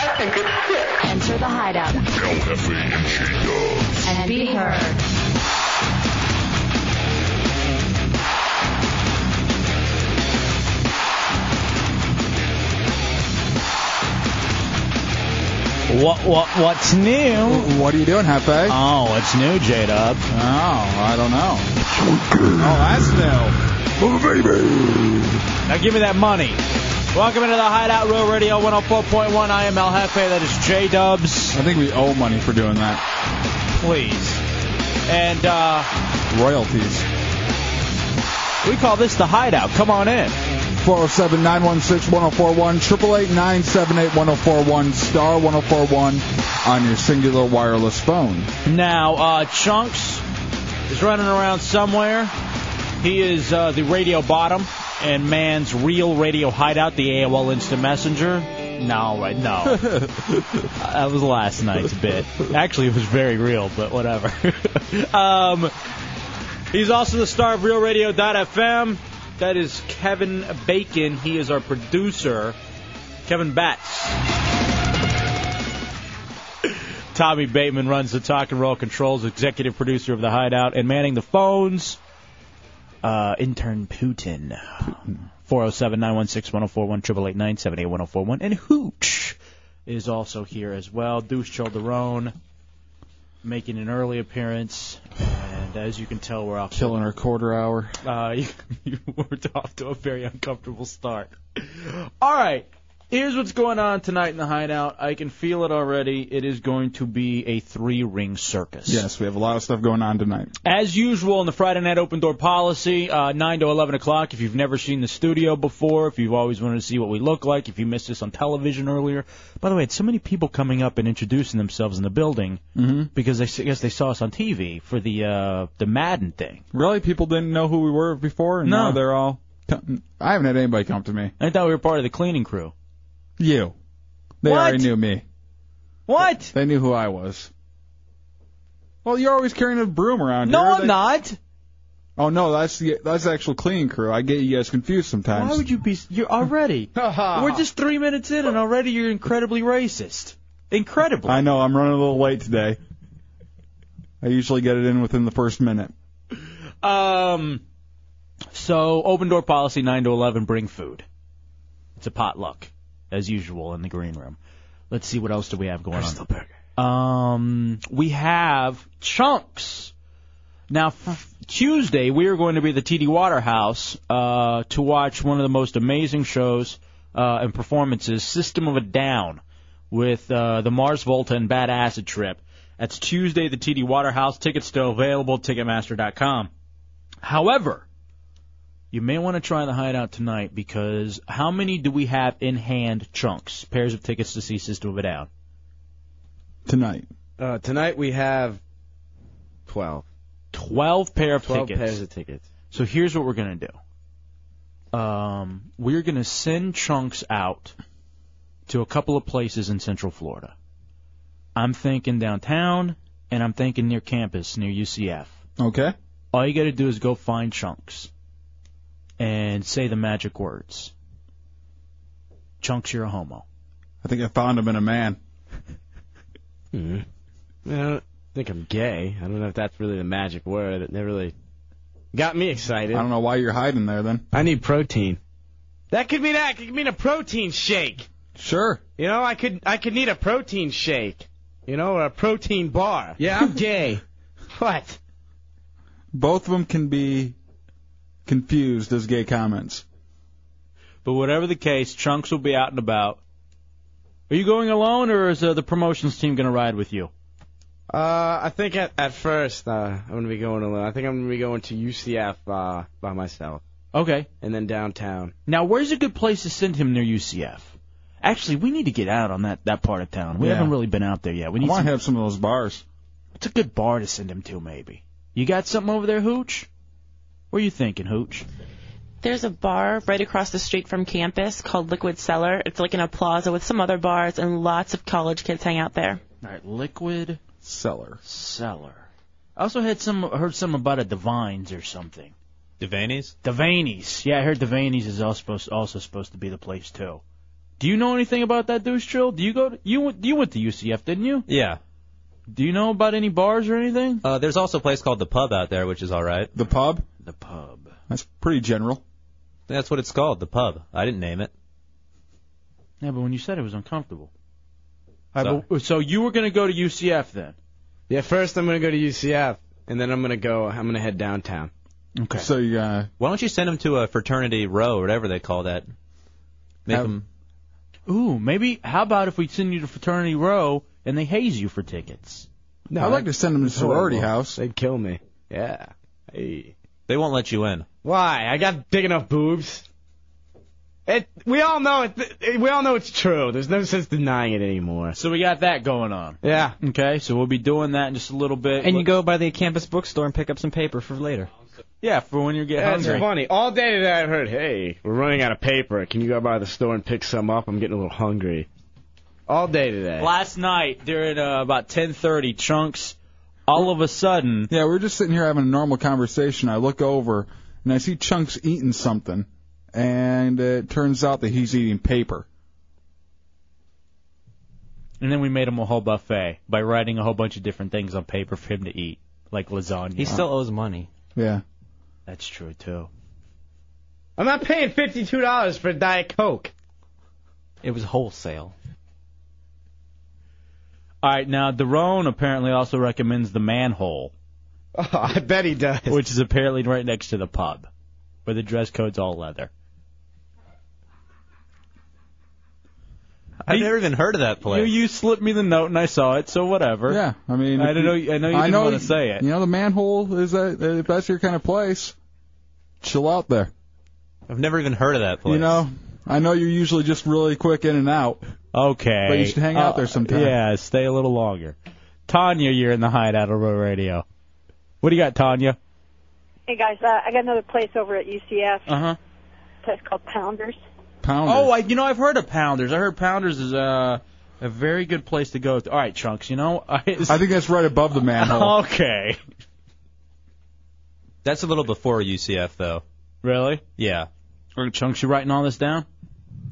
Enter the hideout and be heard. What what what's new? What are you doing, Hefe? Oh, what's new, J Dub? Oh, I don't know. Oh, Now give me that money. Welcome into the Hideout Row Radio 104.1. I am El Jefe. That is J Dubs. that's new. I think we owe money for doing that. Please. And uh, Royalties. we call this the Hideout. Come on in. 407 916 1041, 888 978 1041, star 1041 on your singular wireless phone. Now, uh, Chunks is running around somewhere. He is uh, the radio bottom and man's real radio hideout, the AOL Instant Messenger. No, right, no. that was last night's bit. Actually, it was very real, but whatever. um, he's also the star of RealRadio.fm. That is Kevin Bacon. He is our producer. Kevin Batts. Tommy Bateman runs the Talk and Roll Controls, executive producer of The Hideout, and manning the phones, uh, intern Putin. 407 916 1041, 888 978 1041. And Hooch is also here as well. Deuce Childerone making an early appearance. And as you can tell, we're off Killing our quarter hour. uh, you, you were off to a very uncomfortable start. All right. Here's what's going on tonight in the hideout. I can feel it already. It is going to be a three ring circus. Yes, we have a lot of stuff going on tonight. As usual in the Friday night open door policy, uh, 9 to 11 o'clock. If you've never seen the studio before, if you've always wanted to see what we look like, if you missed us on television earlier. By the way, it's so many people coming up and introducing themselves in the building because they s- I guess they saw us on TV for the uh, the Madden thing. Really? People didn't know who we were before, and No. now they're all. I haven't had anybody come to me. I thought we were part of the cleaning crew. You. They What? already knew me. What? They knew who I was. Well, you're always carrying a broom around. No, here. I'm They- not. Oh no, that's the that's the actual cleaning crew. I get you guys confused sometimes. Why would you be? You're already. We're we're just three minutes in, and already you're incredibly racist. Incredibly. I know I'm running a little late today. I usually get it in within the first minute. Um. So open door policy nine to eleven. Bring food. It's a potluck, as usual in the green room. Let's see what else do we have going on. Um, we have chunks. Now, f- Tuesday, we are going to be at the TD Waterhouse uh, to watch one of the most amazing shows uh, and performances, System of a Down, with uh, the Mars Volta and Bad Acid Trip. That's Tuesday at the TD Waterhouse. Tickets still available, Ticketmaster.com. However, you may want to try the hideout tonight because how many do we have in hand chunks? Pairs of tickets to see System of a Down. Tonight. Uh, tonight we have 12. 12 pair of 12 tickets. pairs of tickets. So here's what we're going to do. Um, we're going to send chunks out to a couple of places in Central Florida. I'm thinking downtown, and I'm thinking near campus, near UCF. Okay. All you got to do is go find chunks and say the magic words. Chunks, you're a homo. I think I found him in a man. Hmm. I don't think I'm gay. I don't know if that's really the magic word. It never really got me excited. I don't know why you're hiding there then. I need protein. That could mean that. It could mean a protein shake. Sure. You know, I could I could need a protein shake. You know, or a protein bar. Yeah, I'm gay. What? Both of them can be confused as gay comments. But whatever the case, Chunks will be out and about. Are you going alone, or is uh, the promotions team going to ride with you? Uh, I think at at first uh, I'm gonna be going alone. I think I'm gonna be going to UCF uh, by myself, Okay. and then downtown. Now, where's a good place to send him near UCF? Actually, we need to get out on that, that part of town. We Yeah. haven't really been out there yet. We need I want some, to have some of those bars. it's a good bar to send him to, maybe. You got something over there, Hooch? What are you thinking, Hooch? There's a bar right across the street from campus called Liquid Cellar. It's like in a plaza with some other bars, and lots of college kids hang out there. All right, liquid cellar. Cellar. I also had some heard some about a Divines or something. Devaney's? Devaney's. Yeah, I heard Devaney's is also supposed also supposed to be the place too. Do you know anything about that douche drill? Do you go to, you went- you went to UCF, didn't you? Yeah. Do you know about any bars or anything? Uh, there's also a place called the Pub out there, which is all right. The pub? The pub. That's pretty general. That's what it's called, the Pub. I didn't name it. Yeah, but when you said it was uncomfortable. Sorry. but- so you were gonna go to UCF then? Yeah, first I'm gonna go to UCF, and then I'm gonna go. I'm gonna head downtown. Okay. So you uh, Why don't you send him to a fraternity row or whatever they call that? Make Have- him. Ooh, maybe how about if we send you to fraternity row and they haze you for tickets? No, I'd like to send them to sorority house. They'd kill me. Yeah. Hey. They won't let you in. Why? I got big enough boobs. It. We all know it. it- We all know it's true. There's no sense denying it anymore. So we got that going on. Yeah. Okay, so we'll be doing that in just a little bit. And you go by the campus bookstore and pick up some paper for later. Yeah, for when you get That's hungry. funny. All day today I've heard, hey, we're running out of paper. Can you go by the store and pick some up? I'm getting a little hungry. All day today. Last night during uh, about 10:30, chunks. All of a sudden, Yeah, we were just sitting here having a normal conversation. I look over and I see Chunks eating something, and it turns out that he's eating paper. and then we made him a whole buffet by writing a whole bunch of different things on paper for him to eat, like lasagna. He still owes money. Yeah. That's true too. I'm not paying $52 for Diet Coke. It was wholesale. All right, now Daron apparently also recommends the manhole, Oh, I bet he does. which is apparently right next to the pub, where the dress code's all leather. I've Hey, never even heard of that You place. you slipped me the note and I saw it, so whatever. Yeah. I mean, I if don't know. I know you didn't want you- to say it. You know, the manhole is that if that's your kind of place, chill out there. I've never even heard of that place. You know, I know you're usually just really quick in and out. Okay. Uh, But you should hang out there sometime. Yeah, stay a little longer. Tanya, you're in the hideout on Row Radio. What do you got, Tanya? Hey guys, uh, I got another place over at UCF. Uh huh. It's place called Pounders. Pounder. Oh, I, you know, I've heard of Pounders. I heard Pounders is uh, a very good place to go. To. All right, Chunks, you know? I, I think that's right above the manhole. okay. That's a little before UCF, though. Really? Yeah. Or Chunks, you writing all this down?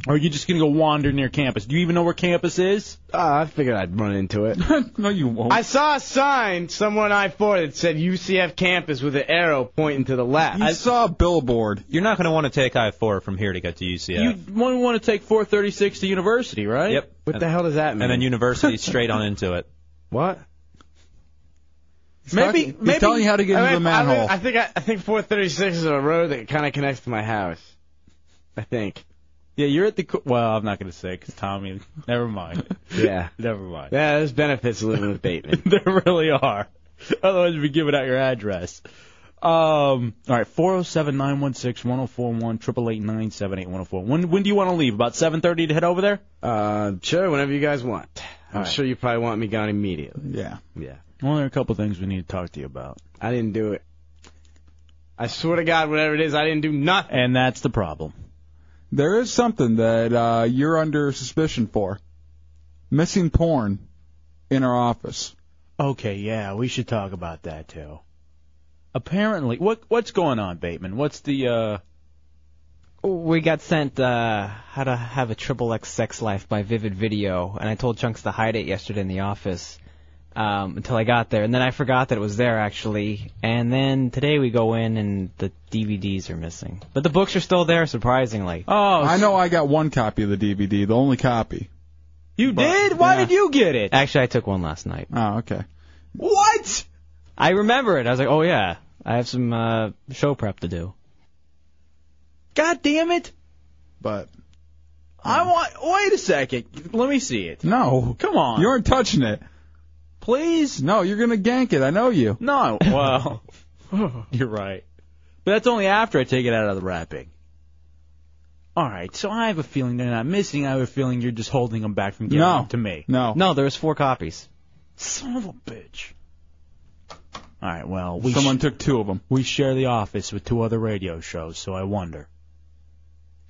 Or are you just going to go wander near campus? Do you even know where campus is? Ah, I figured I'd run into it. no, you won't. I saw a sign somewhere on I-4 that said UCF campus with an arrow pointing to the left. you saw a billboard. You're not going to want to take I-4 from here to get to UCF. You wouldn't want to take 436 to university, right? Yep. what and, the hell does that mean? and then university straight on into it. What? He's Maybe- talking- maybe- he's telling you how to get into the I, mean, manhole. I think I, I think 436 is a road that kind of connects to my house. I think. Yeah, you're at the. Co- well, I'm not going to say because Tommy. Never mind. Yeah. Never mind. Yeah, there's benefits to living with Bateman. there really are. Otherwise, you'd be giving out your address. Um, all right, 407 916 1041 When when do you want to leave? About 7:30 to head over there? Uh, sure, whenever you guys want. I'm Alright. sure you probably want me gone immediately. yeah. Yeah. Well, there are a couple things we need to talk to you about, I didn't do it. I swear to God, whatever it is, I didn't do nothing. and that's the problem. There is something that uh, you're under suspicion for. Missing porn in our office. Okay, yeah, we should talk about that too. Apparently, what what's going on, Bateman? What's the uh We got sent uh, how to have a triple X sex life by Vivid Video, and I told Chunks to hide it yesterday in the office um, until I got there, and then I forgot that it was there actually. And then today we go in and the DVDs are missing, but the books are still there, surprisingly. Oh, I know I got one copy of the DVD, the only copy. you did? Why yeah. did you get it? Actually, I took one last night. Oh, okay. What? I remember it. I was like, oh yeah, I have some uh, show prep to do. God damn it. But I want Wait a second. Let me see it. no, Come on. you aren't touching it. please No, you're gonna gank it. I know you. No. Oh, Well, you're right. But that's only after I take it out of the wrapping. All right, so I have a feeling they're not missing. I have a feeling you're just holding them back from getting No. them to me. No. No, there was four copies. Son of a bitch. All right, well, we Someone sh- took two of them. We share the office with two other radio shows, so I wonder.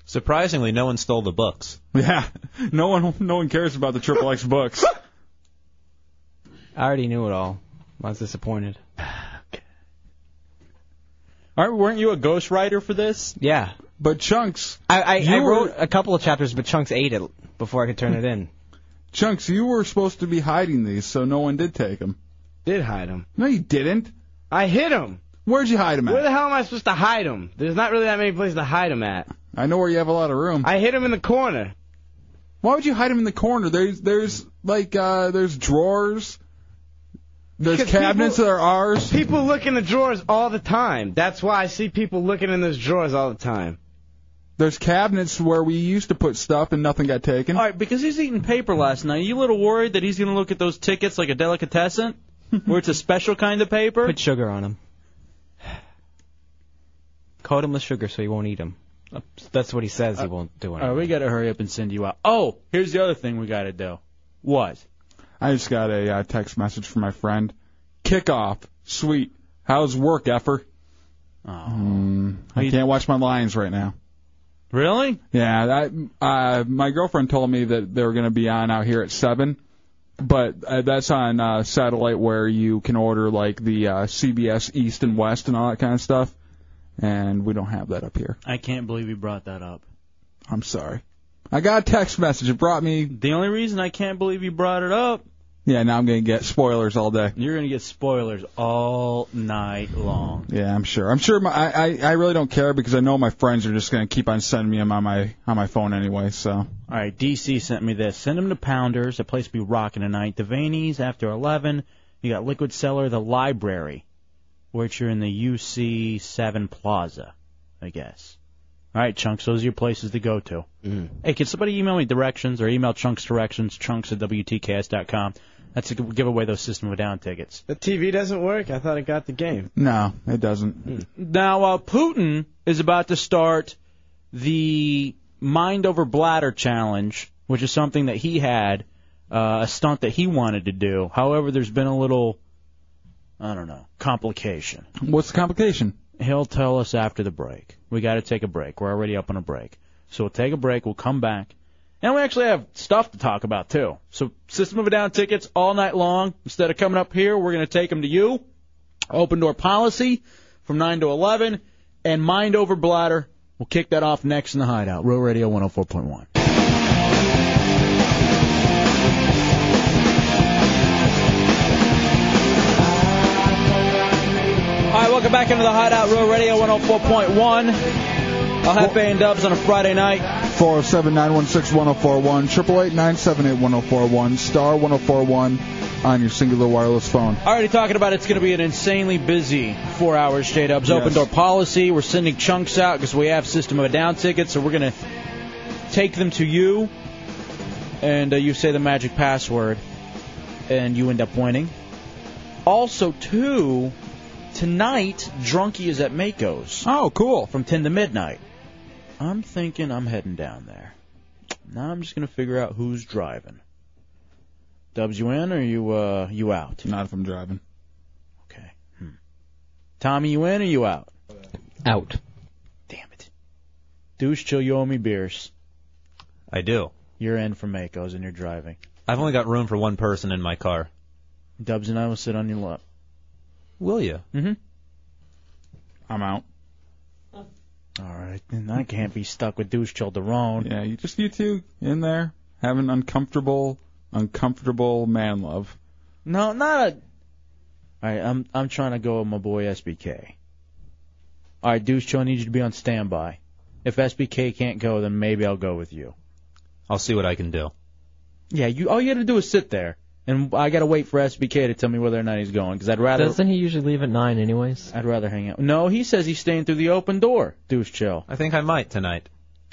Surprisingly, no one stole the books. Yeah, no one, no one cares about the Triple X books. I already knew it all. I was disappointed. Aren't weren't you a ghostwriter for this? Yeah. But Chunks, I, I, I You were- wrote a couple of chapters, but Chunks ate it before I could turn it in. Chunks, you were supposed to be hiding these, so no one did take them. Did hide them. No, you didn't. I hid them. Where'd you hide them Where at? the hell am I supposed to hide them? There's not really that many places to hide them at. I know where you have a lot of room. I hid them in the corner. Why would you hide them in the corner? There's, there's like, uh, there's drawers. There's Because cabinets people- that are ours. People look in the drawers all the time. That's why I see people looking in those drawers all the time. There's cabinets where we used to put stuff and nothing got taken. All right, because he's eating paper last night. Are you a little worried that he's going to look at those tickets like a delicatessen, where it's a special kind of paper? Put sugar on him. Coat him with sugar so he won't eat him. That's what he says he won't do. All right, we got to hurry up and send you out. Oh, here's the other thing we got to do. What? I just got a uh, text message from my friend. Kickoff, sweet. How's work, effer? Oh. Mm, I can't watch my Lions right now. Really? Yeah, I, uh, my girlfriend told me that they were going to be on out here at seven, but uh, that's on uh, satellite where you can order like the uh, CBS East and West and all that kind of stuff, and we don't have that up here. I can't believe you brought that up. I'm sorry. I got a text message. It brought me. The only reason I can't believe you brought it up, Yeah, now I'm gonna get spoilers all day. you're going to get spoilers all night long. Yeah, I'm sure. I'm sure. My, I, I I really don't care because I know my friends are just gonna keep on sending me them on my on my phone anyway. So All right, DC sent me this. Send them to Pounders, a place we rocking tonight. Devaney's after 11. You got Liquid Cellar, the library, which are in the UC7 Plaza, I guess. All right, Chunks, those are your places to go to. Mhm. Hey, can somebody email me directions or email Chunks directions, chunks at WTKS.com? That's to give away those System of a Down tickets. The TV doesn't work. I thought it got the game. no, it doesn't. Now, uh, Putin is about to start the Mind Over Bladder Challenge, which is something that he had, uh, a stunt that he wanted to do. However, there's been a little, I don't know, complication. What's the complication? He'll tell us after the break. We got to take a break. We're already up on a break. So we'll take a break. We'll come back. And we actually have stuff to talk about, too. So System of a Down tickets all night long. Instead of coming up here, we're going to take them to you. Open Door Policy from 9 to 11. And Mind Over Bladder. We'll kick that off next in the Hideout. Real Radio 104.1. All right, welcome back into the Hideout. Real Radio 104.1. I'll have and Dubs on a Friday night. 407 916 1041, 888 978 1041, star 1041 on your singular wireless phone. Already talking about it's going to be an insanely busy four hours, J Dubs. Open Yes. door policy. We're sending chunks out because we have System of a Down tickets, so we're going to take them to you, and uh, you say the magic password, and you end up winning. Also, too, tonight, Drunkie is at Mako's Oh, cool. from 10 to midnight. I'm thinking I'm heading down there. Now I'm just going to figure out who's driving. Dubs, you in or you uh, you out? Not if I'm driving. Okay. Hmm. Tommy, you in or you out? Out. Damn it. Douche, chill, you owe me beers. I do. You're in for Mako's and you're driving. I've only got room for one person in my car. Dubs and I will sit on your lap. Mm-hmm. Will you? I'm out. All right, then I can't be stuck with Douche Chill Derone. Yeah, you just you two in there having uncomfortable, uncomfortable man love. No, not a. All right, I'm I'm trying to go with my boy SBK. All right, Douche Chill, I need you to be on standby. If SBK can't go, then maybe I'll go with you. I'll see what I can do. Yeah, you all you got to do is sit there, and I got to wait for SBK to tell me whether or not he's going, because I'd rather Doesn't he usually leave at nine, anyways? I'd rather hang out. No, he says he's staying through the open door. Deuce chill. I think I might tonight.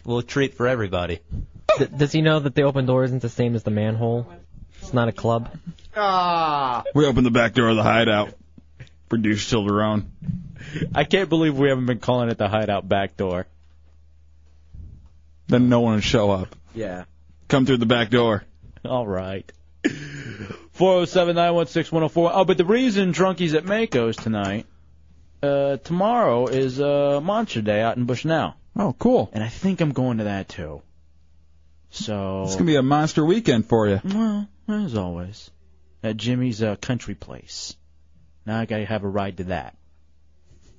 A little treat for everybody. D- does he know that the open door isn't the same as the manhole? It's not a club. Ah. We opened the back door of the hideout. Produce Childerone. I can't believe we haven't been calling it the hideout back door. Then no one would show up. Yeah. Come through the back door. All right. 407 916 104. Oh, but the reason Drunkies at Mako's tonight, uh, tomorrow is uh, Monster Day out in Bushnell. Oh, cool. And I think I'm going to that too. So. It's gonna be a monster weekend for you. Oh. Well, as always. At Jimmy's uh, Country Place. Now I gotta have a ride to that.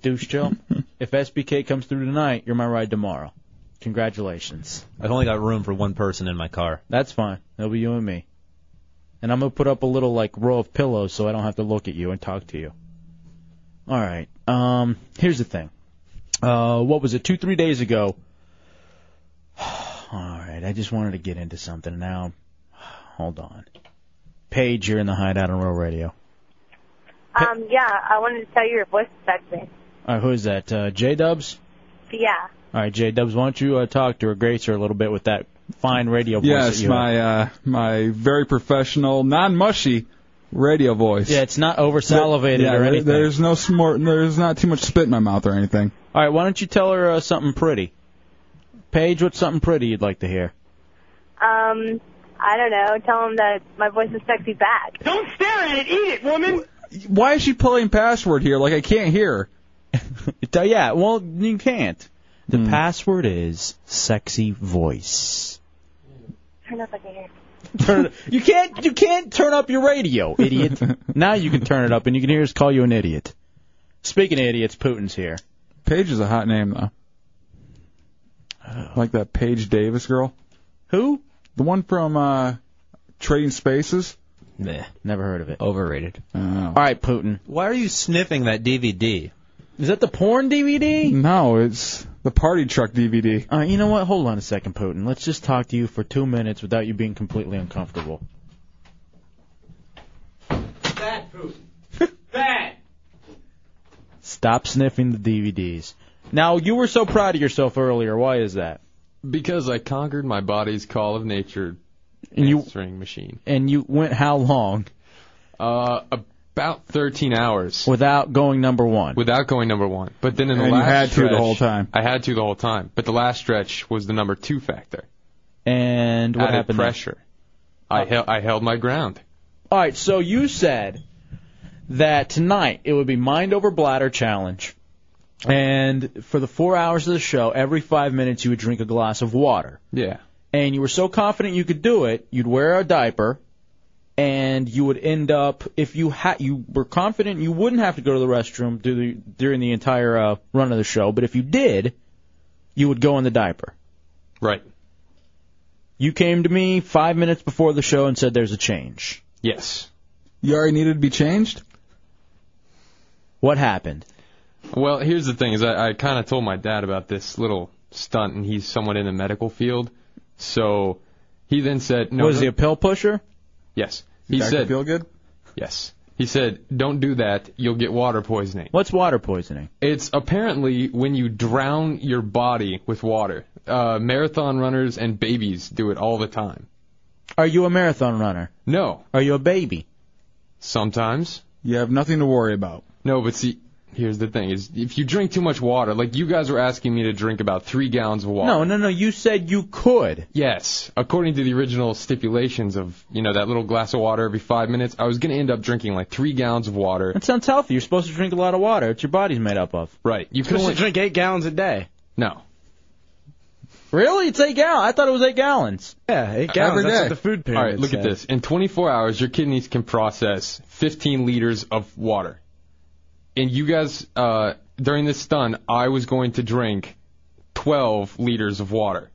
Douche Chill, if SBK comes through tonight, you're my ride tomorrow. Congratulations. I've only got room for one person in my car. That's fine. That'll be you and me. And I'm gonna put up a little like row of pillows so I don't have to look at you and talk to you. All right. Um, here's the thing. Uh, what was it? Two, three days ago. All right. I just wanted to get into something now. Hold on. Paige, you're in the hideout on Real Radio. Um, yeah, I wanted to tell you your voice is sexy. All right, who is that? Uh, J Dubs. Yeah. All right, J Dubs, why don't you uh, talk to her, grace her a little bit with that fine radio voice Yes, that you have. my uh, my very professional, non-mushy radio voice. Yeah, it's not over salivated Yeah, or there- anything. There's no smart. There's not too much spit in my mouth or anything. All right, why don't you tell her uh, something pretty? Paige, what's something pretty you'd like to hear? Um, I don't know. Tell him that my voice is sexy back. Don't stare at it. Eat it, woman. Why is she pulling password here? Like I can't hear. yeah, well you can't. The Hmm. password is sexy voice. Turn up like a hair. Turn you can't you can't turn up your radio, idiot. now you can turn it up and you can hear us call you an idiot. Speaking of idiots, Putin's here. Paige is a hot name though. Like that Paige Davis girl. Who? The one from uh, Trading Spaces. Meh. Never heard of it. Overrated. Oh. All right, Putin. Why are you sniffing that DVD? Is that the porn DVD? No, Oh, it's the party truck DVD. All right, Uh, you know what? Hold on a second, Putin. Let's just talk to you for two minutes without you being completely uncomfortable. Bad poop. Bad. Stop sniffing the DVDs. Now you were so proud of yourself earlier. Why is that? Because I conquered my body's call of nature And you- answering machine. And you went how long? Uh, about 13 hours. Without going number one. Without going number one. But then in the And you last had to the stretch- whole time. I had to the whole time. But the last stretch was the number two factor. And what Added happened? then? pressure. I, hel- I held my ground. All right, so you said that tonight it would be mind over bladder challenge, and for the four hours of the show, every five minutes you would drink a glass of water. Yeah. And you were so confident you could do it, you'd wear a diaper, and you would end up if you had you were confident you wouldn't have to go to the restroom do the, during the entire uh, run of the show, but if you did, you would go in the diaper. Right. You came to me five minutes before the show and said there's a change. Yes. You already needed to be changed. What happened? Well, here's the thing: is I, I kind of told my dad about this little stunt, and he's somewhat in the medical field. So he then said, "No." was no- he a pill pusher? Yes. He Doctor said, "Feel good." Yes. He said, "Don't do that. You'll get water poisoning." What's water poisoning? It's apparently when you drown your body with water. Uh, marathon runners and babies do it all the time. Are you a marathon runner? No. Are you a baby? Sometimes. You have nothing to worry about. No, but see, here's the thing: is if you drink too much water, like you guys were asking me to drink about three gallons of water. No, no, no. You said you could. Yes, according to the original stipulations of you know that little glass of water every five minutes, I was gonna end up drinking like three gallons of water. That sounds healthy. You're supposed to drink a lot of water. It's your body's made up of. Right. You can only drink eight gallons a day. No. Really? It's eight gallons. I thought it was eight gallons. Yeah, Uh, eight Every day. All right, pyramid look at said. this. In 24 hours, your kidneys can process 15 liters of water. And you guys, uh, during this stun, I was going to drink 12 liters of water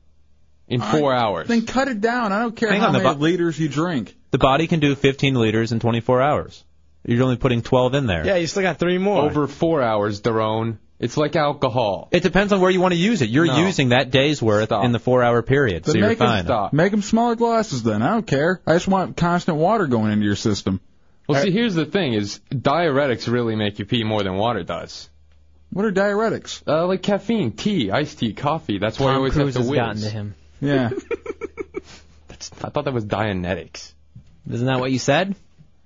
in four hours. Then cut it down. I don't care Hang how on, the many bu- liters you drink. The body can do 15 liters in 24 hours. You're only putting 12 in there. Yeah, you still got three more. Over four hours, Daron. It's like alcohol. It depends on where you want to use it. You're No. using that day's worth in the four-hour period, Then so you're make 'em fine. stop. Make 'em smaller glasses. Then I don't care. I just want constant water going into your system. Well, see, here's the thing: is diuretics really make you pee more than water does? What are diuretics? Uh, like caffeine, tea, iced tea, coffee. That's why I always Cruise have has to whiz. gotten to him. Yeah. That's, I thought that was Dianetics. Isn't that what you said?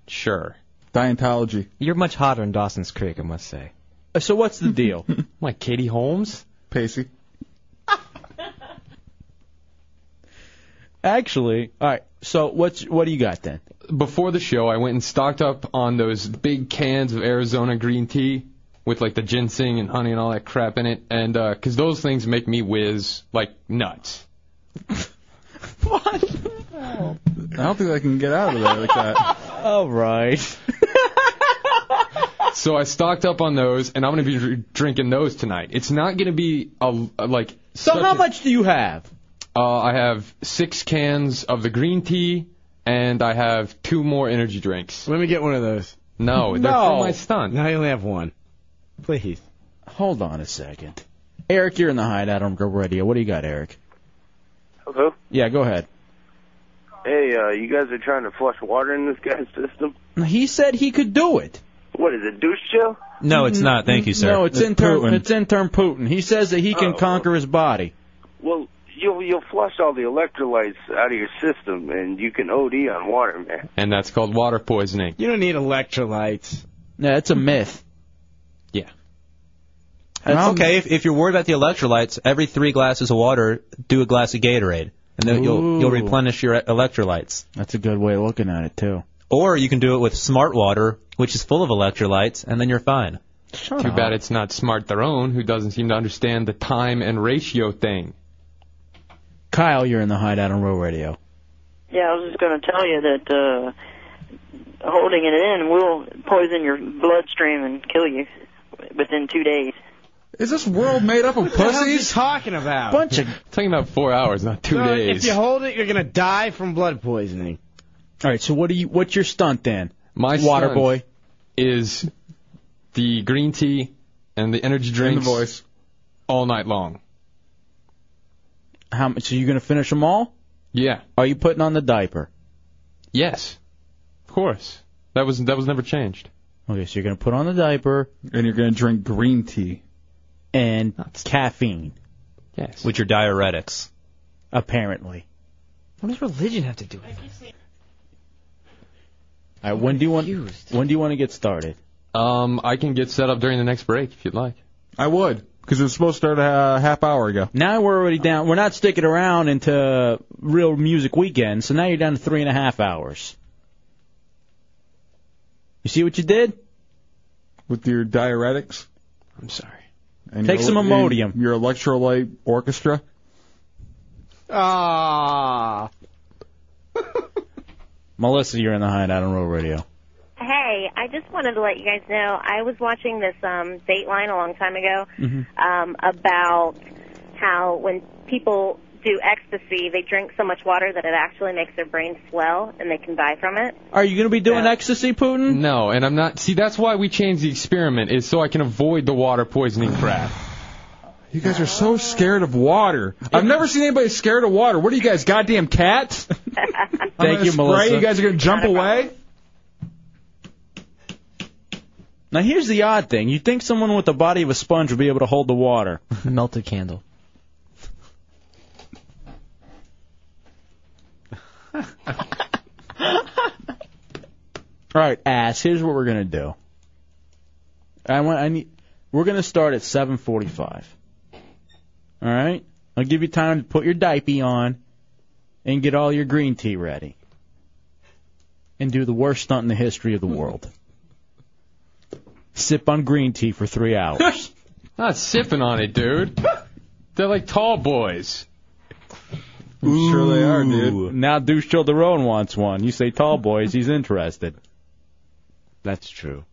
Sure. Dientology. You're much hotter in Dawson's Creek, I must say. Uh, So what's the deal? Like Katie Holmes? Pacey. Actually, all right. So what's what do you got then? Before the show, I went and stocked up on those big cans of Arizona green tea with like the ginseng and honey and all that crap in it, and uh 'cause those things make me whiz like nuts. I don't think I can get out of there like that. All right. so I stocked up on those, and I'm gonna be dr- drinking those tonight. It's not gonna be a, a, like. So how much do you have? Uh, I have six cans of the green tea, and I have two more energy drinks. Let me get one of those. No, they're No. from my stunt. I only have one. Please. Hold on a second. Eric, you're in the hideout on Go Radio. What do you got, Eric? Hello? Yeah, go ahead. Hey, uh, you guys are trying to flush water in this guy's system? He said he could do it. What is it, douche show? No, it's not. Thank you, sir. No, it's, It's intern. Putin. It's intern Putin. He says that he can Oh. conquer his body. Well, you'll, you'll flush all the electrolytes out of your system, and you can OD on water, man. And that's called water poisoning. You don't need electrolytes. No, that's Hmm. a myth. Yeah. okay, if, if you're worried about the electrolytes, every three glasses of water, do a glass of Gatorade, and then you'll you'll Ooh. replenish your electrolytes. That's a good way of looking at it too. Or you can do it with Smart Water, which is full of electrolytes, and then you're fine. Too bad it's not Smart Theron who doesn't seem to understand the time and ratio thing. Kyle, you're in the hideout on Row Radio. Yeah, I was just going to tell you that uh, holding it in will poison your bloodstream and kill you within two days. Is this world made up of What the hell are you pussies? talking about? Bunch of talking about four hours, not two So days. If you hold it, you're gonna die from blood poisoning. All right. So what do you? What's your stunt then? My water son boy. is the green tea and the energy drinks voice. all night long. How much? So you gonna finish them all? Yeah. Are you putting on the diaper? Yes, of course. That was that was never changed. Okay, so you're gonna put on the diaper, and you're gonna drink green tea and caffeine. Yes. With your diuretics. Apparently. What does religion have to do with it? All right. When do you want? When do you want to get started? Um, I can get set up during the next break if you'd like. I would, because it was supposed to start a half hour ago. Now we're already down. We're not sticking around into real music weekend, so now you're down to three and a half hours. You see what you did? with your diuretics. I'm sorry. Take some Imodium. Your electrolyte orchestra. Ah. Melissa, you're in the hideout on Row Radio. Hey, I just wanted to let you guys know I was watching this um Dateline a long time ago Mm-hmm. um about how when people do ecstasy, they drink so much water that it actually makes their brain swell and they can die from it. Are you going to be doing ecstasy, Putin? No, and I'm not. See, that's why we changed the experiment is so I can avoid the water poisoning crap. You guys are so scared of water. I've never seen anybody scared of water. What are you guys, goddamn cats? Thank you, Melissa. You guys are gonna jump away. Now here's the odd thing: you'd think someone with the body of a sponge would be able to hold the water. Melted candle. All right, ass. Here's what we're gonna do. I want. I need. We're gonna start at 7:45. All right. I'll give you time to put your diaper on, and get all your green tea ready, and do the worst stunt in the history of the world. Sip on green tea for three hours. not sipping on it, dude. They're like tall boys. sure they are, dude. Now Deuce Childerone wants one. You say tall boys, he's interested. That's true.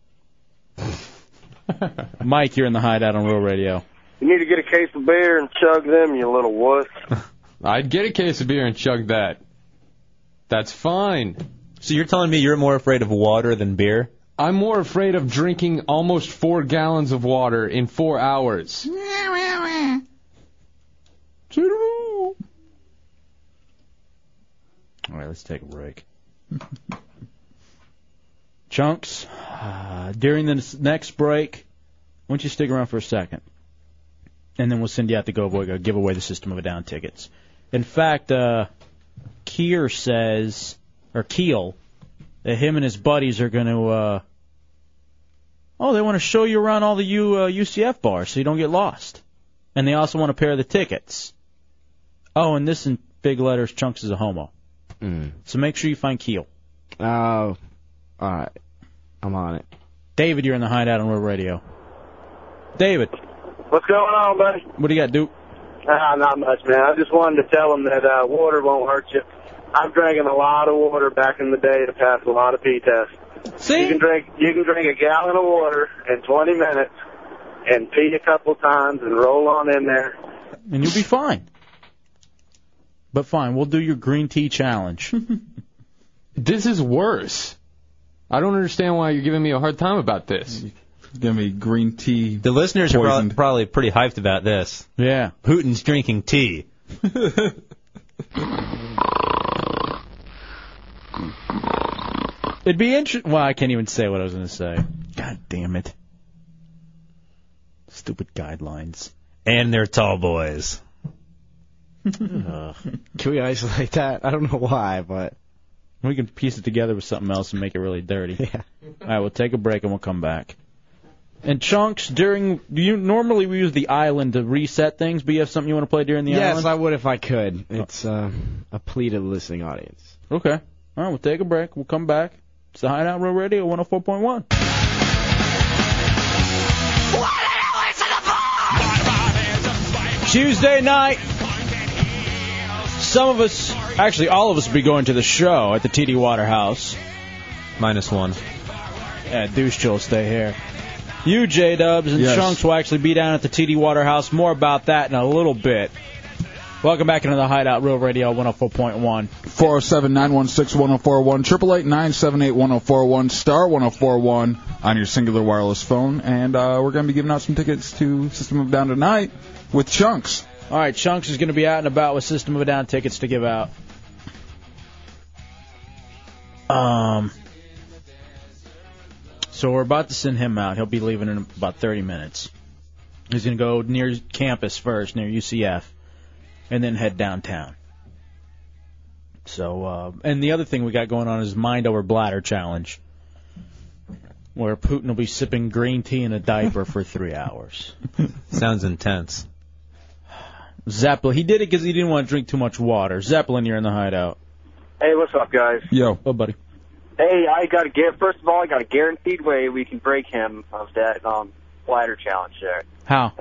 Mike, you're in the hideout on Real Radio. You need to get a case of beer and chug them, you little wuss. I'd get a case of beer and chug that. That's fine. So you're telling me you're more afraid of water than beer? I'm more afraid of drinking almost four gallons of water in four hours. All right, let's take a break. Chunks, uh, during the s- next break, why don't you stick around for a second? And then we'll send you out to go boy, go give away the System of a Down tickets. In fact, uh, Keir says, or Keel, that him and his buddies are going to, uh, oh, they want to show you around all the U, uh, UCF bars so you don't get lost. And they also want a pair of the tickets. Oh, and this in, big letters, Chunks is a homo. So make sure you find Keel. Mm. Oh, all right. I'm on it. David, you're in the hideout on Road Radio. David, What's going on, buddy? what do you got, Duke? Ah, not much, man. I just wanted to tell him that uh, water won't hurt you. I'm drinking a lot of water back in the day to pass a lot of pee tests. See? You can drink you can drink a gallon of water in 20 minutes and pee a couple times and roll on in there. and you'll be fine. But fine, we'll do your green tea challenge. This is worse. I don't understand why you're giving me a hard time about this. Give me green tea. The listeners are prob- probably pretty hyped about this. Yeah. Hooten's drinking tea. It'd be interesting. Well, I can't even say what I was going to say. God damn it. Stupid guidelines. And they're tall boys. Ugh. Can we isolate that? I don't know why, but we can piece it together with something else and make it really dirty. Yeah. All right, we'll take a break and we'll come back. And chunks during you normally we use the island to reset things, but you have something you want to play during the yes, island? I would if I could. It's uh, a plea to the listening audience. Okay. All right, we'll take a break. We'll come back. It's the Hideout Road Radio 104.1. Tuesday night. Some of us, actually all of us, will be going to the show at the TD Waterhouse. Minus one. Yeah, Deuce Chill will stay here. You, J Dubs, and Yes. Chunks will actually be down at the TD Waterhouse. More about that in a little bit. Welcome back into the Hideout Real Radio 104.1. 407 916 1041, 888 978 1041, star 1041 on your singular wireless phone. And uh, we're going to be giving out some tickets to System of a Down tonight with Chunks. All right, Chunks is going to be out and about with System of a Down tickets to give out. Um, so we're about to send him out. He'll be leaving in about 30 minutes. He's going to go near campus first, near UCF, and then head downtown. So, uh, and the other thing we got going on is Mind Over Bladder Challenge, where Putin will be sipping green tea in a diaper for three hours. Sounds intense. Zeppelin, he did it because he didn't want to drink too much water. Zeppelin, you're in the hideout. Hey, what's up, guys? Yo. Oh, buddy. Hey, I got a give. First of all, I got a guaranteed way we can break him of that um bladder challenge there. How?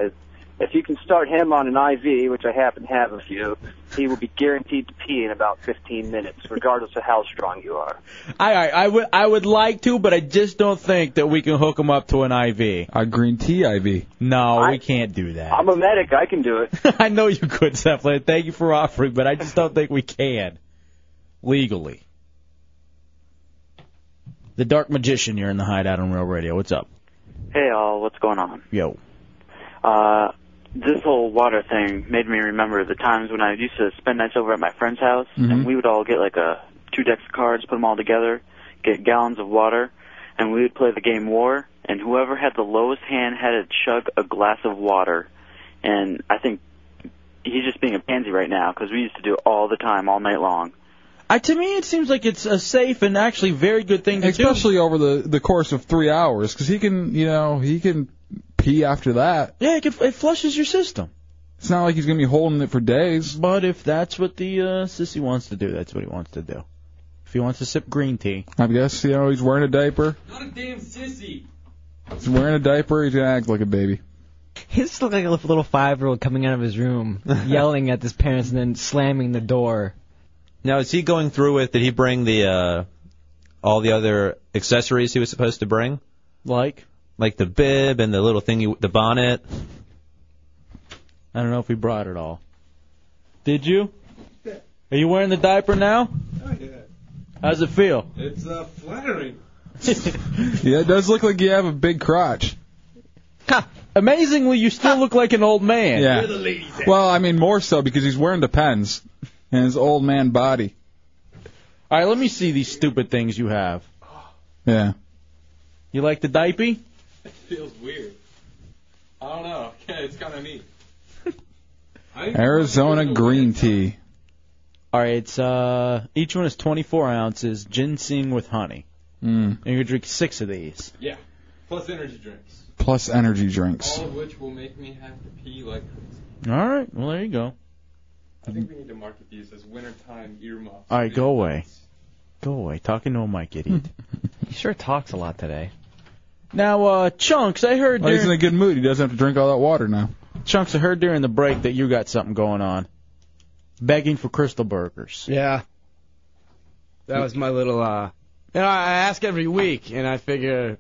If you can start him on an IV, which I happen to have a few, he will be guaranteed to pee in about 15 minutes, regardless of how strong you are. I, I, I would I would like to, but I just don't think that we can hook him up to an IV. A green tea IV. No, we can't do that. I'm a medic. I can do it. I know you could, Zeppelin. Thank you for offering, but I just don't think we can legally. The Dark Magician, you're in the hideout on Real Radio. What's up? Hey, all, what's going on? Yo. Uh, this whole water thing made me remember the times when I used to spend nights over at my friend's house, and Mhm. we would all get like a two decks of cards, put them all together, get gallons of water, and we would play the game War. And whoever had the lowest hand had to chug a glass of water. And I think he's just being a pansy right now because we used to do it all the time, all night long. I, to me, it seems like it's a safe and actually very good thing to Especially over the, the course of three hours, because he can, you know, he can pee after that. Yeah, it, it flushes your system. It's not like he's going to be holding it for days. But if that's what the uh, sissy wants to do, that's what he wants to do. If he wants to sip green tea. I guess, you know, he's wearing a diaper. Not a damn sissy. He's wearing a diaper. He's going to act like a baby. He just looked like a little five-year-old coming out of his room, yelling at his parents and then slamming the door. Now, is he going through with? Did he bring the uh, all the other accessories he was supposed to bring? Like? Like the bib and the little thing, you, the bonnet. I don't know if he brought it all. Did you? Are you wearing the diaper now? How's it feel? It's uh, flattering. Yeah, it does look like you have a big crotch. Amazingly, you still look like an old man. Yeah. You're the ladies' ass. Well, I mean, more so because he's wearing the pens and his old man body. All right, let me see these stupid things you have. Yeah. You like the diaper? It feels weird. I don't know. it's kind of neat. Arizona green tea. All right, it's uh, each one is 24 ounces, ginseng with honey, Mm. and you drink six of these. Yeah. Plus energy drinks. Plus energy drinks. All of which will make me have to pee like All right, well there you go. I think we need to market these as wintertime earmuffs. All right, go away. Go away. Talking to a mic, idiot. Hmm. he sure talks a lot today. Now, uh, Chunks, I heard Well, Oh, he's in during... a good mood. He doesn't have to drink all that water now. Chunks, I heard during the break that you got something going on. Begging for Crystal Burgers. Yeah. That was my little. uh You know, I ask every week, and I figure,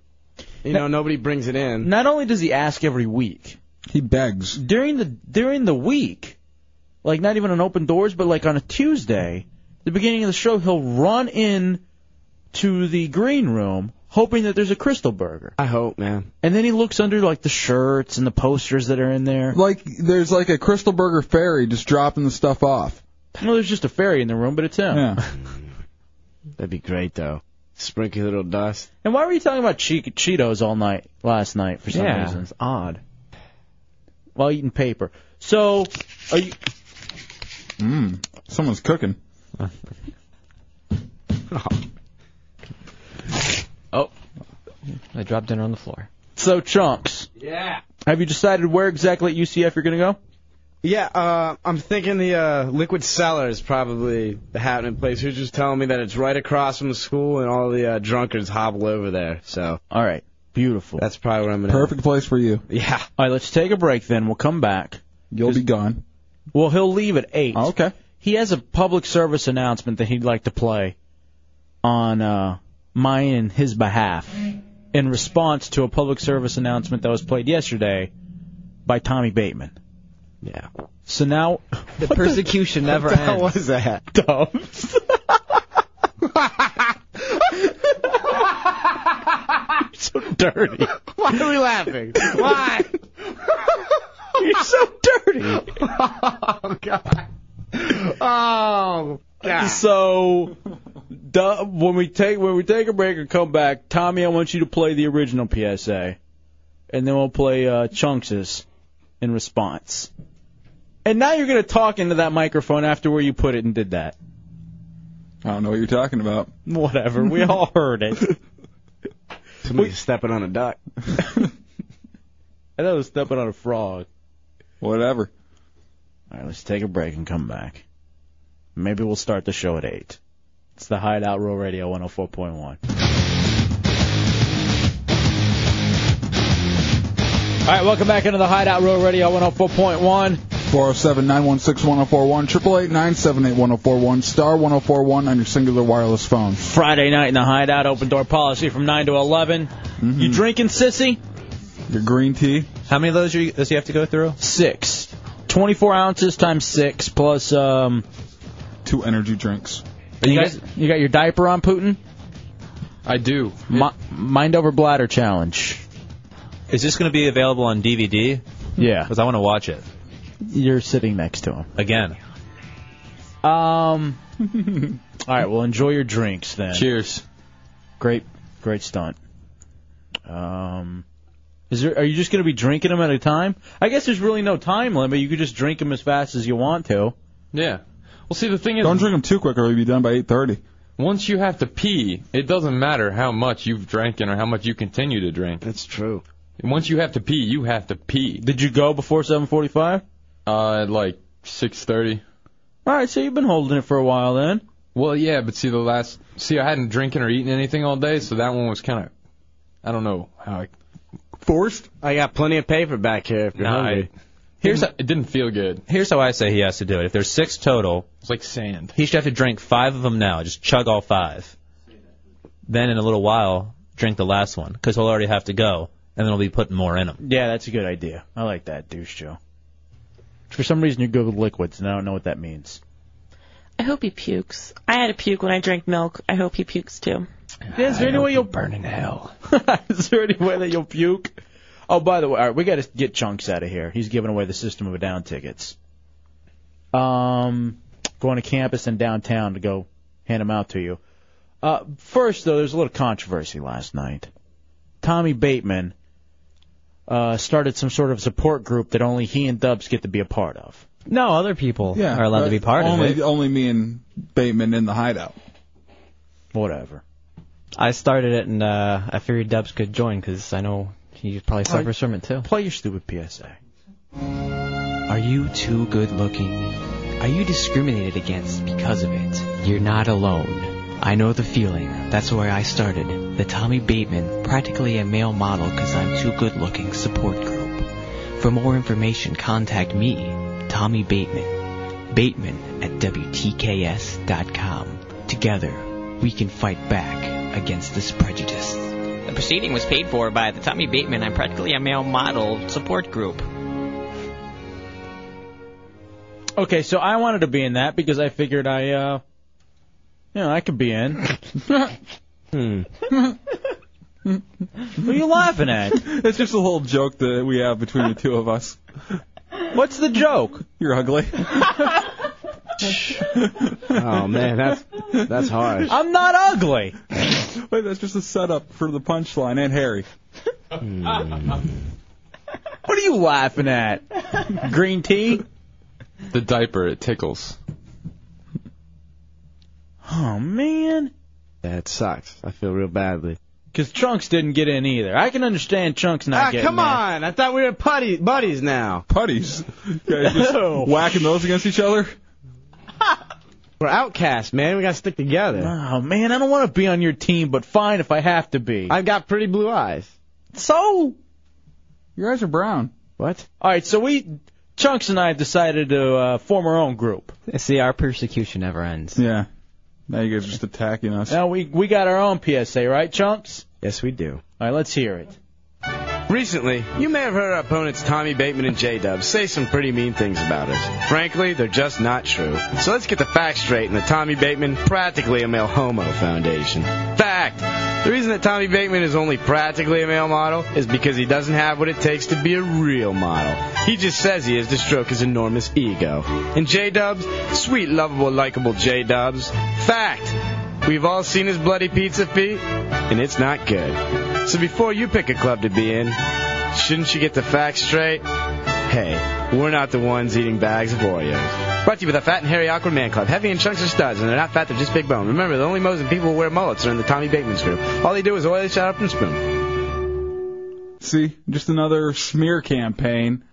you know, nobody brings it in. Not only does he ask every week, he begs during the during the week, like not even on open doors, but like on a Tuesday, the beginning of the show, he'll run in to the green room hoping that there's a Crystal Burger. I hope, man. And then he looks under like the shirts and the posters that are in there. Like there's like a Crystal Burger fairy just dropping the stuff off. No, there's just a fairy in the room, but it's him. Yeah. That'd be great, though. Sprinkle a little dust. And why were you talking about che- Cheetos all night last night for some Yeah, reason? It's odd. While eating paper. So, are you? Mmm. Someone's cooking. Oh, I dropped dinner on the floor. So chunks. Yeah. Have you decided where exactly at UCF you're gonna go? Yeah, uh, I'm thinking the uh, Liquid Cellar is probably the happening place. He was just telling me that it's right across from the school, and all the uh, drunkards hobble over there. So. All right. Beautiful. That's probably where I'm gonna. Perfect place for you. Yeah. All right, let's take a break then. We'll come back. You'll be gone. Oh, Well, he'll leave at 8. okay. He has a public service announcement that he'd like to play on uh, my and his behalf in response to a public service announcement that was played yesterday by Tommy Bateman. Yeah. So now. The persecution never what the ends. hell was that? Dubs. so dirty. Why are we laughing? Why? You're so dirty. oh God. Oh God. So, du- when we take when we take a break and come back, Tommy, I want you to play the original PSA, and then we'll play uh, Chunks's in response. And now you're gonna talk into that microphone after where you put it and did that. I don't know what you're talking about. Whatever. We all heard it. Somebody's stepping on a duck. I thought it was stepping on a frog. Whatever. All right, let's take a break and come back. Maybe we'll start the show at eight. It's the Hideout Rural Radio 104.1. All right, welcome back into the Hideout Road Radio 104.1. 407 916 1041, 888 978 1041, star 1041 on your singular wireless phone. Friday night in the Hideout, open door policy from 9 to 11. You drinking, sissy? Mm-hmm. Your green tea. How many of those are you, does he have to go through? Six. 24 ounces times six plus, um... Two energy drinks. You, got, you got your diaper on, Putin? I do. Mi- mind over bladder challenge. Is this going to be available on DVD? Yeah. Because I want to watch it You're sitting next to him. again. Um. all right. Well, enjoy your drinks then. Cheers. Great, great stunt. Um. Is there? Are you just gonna be drinking them at a time? I guess there's really no time limit. You could just drink them as fast as you want to. Yeah. Well, see, the thing is, Don't drink them too quick or you'll be done by 8.30. once you have to pee, it doesn't matter how much you've drank or how much you continue to drink. That's true. Once you have to pee, you have to pee. Did you go before 7:45? Uh, like 6:30. All right. So you've been holding it for a while then. Well, yeah, but see, the last, see, I hadn't drinking or eating anything all day, so that one was kind of, I don't know how I, Forced? I got plenty of paper back here if you're Nah, hungry. Here's it didn't feel good. Here's how I say he has to do it. If there's six total, It's like sand. he should have to drink five of them now. Just chug all five. Then in a little while, drink the last one because he'll already have to go, and then he'll be putting more in him. Yeah, that's a good idea. I like that, douche Joe. For some reason, you googled liquids, and I don't know what that means. I hope he pukes. I had a puke when I drank milk. I hope he pukes too. is there any way you'll burn in hell? is there any way that you'll puke? Oh, by the way, all right, we got to get chunks out of here. He's giving away the System of a Down tickets. Um, going to campus and downtown to go hand them out to you. Uh, first though, there's a little controversy last night. Tommy Bateman uh, started some sort of support group that only he and Dubs get to be a part of. No, other people Yeah. are allowed but to be part only, of it. Only me and Bateman in the hideout. Whatever. I started it, and uh, I figured Dubs could join because I know he probably All right. suffers from it too. Play your stupid PSA. Are you too good looking Are you discriminated against because of it? You're not alone. I know the feeling. That's where I started. The Tommy Bateman, practically a male model because I'm too good looking support group. For more information, contact me, Tommy Bateman. Bateman at WTKS.com. Together, we can fight back against this prejudice. The proceeding was paid for by the Tommy Bateman I'm Practically a Male Model support group. Okay, so I wanted to be in that because I figured I, uh, you know, I could be in. hmm. What are you laughing at? It's just a little joke that we have between the two of us. What's the joke? You're ugly. oh man, that's that's harsh. I'm not ugly. Wait, that's just a setup for the punchline and Harry. What are you laughing at? Green tea? The diaper, it tickles. Oh man. That sucks. I feel real badly. Because Chunks didn't get in either. I can understand Chunks not ah, getting come in. on! I thought we were putty, buddies now. Putties? Guys just whacking those against each other? We're outcasts, man. We gotta stick together. Oh man, I don't want to be on your team, but fine if I have to be. I've got pretty blue eyes. So? Your eyes are brown. What? All right, so we, Chunks and I decided to uh, form our own group. See, our persecution never ends. Yeah. Now you guys are just attacking us. Now we we got our own PSA, right, Chunks? Yes, we do. All right, let's hear it. Recently, you may have heard our opponents Tommy Bateman and J Dub say some pretty mean things about us. Frankly, they're just not true. So let's get the facts straight in the Tommy Bateman Practically a Male Homo Foundation. Fact! The reason that Tommy Bateman is only practically a male model is because he doesn't have what it takes to be a real model. He just says he is to stroke his enormous ego. And J Dubs, sweet, lovable, likable J Dubs. Fact! We've all seen his bloody pizza feet, and it's not good. So before you pick a club to be in, shouldn't you get the facts straight? Hey, we're not the ones eating bags of Oreos. Brought to you by the Fat and Hairy Awkward Man Club. Heavy in chunks and studs, and they're not fat, they're just big bone. Remember, the only Mo's and people who wear mullets are in the Tommy Bateman's group. All they do is oil, shot up, and spoon. See, just another smear campaign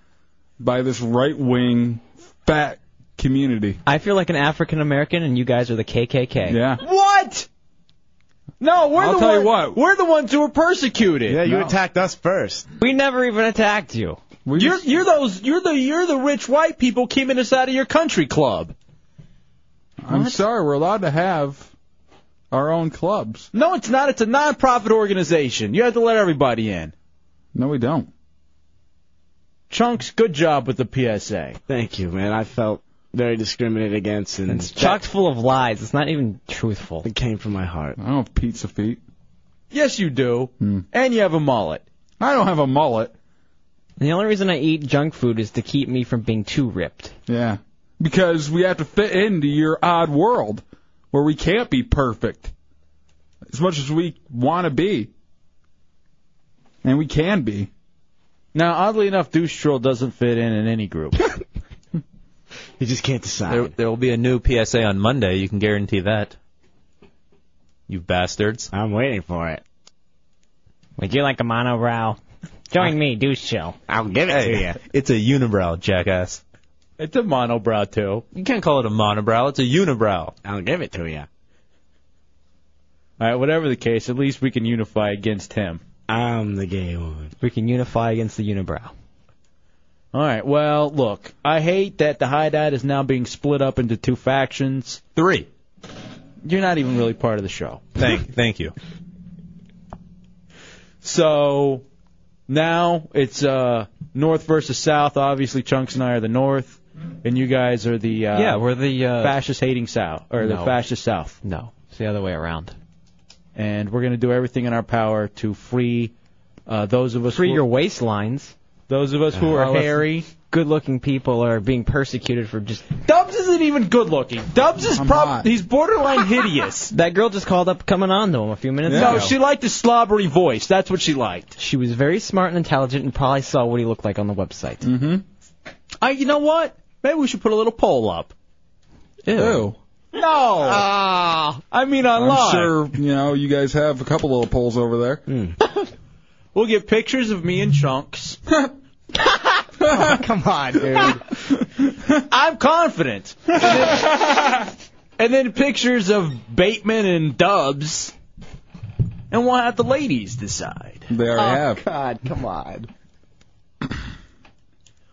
by this right wing fat community. I feel like an African American, and you guys are the KKK. Yeah. What? No, we're I'll the tell you one- We're the ones who were persecuted. Yeah, you attacked us first. We never even attacked you. You're you're those you're the you're the rich white people keeping us out of your country club. I'm sorry, we're allowed to have our own clubs. No, it's not. It's a non-profit organization. You have to let everybody in. No, we don't. Chunks, good job with the PSA. Thank you, man. I felt very discriminated against, and it's chock full of lies. It's not even truthful. It came from my heart. I don't have pizza feet. Hmm. Yes, you do. And you have a mullet. I don't have a mullet. The only reason I eat junk food is to keep me from being too ripped. Yeah. Because we have to fit into your odd world where we can't be perfect as much as we want to be. And we can be. Now, oddly enough, Douche Troll doesn't fit in in any group. You just can't decide. There, there will be a new PSA on Monday. You can guarantee that. You bastards. I'm waiting for it. Would you like a monobrow? Join me, douche chill. I'll give it Hey, it's a unibrow, jackass. It's a monobrow too. You can't call it a monobrow. It's a unibrow. I'll give it to you. All right, whatever the case, at least we can unify against him. I'm the gay one. We can unify against the unibrow. All right. Well, look, I hate that the hideout is now being split up into two factions. Three. You're not even really part of the show. Thank, thank you. So now it's uh, North versus South. Obviously, Chunks and I are the North, and you guys are the uh, yeah, we're the uh, fascist hating South or the No. fascist South. No, it's the other way around. And we're going to do everything in our power to free uh, those of us Free who your waistlines. Those of us who are hairy. good-looking people are being persecuted for just. Dubs isn't even good looking. Dubs is probably he's borderline hideous. That girl just called up coming on to him a few minutes ago. No, she liked his slobbery voice. That's what she liked. She was very smart and intelligent and probably saw what he looked like on the website. Mm-hmm. I, you know what? Maybe we should put a little poll up. Ew. No. Oh. Uh, I mean online. I'm sure, you know, you guys have a couple little polls over there. Hmm. We'll get pictures of me and Chunks. Oh, come on, dude. I'm confident. And then, and then pictures of Bateman and Dubs, and we'll have the ladies decide. They already have. Oh, God, come on.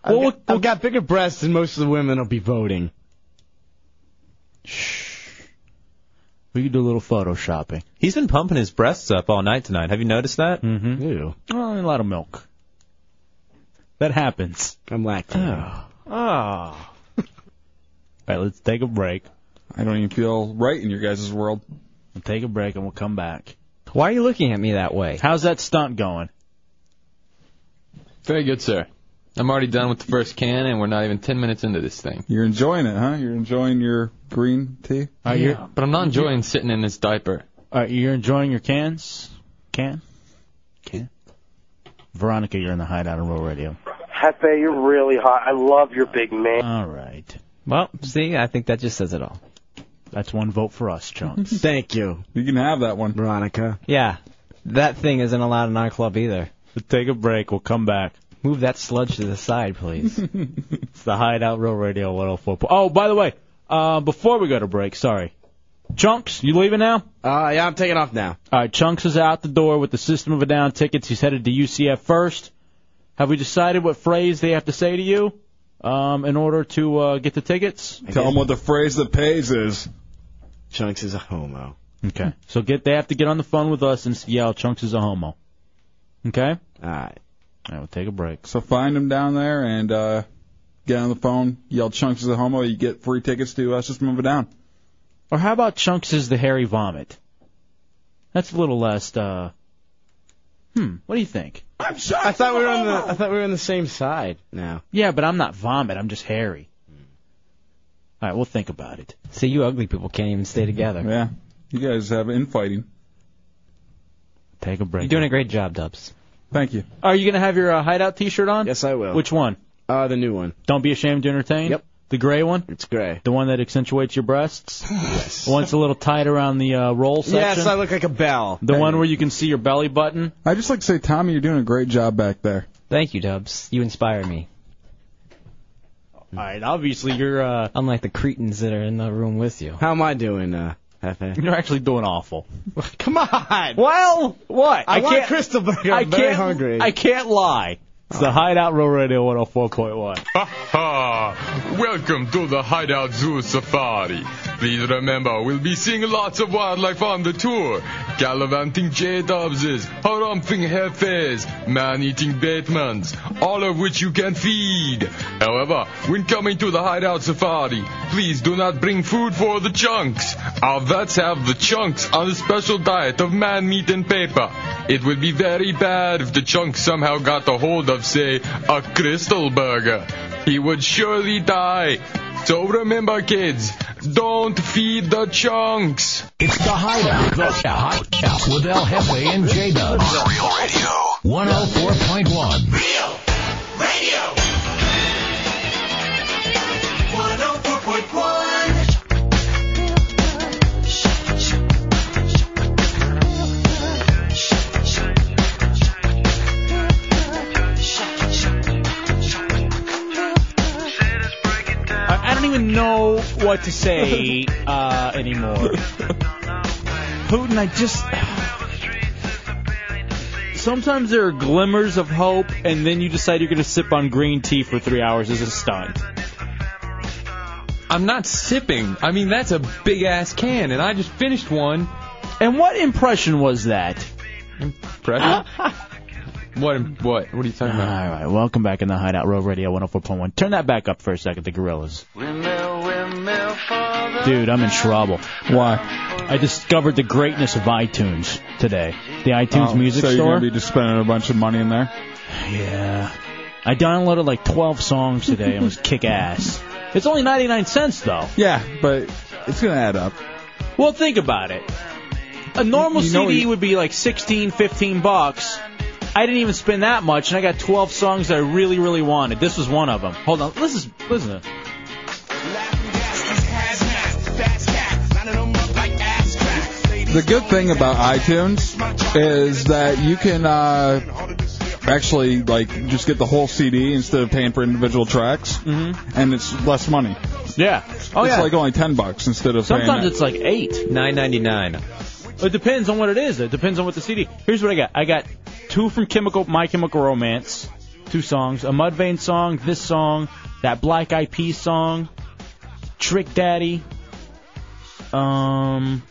Well, we'll, we'll got bigger breasts and most of the women will be voting. We could do a little photoshopping. He's been pumping his breasts up all night tonight. Have you noticed that? Mm-hmm. Ew. Oh, a lot of milk. That happens. I'm lactating. Oh. All right, let's take a break. I don't even feel right in your guys' world. We'll take a break and we'll come back. Why are you looking at me that way? How's that stunt going? Very good, sir. I'm already done with the first can, and we're not even 10 minutes into this thing. You're enjoying it, huh? You're enjoying your green tea. Uh, Are you- Yeah, but I'm not enjoying sitting in this diaper. All right, Uh, you're enjoying your cans? Can? Can? Veronica, you're in the hideout on Roll Radio. Hefe, you're really hot. I love your big man. All right. Well, see, I think that just says it all. That's one vote for us, Chunks. Thank you. You can have that one, Veronica. Yeah, that thing isn't allowed in our club either. Let's take a break. We'll come back. Move that sludge to the side, please. it's the Hideout Roll Radio 104. Oh, by the way, uh, before we go to break, sorry. Chunks, you leaving now? Uh, yeah, I'm taking off now. All right, Chunks is out the door with the System of a Down tickets. He's headed to UCF first. Have we decided what phrase they have to say to you um, in order to uh, get the tickets? Tell them what the phrase that pays is. Chunks is a homo. Okay. So get they have to get on the phone with us and yell, "Chunks is a homo." Okay. All right. All right, we'll take a break. So find him down there and uh, get on the phone, yell "Chunks is a homo." You get free tickets to uh, System of a Down. Or how about Chunks is the hairy vomit? That's a little less. Uh, hmm. What do you think? I'm I thought we were on the I thought we were on the same side now. Hmm. Yeah, but I'm not vomit. I'm just hairy. All right, we'll think about it. See, you ugly people can't even stay together. Yeah, you guys have infighting. Take a break. You're doing a great job, Dubs. Thank you. Are you gonna have your uh, hideout T-shirt on? Yes, I will. Which one? Uh, the new one. Don't be ashamed to entertain. Yep. The gray one. It's gray. The one that accentuates your breasts. yes. The one that's a little tight around the uh, roll section. Yes, I look like a bell. The one where you can see your belly button. I just like to say, Tommy, you're doing a great job back there. Thank you, Dubs. You inspire me. All right, obviously you're. uh Unlike the cretins that are in the room with you. How am I doing, uh, Hefe? You're actually doing awful. Come on. Well, what? I, want Crystal Burger. I'm very can't- hungry. I can't lie. It's the Hideout Roll Radio 104.1. Ha ha! Welcome to the Hideout Zoo Safari. Please remember, we'll be seeing lots of wildlife on the tour. Gallivanting J-Dubses, harumping Hefes, man-eating Batmans, all of which you can feed. However, when coming to the Hideout Safari, please do not bring food for the chunks. Our vets have the chunks on a special diet of man meat and paper. It would be very bad if the chunk somehow got a hold of, say, a crystal burger. He would surely die. So remember, kids, don't feed the chunks. It's the Hideout. The Hideout with El Jefe and oh J Dub. Real Radio. 104.1. Real Radio. 104.1. I, I don't even know what to say uh, anymore. Putin, I just. Sometimes there are glimmers of hope, and then you decide you're going to sip on green tea for three hours as a stunt. I'm not sipping. I mean, that's a big ass can, and I just finished one. And what impression was that? Impression? what? What? What are you talking about? All right, welcome back in the Hideout Road Radio 104.1. Turn that back up for a second, the Gorillas. Dude, I'm in trouble. Why? I discovered the greatness of iTunes today. The iTunes Oh, Music so you're Store. gonna be just spending a bunch of money in there. Yeah. I downloaded like 12 songs today and was kick ass. It's only 99 cents though. Yeah, but it's gonna add up. Well, think about it. A normal You know CD you- would be like 16, 15 bucks. I didn't even spend that much and I got 12 songs that I really, really wanted. This was one of them. Hold on. This is, listen to The good thing about iTunes is that you can uh, actually like just get the whole CD instead of paying for individual tracks, and it's less money. Mm-hmm. Yeah. Oh it's like only ten bucks instead of paying Sometimes it's like eight. Nine ninety nine. It depends on what it is. It depends on what the CD. Here's what I got. I got two from Chemical My Chemical Romance, two songs, a Mudvayne song, this song, that Black Eyed Peas song, Trick Daddy, um,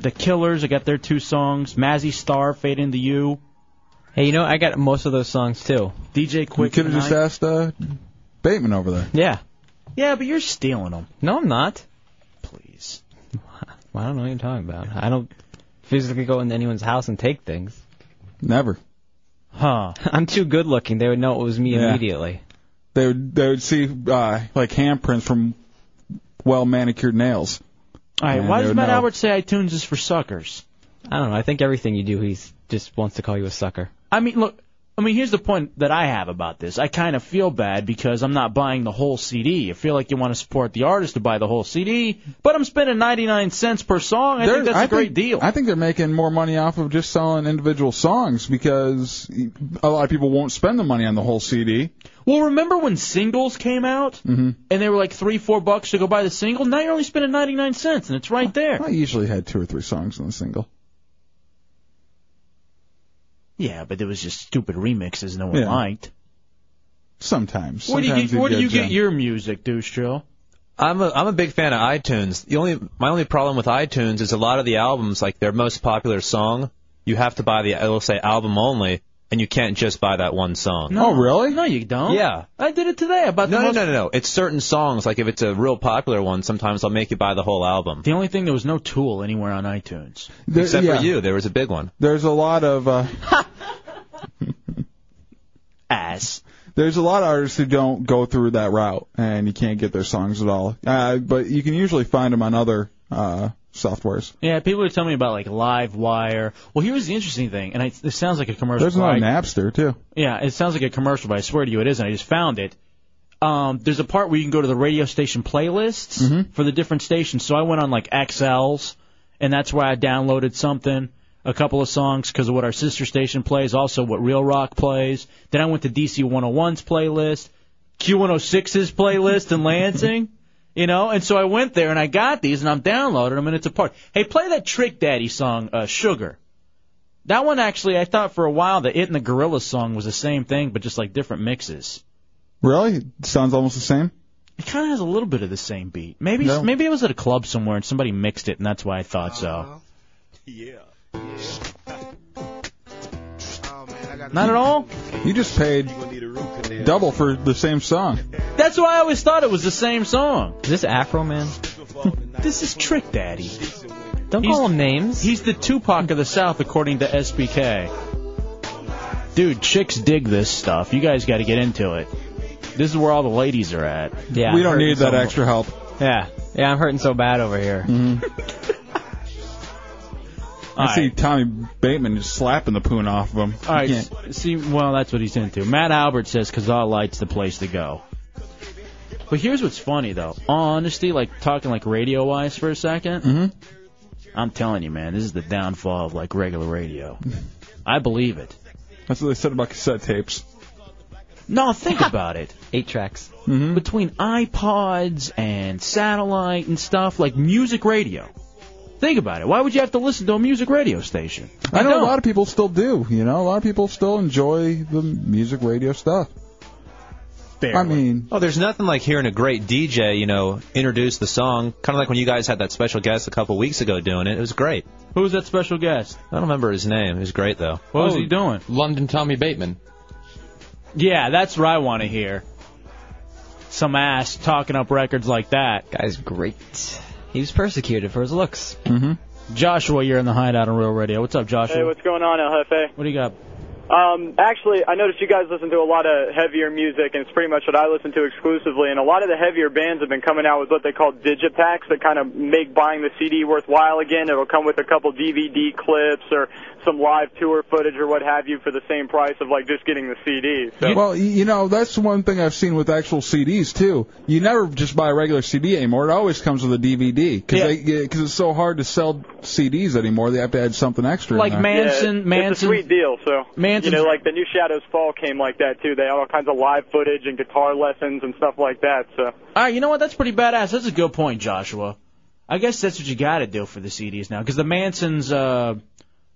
The Killers. I got their two songs, Mazzy Star, Fade into You. Hey, you know I got most of those songs too. DJ Quick. You could have and just I- asked uh, Bateman over there. Yeah. Yeah, but you're stealing them. No, I'm not. Please. I don't know what you're talking about. I don't physically go into anyone's house and take things. Never. Huh. I'm too good looking. They would know it was me Yeah. immediately. They would they would see uh, like handprints from well manicured nails. All right, And why they does would Matt know. Albert say iTunes is for suckers? I don't know. I think everything you do, he's just wants to call you a sucker. I mean, look, I mean, here's the point that I have about this. I kind of feel bad because I'm not buying the whole CD. I feel like you want to support the artist to buy the whole CD, but I'm spending 99 cents per song. I They're- think that's a great deal. I think they're making more money off of just selling individual songs because a lot of people won't spend the money on the whole CD. Well, remember when singles came out hmm and they were like three, four bucks to go buy the single? Now you're only spending 99 cents, and it's right there. I usually had two or three songs on the single. Yeah, but there was just stupid remixes no one Yeah. liked. Sometimes. Where do you Sometimes get, where do you gem. get your music, Douche Chill? I'm a, I'm a big fan of iTunes. The only my only problem with iTunes is a lot of the albums, like their most popular song, you have to buy the it'll say album only, and you can't just buy that one song. Oh, really? No, you don't. Yeah. I did it today about No, the no, most- no, no, no. It's certain songs. Like if it's a real popular one, sometimes I'll make you buy the whole album. The only thing there was no Tool anywhere on iTunes. There- Except yeah. for you, there was a big one. There's a lot of uh, ass. There's a lot of artists who don't go through that route, and you can't get their songs at all. Uh, but you can usually find them on other uh, softwares. Yeah, people are telling me about like LiveWire. Well, here's the interesting thing, and I, this sounds like a commercial. There's another right? Napster too. Yeah, it sounds like a commercial, but I swear to you, it isn't. I just found it. Um, there's a part where you can go to the radio station playlists for the different stations. So I went on like XLs, and that's where I downloaded something, a couple of songs because of what our sister station plays, also what Real Rock plays. Then I went to DC 101's playlist, Q106's playlist in Lansing, you know. And so I went there and I got these and I'm downloading them and it's a part. Hey, play that Trick Daddy song, uh, Sugar. That one actually, I thought for a while the It and the Gorilla song was the same thing, but just like different mixes. Really? Sounds almost the same. It kind of has a little bit of the same beat. Maybe No. maybe it was at a club somewhere and somebody mixed it, and that's why I thought so. Yeah. Not at all. You just paid double for the same song. That's why I always thought it was the same song. Is this Afro Man? this is Trick Daddy. Don't He's- call him names. He's the Tupac of the South, according to SBK. Dude, chicks dig this stuff. You guys got to get into it. This is where all the ladies are at. Yeah, we don't need that extra help. Yeah. Yeah, I'm hurting so bad over here. Mm-hmm. I All see right. Tommy Bateman just slapping the poon off of him. All right. You can't- s- See, well, that's what he's into. Matt Albert says Kazaa Light's the place to go. But here's what's funny, though. Honesty, like talking like radio wise for a 2nd Mm-hmm. I'm telling you, man, this is the downfall of like regular radio. I believe it. That's what they said about cassette tapes. No, think about it. Eight tracks. Mm-hmm. Between iPods and satellite and stuff, like music radio. Think about it. Why would you have to listen to a music radio station? I know don't. a lot of people still do. You know, a lot of people still enjoy the music radio stuff. I mean, Oh, there's nothing like hearing a great DJ, you know, introduce the song. Kind of like when you guys had that special guest a couple weeks ago doing it. It was great. Who was that special guest? I don't remember his name. It was great though. What was he doing? Oh, London Tommy Bateman. Yeah, that's what I want to hear. Some ass talking up records like that. Guy's great. He was persecuted for his looks. Mm-hmm. Joshua, you're in the hideout on Real Radio. What's up, Joshua? Hey, what's going on, El Jefe? what do you got? Um, actually, I noticed you guys listen to a lot of heavier music, and it's pretty much what I listen to exclusively. And a lot of the heavier bands have been coming out with what they call digipacks that kind of make buying the CD worthwhile again. It'll come with a couple DVD clips or some live tour footage or what have you for the same price of like just getting the CD. So, well, y- you know, that's one thing I've seen with actual CDs too. You never just buy a regular CD anymore. It always comes with a DVD because because it's so hard to sell CDs anymore. They have to add something extra. in Like there. Manson, Yeah, it's a Manson, sweet deal. So Hanson- You know, like the new Shadows Fall came like that too. They had all kinds of live footage and guitar lessons and stuff like that. So All right, you know what? That's pretty badass. That's a good point, Joshua. I guess that's what you got to do for the CDs now, because the Manson's uh,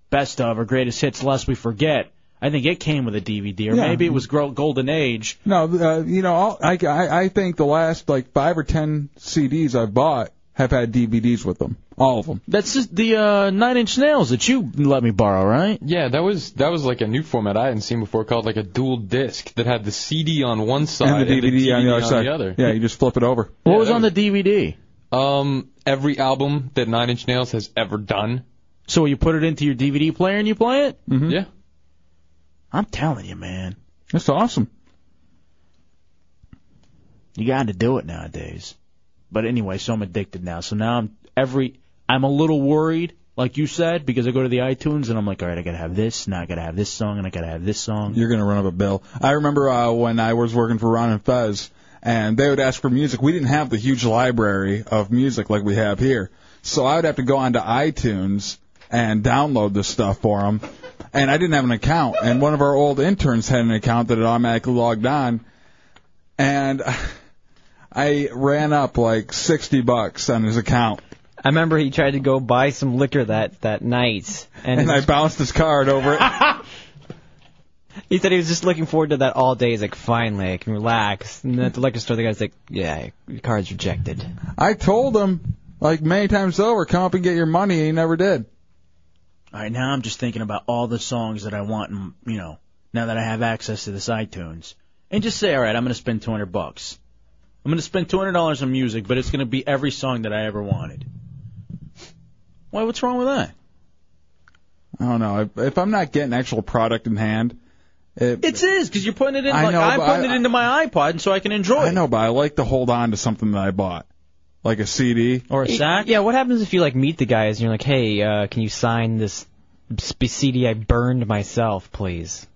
best of or greatest hits, lest we forget. I think it came with a DVD, or Yeah. maybe it was Gro- Golden Age. No, uh, you know, I'll- I, I I think the last like five or ten CDs I've bought have had DVDs with them, all of them. That's just the uh, Nine Inch Nails that you let me borrow, right? Yeah, that was that was like a new format I hadn't seen before called like a dual disc that had the CD on one side and the DVD, on the other side. other. Yeah, you just flip it over. What was on the DVD? Um, every album that Nine Inch Nails has ever done. So you put it into your DVD player and you play it? Mm-hmm. Yeah. I'm telling you, man. That's awesome. You got to do it nowadays. But anyway, so I'm addicted now. So now I'm every I'm a little worried, like you said, because I go to the iTunes and I'm like, all right, I gotta have this, now I gotta have this song, and I gotta have this song. You're gonna run up a bill. I remember uh, when I was working for Ron and Fez, and they would ask for music. We didn't have the huge library of music like we have here, so I would have to go onto iTunes and download this stuff for them. And I didn't have an account, and one of our old interns had an account that had automatically logged on, and I ran up like sixty bucks on his account. I remember he tried to go buy some liquor that that night, and, And I bounced his card over it. he said he was just looking forward to that all day. He's like, finally, I can relax. And then at the liquor store, the guy's like, yeah, your card's rejected. I told him like many times over, come up and get your money, and he never did. All right, now I'm just thinking about all the songs that I want, and you know, now that I have access to this iTunes, and just say, all right, I'm gonna spend 200 bucks. I'm gonna spend 200 dollars on music, but it's gonna be every song that I ever wanted. Why? What's wrong with that? I don't know. If- If I'm not getting actual product in hand, it, It is because you're putting it in. I Like, know, I'm but putting I- it into my iPod, and so I can enjoy I it. know, but I like to hold on to something that I bought, like a CD or Yeah, what happens if you like meet the guys and you're like, hey, uh, can you sign this sp- CD I burned myself, please?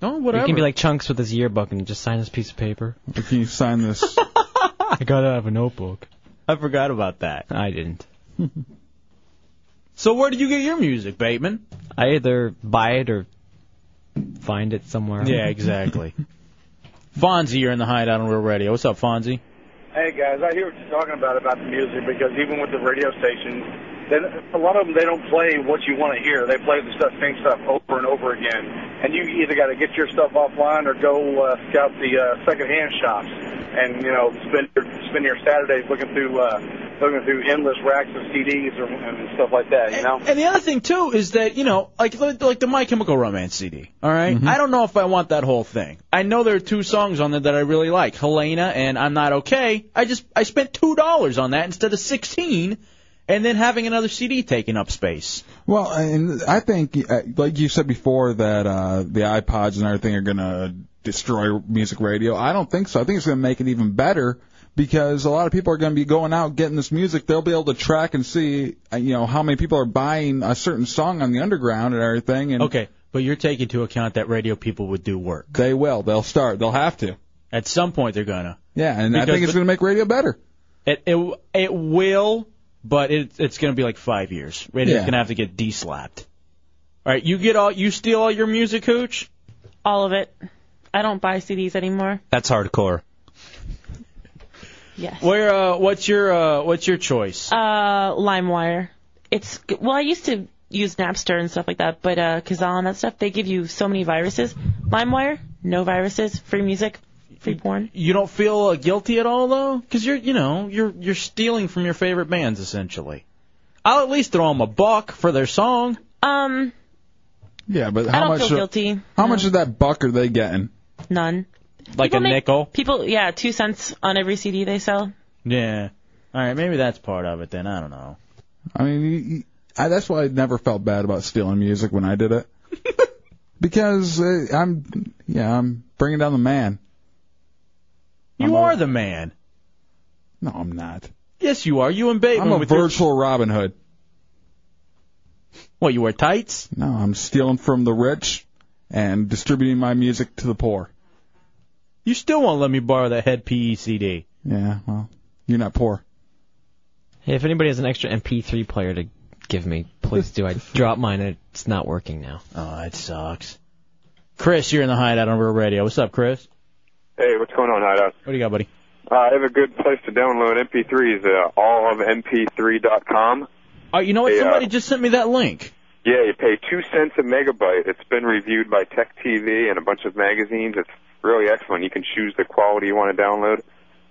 No, Or whatever. You can be like chunks with his yearbook and just sign this piece of paper. Can you sign this? I gotta have a notebook. I forgot about that. I didn't. so where did you get your music, Bateman? I either buy it or find it somewhere. Yeah, exactly. Fonzie, you're in the hideout on Real Radio. What's up, Fonzie? Hey guys, I hear what you're talking about about the music because even with the radio stations, then a lot of them they don't play what you want to hear. They play the stuff, same stuff over and over again. And you either got to get your stuff offline or go uh, scout the uh, secondhand shops and you know spend your, spend your Saturdays looking through uh, looking through endless racks of CDs or, and stuff like that. You know. And the other thing too is that you know, like like the My Chemical Romance CD. All right? I don't know if I want that whole thing. I know there are two songs on there that I really like, Helena and I'm Not Okay. I just I spent two dollars on that instead of sixteen, and then having another CD taking up space. Well, and I think, uh, like you said before, that uh, the iPods and everything are going to destroy music radio. I don't think so. I think it's going to make it even better because a lot of people are going to be going out getting this music. They'll be able to track and see, uh, you know, how many people are buying a certain song on the underground and everything. And Okay, but you're taking into account that radio people would do work. They will. They'll start. They'll have to. At some point, they're gonna. Yeah, and I Because think it's the- going to make radio better. It it it will, but it it's gonna be like five years. Radio's Yeah. gonna have to get de-slapped. All right, you get all you steal all your music, hooch. All of it. I don't buy CDs anymore. That's hardcore. Yes. Where uh, what's your uh, what's your choice? Uh, LimeWire. It's well, I used to use Napster and stuff like that, but uh, Kazaa and that stuff, they give you so many viruses. LimeWire, no viruses, free music, free porn. You don't feel uh, guilty at all though, because you're you know you're you're stealing from your favorite bands essentially. I'll at least throw them a buck for their song. Um, Yeah, but I how don't much? uh, feel guilty. How much of that buck are they getting? none. Like People a make- nickel. People, yeah, two cents on every CD they sell. Yeah. All right, maybe that's part of it then. I don't know. I mean, you- you- I, that's why I never felt bad about stealing music when I did it, because uh, I'm, yeah, I'm bringing down the man. You are the man. No, I'm not. Yes, you are. You and Bateman. I'm a with your- virtual Robin Hood. What, you wear tights? No, I'm stealing from the rich and distributing my music to the poor. You still won't let me borrow that head E PE CD. Yeah, well, you're not poor. Hey, if anybody has an extra MP3 player to give me, please do. I dropped mine and it's not working now. Oh, that Oh, sucks. Chris, you're in the hideout on Real Radio. What's up, Chris? Hey, what's going on, Hideout? What do you got, buddy? Uh, I have a good place to download MP3s at uh, allofmp3.com. Oh, you know what? Yeah. uh, Somebody just sent me that link. Yeah, you pay two cents a megabyte. It's been reviewed by Tech TV and a bunch of magazines. It's really excellent. You can choose the quality you want to download.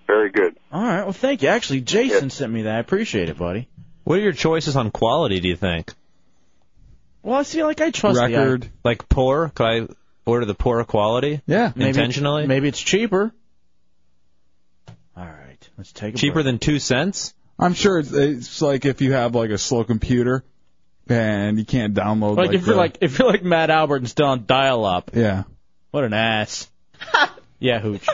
Very good. All right. Well, thank you. Actually, Jason sent me that. I appreciate it, buddy. What are your choices on quality? Do you think? Well, I feel like I trust the Record. Like poor? Could I order the poor quality? Yeah. Maybe- Intentionally? Maybe it's cheaper. All right. Let's take a Cheaper than two cents? I'm sure it's, it's like if you have like a slow computer and you can't download. Like, if you're the- like if you're like Matt Albert and still on dial up. Yeah. What an ass. yeah, hooch.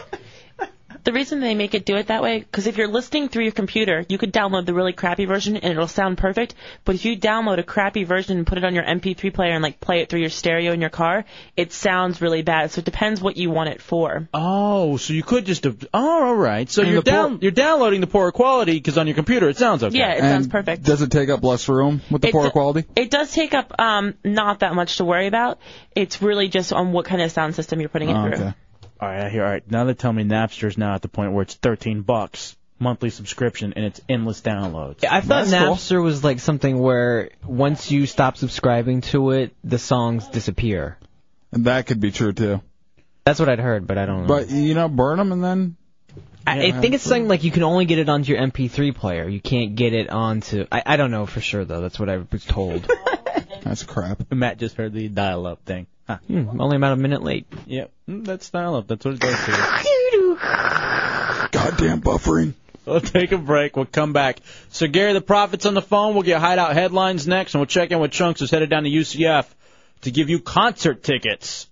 The reason they make it do it that way, because if you're listening through your computer, you could download the really crappy version and it'll sound perfect. But if you download a crappy version and put it on your MP3 player and like play it through your stereo in your car, it sounds really bad. So it depends what you want it for. Oh, so you could just. Oh, all right. So And you're the poor- down. You're downloading the poorer quality because on your computer it sounds okay. Yeah, it sounds And perfect. Does it take up less room with the It poor do- quality? It does take up um not that much to worry about. It's really just on what kind of sound system you're putting it Oh, through. okay. All right, I hear. All right, now they tell me Napster's now at the point where it's 13 bucks monthly subscription and it's endless downloads. I thought Napster was like something where once you stop subscribing to it, the songs disappear. And that could be true too. That's what I'd heard, but I don't know. But you know, burn them and then. I, I think it's something like you can only get it onto your MP3 player. You can't get it onto. I, I don't know for sure though. That's what I was told. That's crap. Matt just heard the dial-up thing. Huh. Hmm, only about a minute late. Yep, Mm, that's dial-up. That's what it does to you. Goddamn buffering. We'll take a break. We'll come back. So Gary, the prophet's on the phone. We'll get hideout headlines next, and we'll check in with Chunks, who's headed down to UCF to give you concert tickets.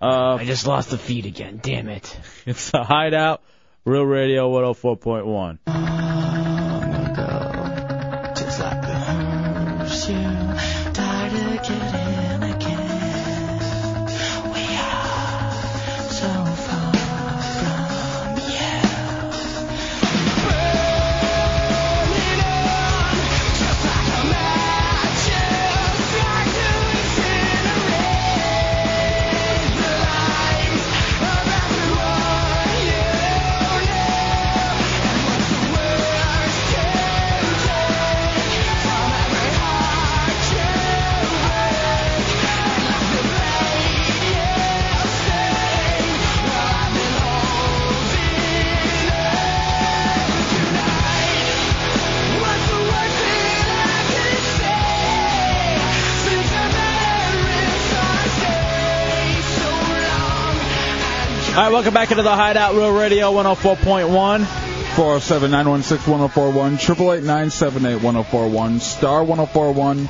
Uh, I just lost the feed again. Damn it! It's the hideout, Real Radio 104.1. Just like the first you died again and again. We are so far from you. Burning on, just like a match, just like to incinerate the lives of everyone you know. And what's the worst case? All right, welcome back into the hideout, Real Radio 104.1. 407 916 1041, 888 978 1041, star 1041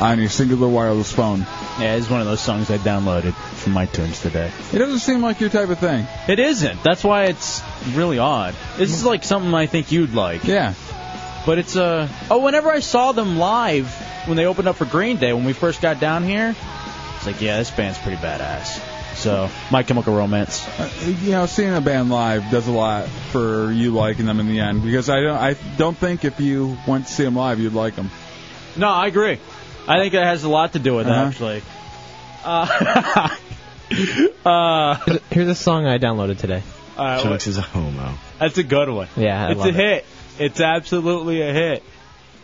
on your singular wireless phone. Yeah, it's one of those songs I downloaded from iTunes today. It doesn't seem like your type of thing. It isn't. That's why it's really odd. This is like something I think you'd like. Yeah. But it's Uh, oh, whenever I saw them live when they opened up for Green Day when we first got down here, it's like, yeah, this band's pretty badass. So, My Chemical Romance. Uh, you know, seeing a band live does a lot for you liking them in the end because I don't, I don't think if you went to see them live you'd like them. No, I agree. I think that has a lot to do with it, Uh-huh. actually. Uh, uh, Here's- Here's a song I downloaded today. all right, what- is a homo. uh, that's a good one. Yeah, I it's love a it. hit. It's absolutely a hit.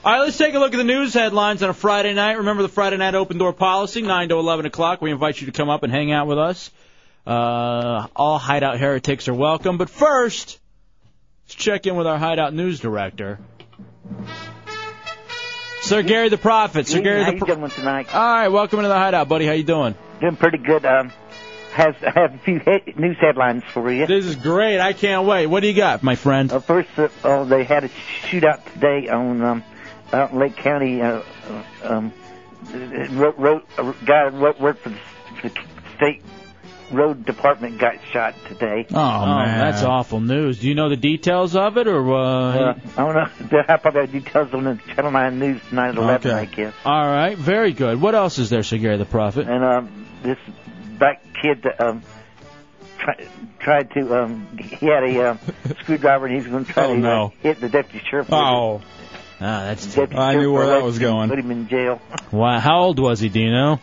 All right, let's take a look at the news headlines on a Friday night. Remember the Friday night open door policy, 9 to 11 o'clock. We invite you to come up and hang out with us. Uh, all hideout heretics are welcome. But first, let's check in with our hideout news director, Sir Gary the Prophet. Sir Hey, Gary how the you doing tonight? All right, welcome to the hideout, buddy. How you doing? Doing pretty good. Um, has I have a few he- news headlines for you. This is great. I can't wait. What do you got, my friend? Uh, first, uh, oh, they had a shootout today on um, out in Lake County. Uh, uh, um, wrote, wrote, a guy wrote worked for the, the state road department got shot today. Oh, that's awful news. Do you know the details of it, or uh, Uh, I don't know. I probably have details on the Channel 9 News tonight at 11, I guess. All right, very good. What else is there, Sir Gary the Prophet? And um, this black kid um, try, tried to um, he had a um, screwdriver and he was going to try Oh, to no. uh, hit the deputy sheriff. Oh. Ah, that's Deputy I knew sheriff where that arrested was him and going. Put him in jail. Wow, how old was he? Do you know?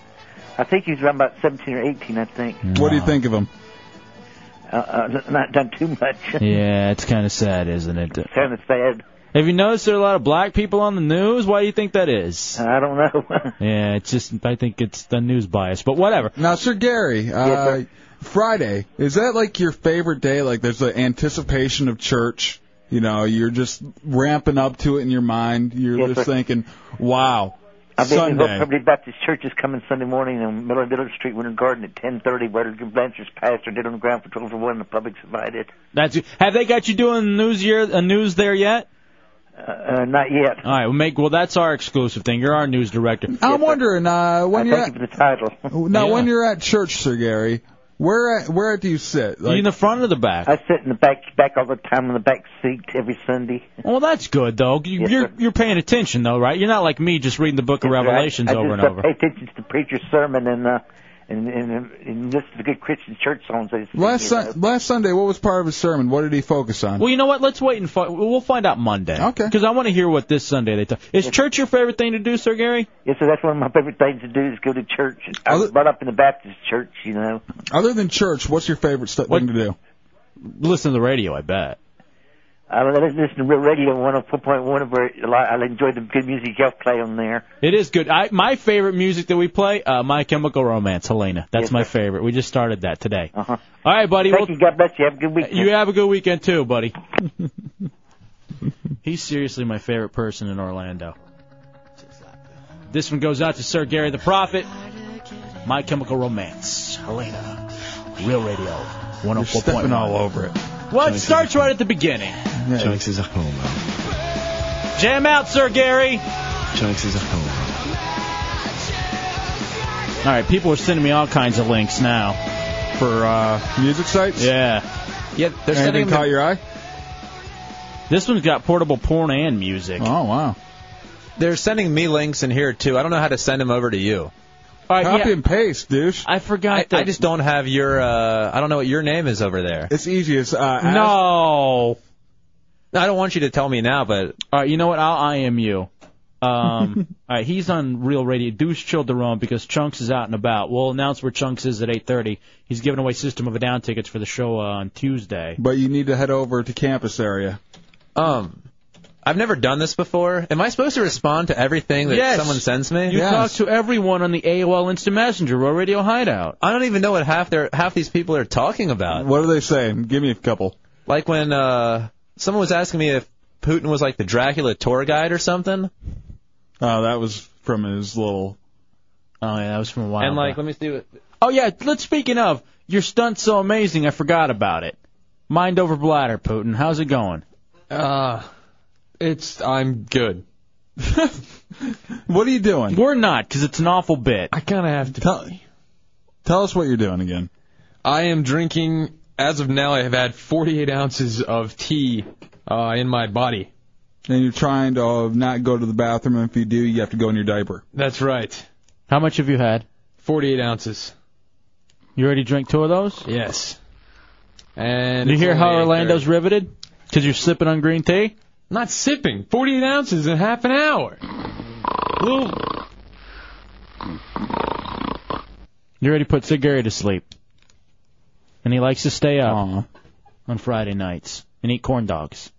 I think he's around about 17 or 18, I think. What do you think of him? Uh, uh, not done too much. Yeah, it's kind of sad, isn't it? kind of sad. Have you noticed there are a lot of black people on the news? Why do you think that is? I don't know. yeah, it's just I think it's the news bias, but whatever. Now, Sir Gary, uh, Friday is that like your favorite day? Like there's the anticipation of church. You know, you're just ramping up to it in your mind. You're Yes, just sir. thinking, "Wow, I believe in Sunday." Hope Liberty Baptist Church is coming Sunday morning on Miller Miller Street, Winter Garden at 10:30. Where Blanchard's pastor did on the ground patrol for one, and the public's invited. That's have they got you doing news year uh, news there yet? Uh, uh, not yet. All right, we'll make well that's our exclusive thing. You're our news director. I'm wondering uh, I when you're thank at, you for the title. now, Yeah. when you're at church, Sir Gary, where at, where do you sit? You in the front or the back? I sit in the back back all the time in the back seat every Sunday. Well, that's good though. You, Yes, you're sir. you're paying attention though, right? You're not like me just reading the book of Revelations I, I over just and uh, over. pay attention to the preacher's sermon and uh, and and, and listen to good Christian church songs. They sing, Last you know. Sun last Sunday, what was part of his sermon? What did he focus on? Well, you know what? Let's wait and fi- we'll find out Monday. Okay. Because I want to hear what this Sunday they talk. Is church your favorite thing to do, Sir Gary? Yes, so that's one of my favorite things to do is go to church. I was brought up in the Baptist church, you know. Other than church, what's your favorite stu- thing to do? Listen to the radio, I bet. I listen to real radio 104.1 where a lot- I enjoy the good music y'all play on there. It is good. I my favorite music that we play, uh, My Chemical Romance, Helena. That's my favorite. We just started that today. Uh-huh. All right, buddy. Thank well, you. God bless you. Have a good weekend. You have a good weekend too, buddy. He's seriously my favorite person in Orlando. This one goes out to Sir Gary the Prophet. My Chemical Romance, Helena, Real Radio, 104.1. You're stepping all over it. Well, it starts right at the beginning. Chunks is a homo. Jam out, Sir Gary. Chunks is a homo. All right, people are sending me all kinds of links now for uh, music sites. Yeah, Yeah, they're Anything sending them- caught your eye? This one's got portable porn and music. Oh wow. They're sending me links in here too. I don't know how to send them over to you. Copy and paste, douche. Uh, I forgot. I, I just don't have your. Uh, I don't know what your name is over there. It's easy. It's uh, no. I don't want you to tell me now, but All right, you know what? I'll IM you. Um, all right, he's on Real Radio. Deuce chilled the room because Chunks is out and about. We'll announce where Chunks is at 8:30. He's giving away System of a Down tickets for the show uh, on Tuesday. But you need to head over to campus area. um, I've never done this before. Am I supposed to respond to everything that Yes. someone sends me? You talk to everyone on the AOL Instant Messenger or Radio Hideout. I don't even know what half their half these people are talking about. What are they saying? Give me a couple. Like when uh, someone was asking me if Putin was like the Dracula tour guide or something. Oh, that was from his little. Oh yeah, that was from a while. and like, ago. let me see what. oh yeah, let's speaking of your stunt's so amazing, I forgot about it. Mind over bladder, Putin. How's it going? Uh, it's I'm good. What are you doing? We're not, because it's an awful bit. I kind of have to. Tell, tell us what you're doing again. I am drinking. As of now, I have had 48 ounces of tea uh, in my body. And you're trying to uh, not go to the bathroom. and If you do, you have to go in your diaper. That's right. How much have you had? 48 ounces. You already drank two of those? Yes. And you it's hear only how 8:30. Orlando's riveted? 'Cause you're sipping on green tea? Not sipping. 48 ounces in half an hour. Little You already put Sid Gary to sleep. And he likes to stay up on Friday nights and eat corn dogs.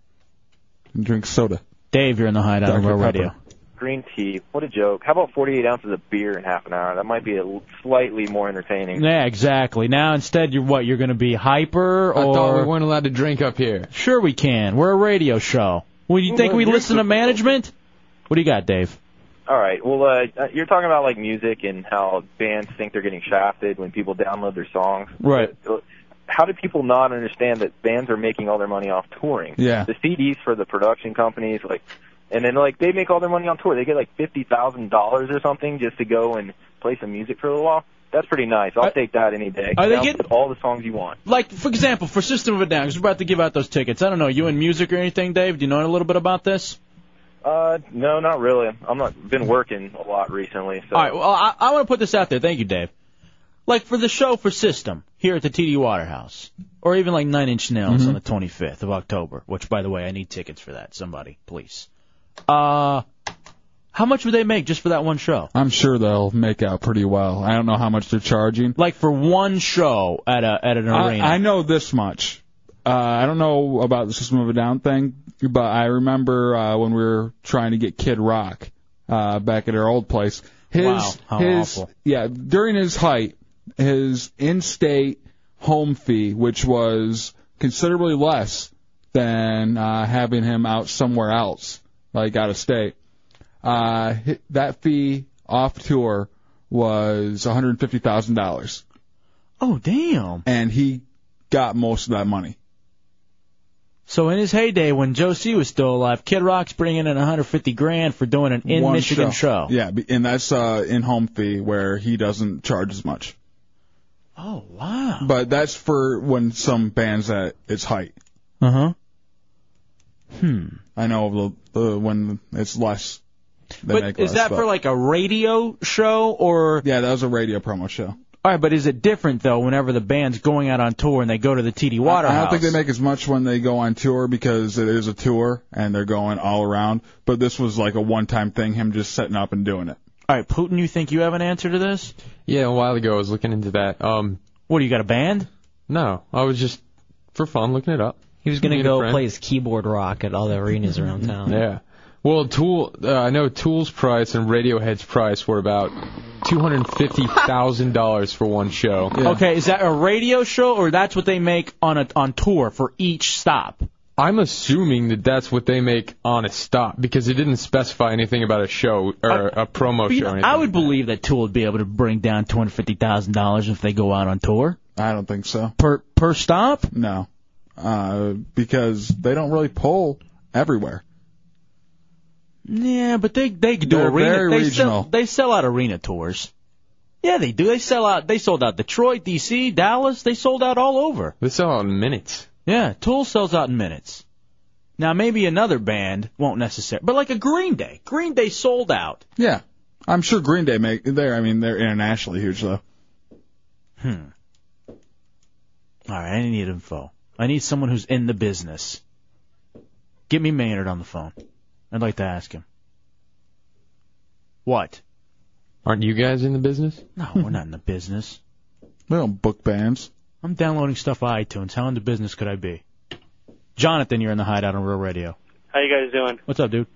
And drink soda. Dave, you're in the hideout on Dr. Real Pepper. Radio. Green tea. What a joke. How about 48 ounces of beer in half an hour? That might be a l- slightly more entertaining. Yeah, exactly. Now instead, you're what? You're going to be hyper I or? thought we weren't allowed to drink up here. Sure, we can. We're a radio show. Well, you think we Well, listen to you're- management? What do you got, Dave? All right. Well, uh, you're talking about like music and how bands think they're getting shafted when people download their songs. Right. How do people not understand that bands are making all their money off touring? Yeah. The CDs for the production companies, like, and then like they make all their money on tour. They get like fifty thousand dollars or something just to go and play some music for a little while. That's pretty nice. I'll take that any day. are they Download getting- all the songs you want? Like, for example, for System of a Down, 'cause we're about to give out those tickets. I don't know. You in music or anything, Dave? Do you know a little bit about this? Uh, no, not really. I'm not been working a lot recently, so All right. Well, I, I want to put this out there. Thank you, Dave. Like for the show for System here at the TD Waterhouse, or even like Nine Inch Nails Mm-hmm. on the 25th of October. Which, by the way, I need tickets for that. Somebody, please. Uh, How much would they make just for that one show? I'm sure they'll make out pretty well. I don't know how much they're charging. Like for one show at a at an I, arena. I know this much. Uh, I don't know about the System of a Down thing, but I remember uh, when we were trying to get Kid Rock uh, back at our old place. His, Wow, how his, awful. Yeah, during his height, his in-state home fee, which was considerably less than uh, having him out somewhere else, like out of state, uh, hi- that fee off tour was $150,000. Oh, damn. And he got most of that money. So in his heyday, when Joe C was still alive, Kid Rock's bringing in 150 grand for doing an in One Michigan show. Yeah, be- and that's uh, in home fee where he doesn't charge as much. Oh wow. But that's for when some bands at its height. Uh Uh-huh. huh. Hmm. I know the, the when it's less. They But make is less, that but- for like a radio show or? Yeah, that was a radio promo show. All right, but is it different though? Whenever the band's going out on tour and they go to the TD Waterhouse, I don't think they make as much when they go on tour because it is a tour and they're going all around. But this was like a one-time thing, him just setting up and doing it. All right, Putin, you think you have an answer to this? Yeah, a while ago I was looking into that. Um, what do you got a band? No, I was just for fun looking it up. He was gonna Me and a go friend. play his keyboard rock at all the arenas around town. Yeah. Well, Tool. Uh, I know Tool's price and Radiohead's price were about two hundred fifty thousand dollars for one show. Okay, is that a radio show or that's what they make on a on tour for each stop? I'm assuming that that's what they make on a stop because it didn't specify anything about a show or a promo You show. know, Or anything. I would believe that Tool would be able to bring down two hundred fifty thousand dollars if they go out on tour. I don't think so. Per per stop? No, uh, because they don't really pull everywhere. Yeah, but they they do They're arena. very they regional. Sell, they sell out arena tours. Yeah, they do. They sell out. They sold out Detroit, D.C., Dallas. They sold out all over. They sell out in minutes. Yeah, Tool sells out in minutes. Now maybe another band won't necessarily, but like a Green Day. Green Day sold out. Yeah, I'm sure Green Day make there. I mean, they're internationally huge though. Hmm. All right, I need info. I need someone who's in the business. Get me Maynard on the phone. I'd like to ask him. What? Aren't you guys in the business? No, we're not in the business. They don't book bands. I'm downloading stuff on iTunes. How in the business could I be? Jonathan, you're in the hideout on Real Radio. How you guys doing? What's up, dude?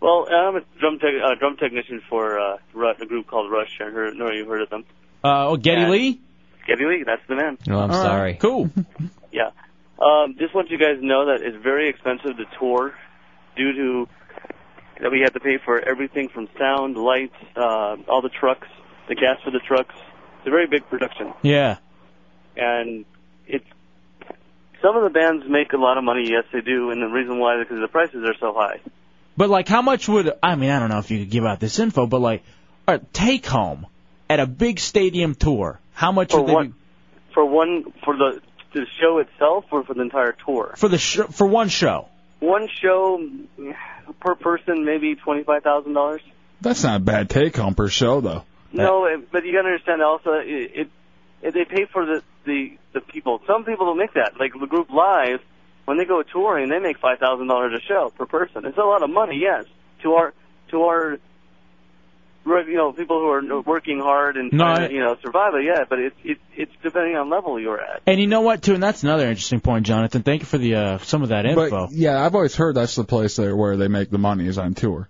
Well, I'm a drum tech, uh, drum technician for uh, Ru- a group called Rush. I heard, know you've heard of them. Uh, oh, Getty Yeah. Lee? Getty Lee, that's the man. Oh, I'm All right. sorry. Cool. Yeah. Um, just want you guys to know that it's very expensive to tour due to that we have to pay for everything from sound, lights, uh, all the trucks, the gas for the trucks. It's a very big production. Yeah. and it's some of the bands make a lot of money. Yes, they do, and the reason why is because the prices are so high. But like, how much would I mean? I don't know if you could give out this info, but like, all right, take home at a big stadium tour. How much For would they one- be, For one, for the the show itself, or for the entire tour, for the sh- for one show? one show mm, per person, maybe twenty five thousand dollars. That's not a bad take home per show though. No, it- but you gotta understand also, it, it, it they pay for the the the people. Some people don't make that. Like the group live, when they go touring, they make five thousand dollars a show per person. It's a lot of money, yes, to our to our re- you know people who are working hard and No, trying I- to, you know survive. But yeah, but it's it's it's depending on level you're at. And you know what, too, and that's another interesting point, Jonathan. Thank you for the uh, some of that info. But yeah, I've always heard that's the place there where they make the money is on tour.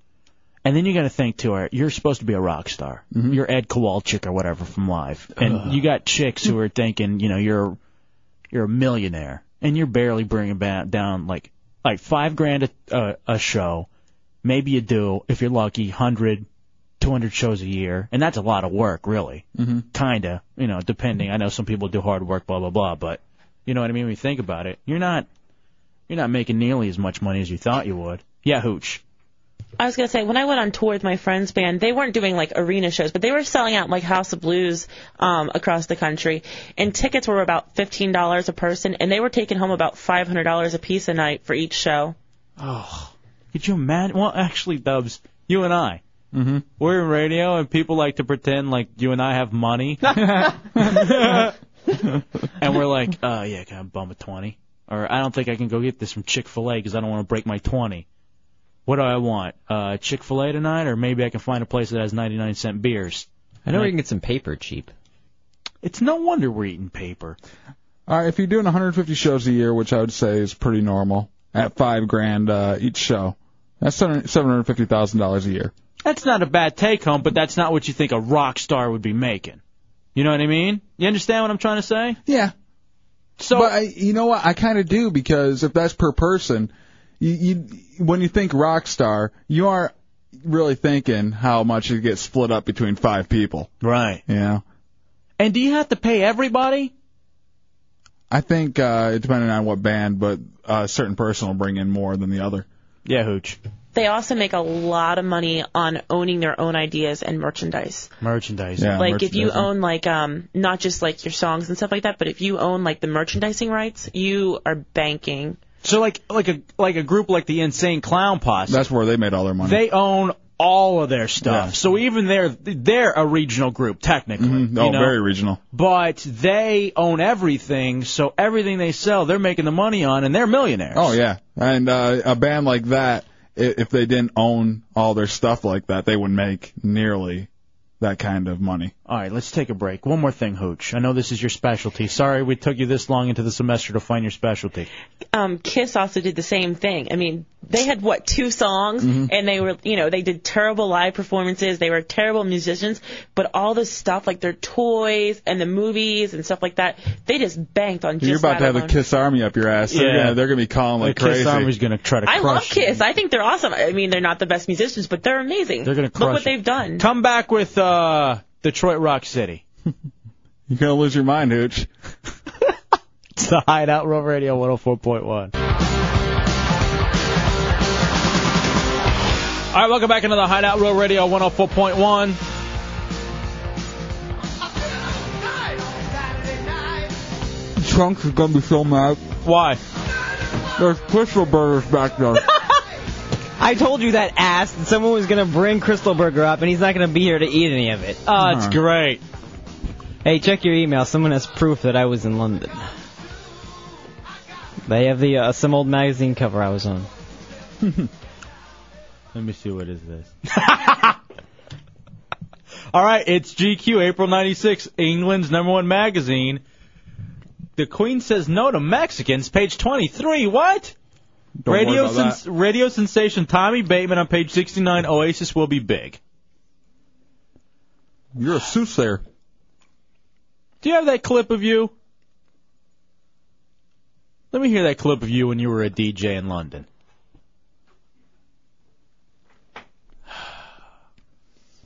And then you got to think too. all right, You're supposed to be a rock star. You're Ed Kowalczyk or whatever from Live, and you got chicks who are thinking, you know, you're you're a millionaire, and you're barely bringing ba- down like like five grand a, uh, a show. Maybe you do if you're lucky, hundred, two hundred shows a year, and that's a lot of work, really. Mm-hmm. Kinda, you know, depending. I know some people do hard work, blah blah blah, but you know what I mean. When you think about it, you're not you're not making nearly as much money as you thought you would. Yeah, hooch. I was gonna say when I went on tour with my friend's band, they weren't doing like arena shows, but they were selling out like House of Blues um, across the country, and tickets were about fifteen dollars a person, and they were taking home about five hundred dollars a piece a night for each show. Oh, could you imagine? Well, actually, Dubs, you and I, mm-hmm. we're in radio, and people like to pretend like you and I have money, and we're like, oh yeah, can I bum a twenty? Or I don't think I can go get this from Chick Fil A because I don't want to break my twenty. what do I want? Uh, Chick Fil A tonight, or maybe I can find a place that has 99 cent beers. I know we can get some paper cheap. It's no wonder we're eating paper. All right, Uh, if you're doing 150 shows a year, which I would say is pretty normal, at five grand uh, each show, that's seven hundred fifty thousand dollars a year. That's not a bad take home, but that's not what you think a rock star would be making. You know what I mean? You understand what I'm trying to say? Yeah. So, but I, you know what? I kind of do because if that's per person, you, you when you think rock star, you aren't really thinking how much it gets split up between five people. Right. You know. And do you have to pay everybody? I think uh, it depending on what band, but uh, a certain person will bring in more than the other. Yeah, hooch. They also make a lot of money on owning their own ideas and merchandise. Merchandise. like if you own like um not just like your songs and stuff like that, but if you own like the merchandising rights, you are banking. So like like a like a group like the Insane Clown Posse. That's where they made all their money. They own all of their stuff. So even they're they're a regional group technically. Mhm. Oh, you know? very regional. But they own everything, so everything they sell, they're making the money on, and they're millionaires. Oh yeah, and uh, a band like that, i- if they didn't own all their stuff like that, they would make nearly that kind of money. All right, let's take a break. One more thing, Hooch. I know this is your specialty. Sorry we took you this long into the semester to find your specialty. Um, Kiss also did the same thing. I mean, they had what two songs, Mm-hmm. Mhm. and they were you know they did terrible live performances. They were terrible musicians, but all this stuff like their toys and the movies and stuff like that, they just banked on just You're about that to have alone. a Kiss Army up your ass. They're Yeah. gonna, they're gonna be calling like The Kiss crazy. Army's gonna try to I love Kiss. I think they're awesome. I mean, they're not the best musicians, but they're amazing. They're gonna Look crush what it. they've done. Come back with uh, Detroit Rock City. You're gonna lose your mind, Hooch. it's the Hideout Road Radio 104.1. All right, welcome back into the Hideout Road Radio 104.1. Trunks is gonna be so mad. Why? There's crystal burgers back there. I told you that ass that someone was gonna bring Crystal Burger up, and he's not gonna be here to eat any of it. Oh, it's great. Hey, check your email. Someone has proof that I was in London. They have the uh, some old magazine cover I was on. Let me see what is this. All right, it's GQ, April 96, England's number one magazine. The Queen says no to Mexicans, page 23. What? Don't worry radio, about that. sens- radio sensation Tommy Bateman on page 69, Oasis will be big. You're a soothsayer. Do you have that clip of you? Let me hear that clip of you when you were a DJ in London.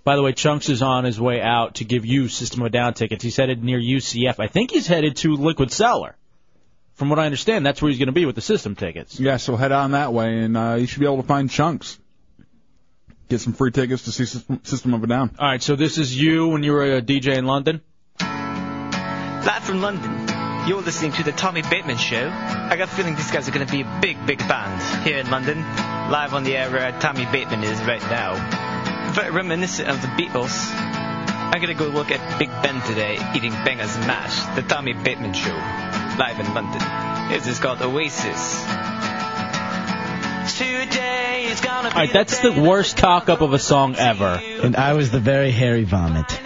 By the way, Chunks is on his way out to give you System of a Down tickets. He's headed near UCF. I think he's headed to Liquid Cellar. From what I understand, that's where he's going to be with the System tickets. Yeah, so head on that way, and uh, you should be able to find chunks. Get some free tickets to see System, System of a Down. All right, so this is you when you were a DJ in London. Live from London. You're listening to the Tommy Bateman Show. I got a feeling these guys are going to be a big, big band here in London. Live on the air where Tommy Bateman is right now. Very reminiscent of the Beatles. I'm going to go look at Big Ben today eating bangers and mash. The Tommy Bateman Show. Live in London. This is called Oasis. Today is going to All right, that's the worst cock up of a song ever. And I was the very hairy vomit.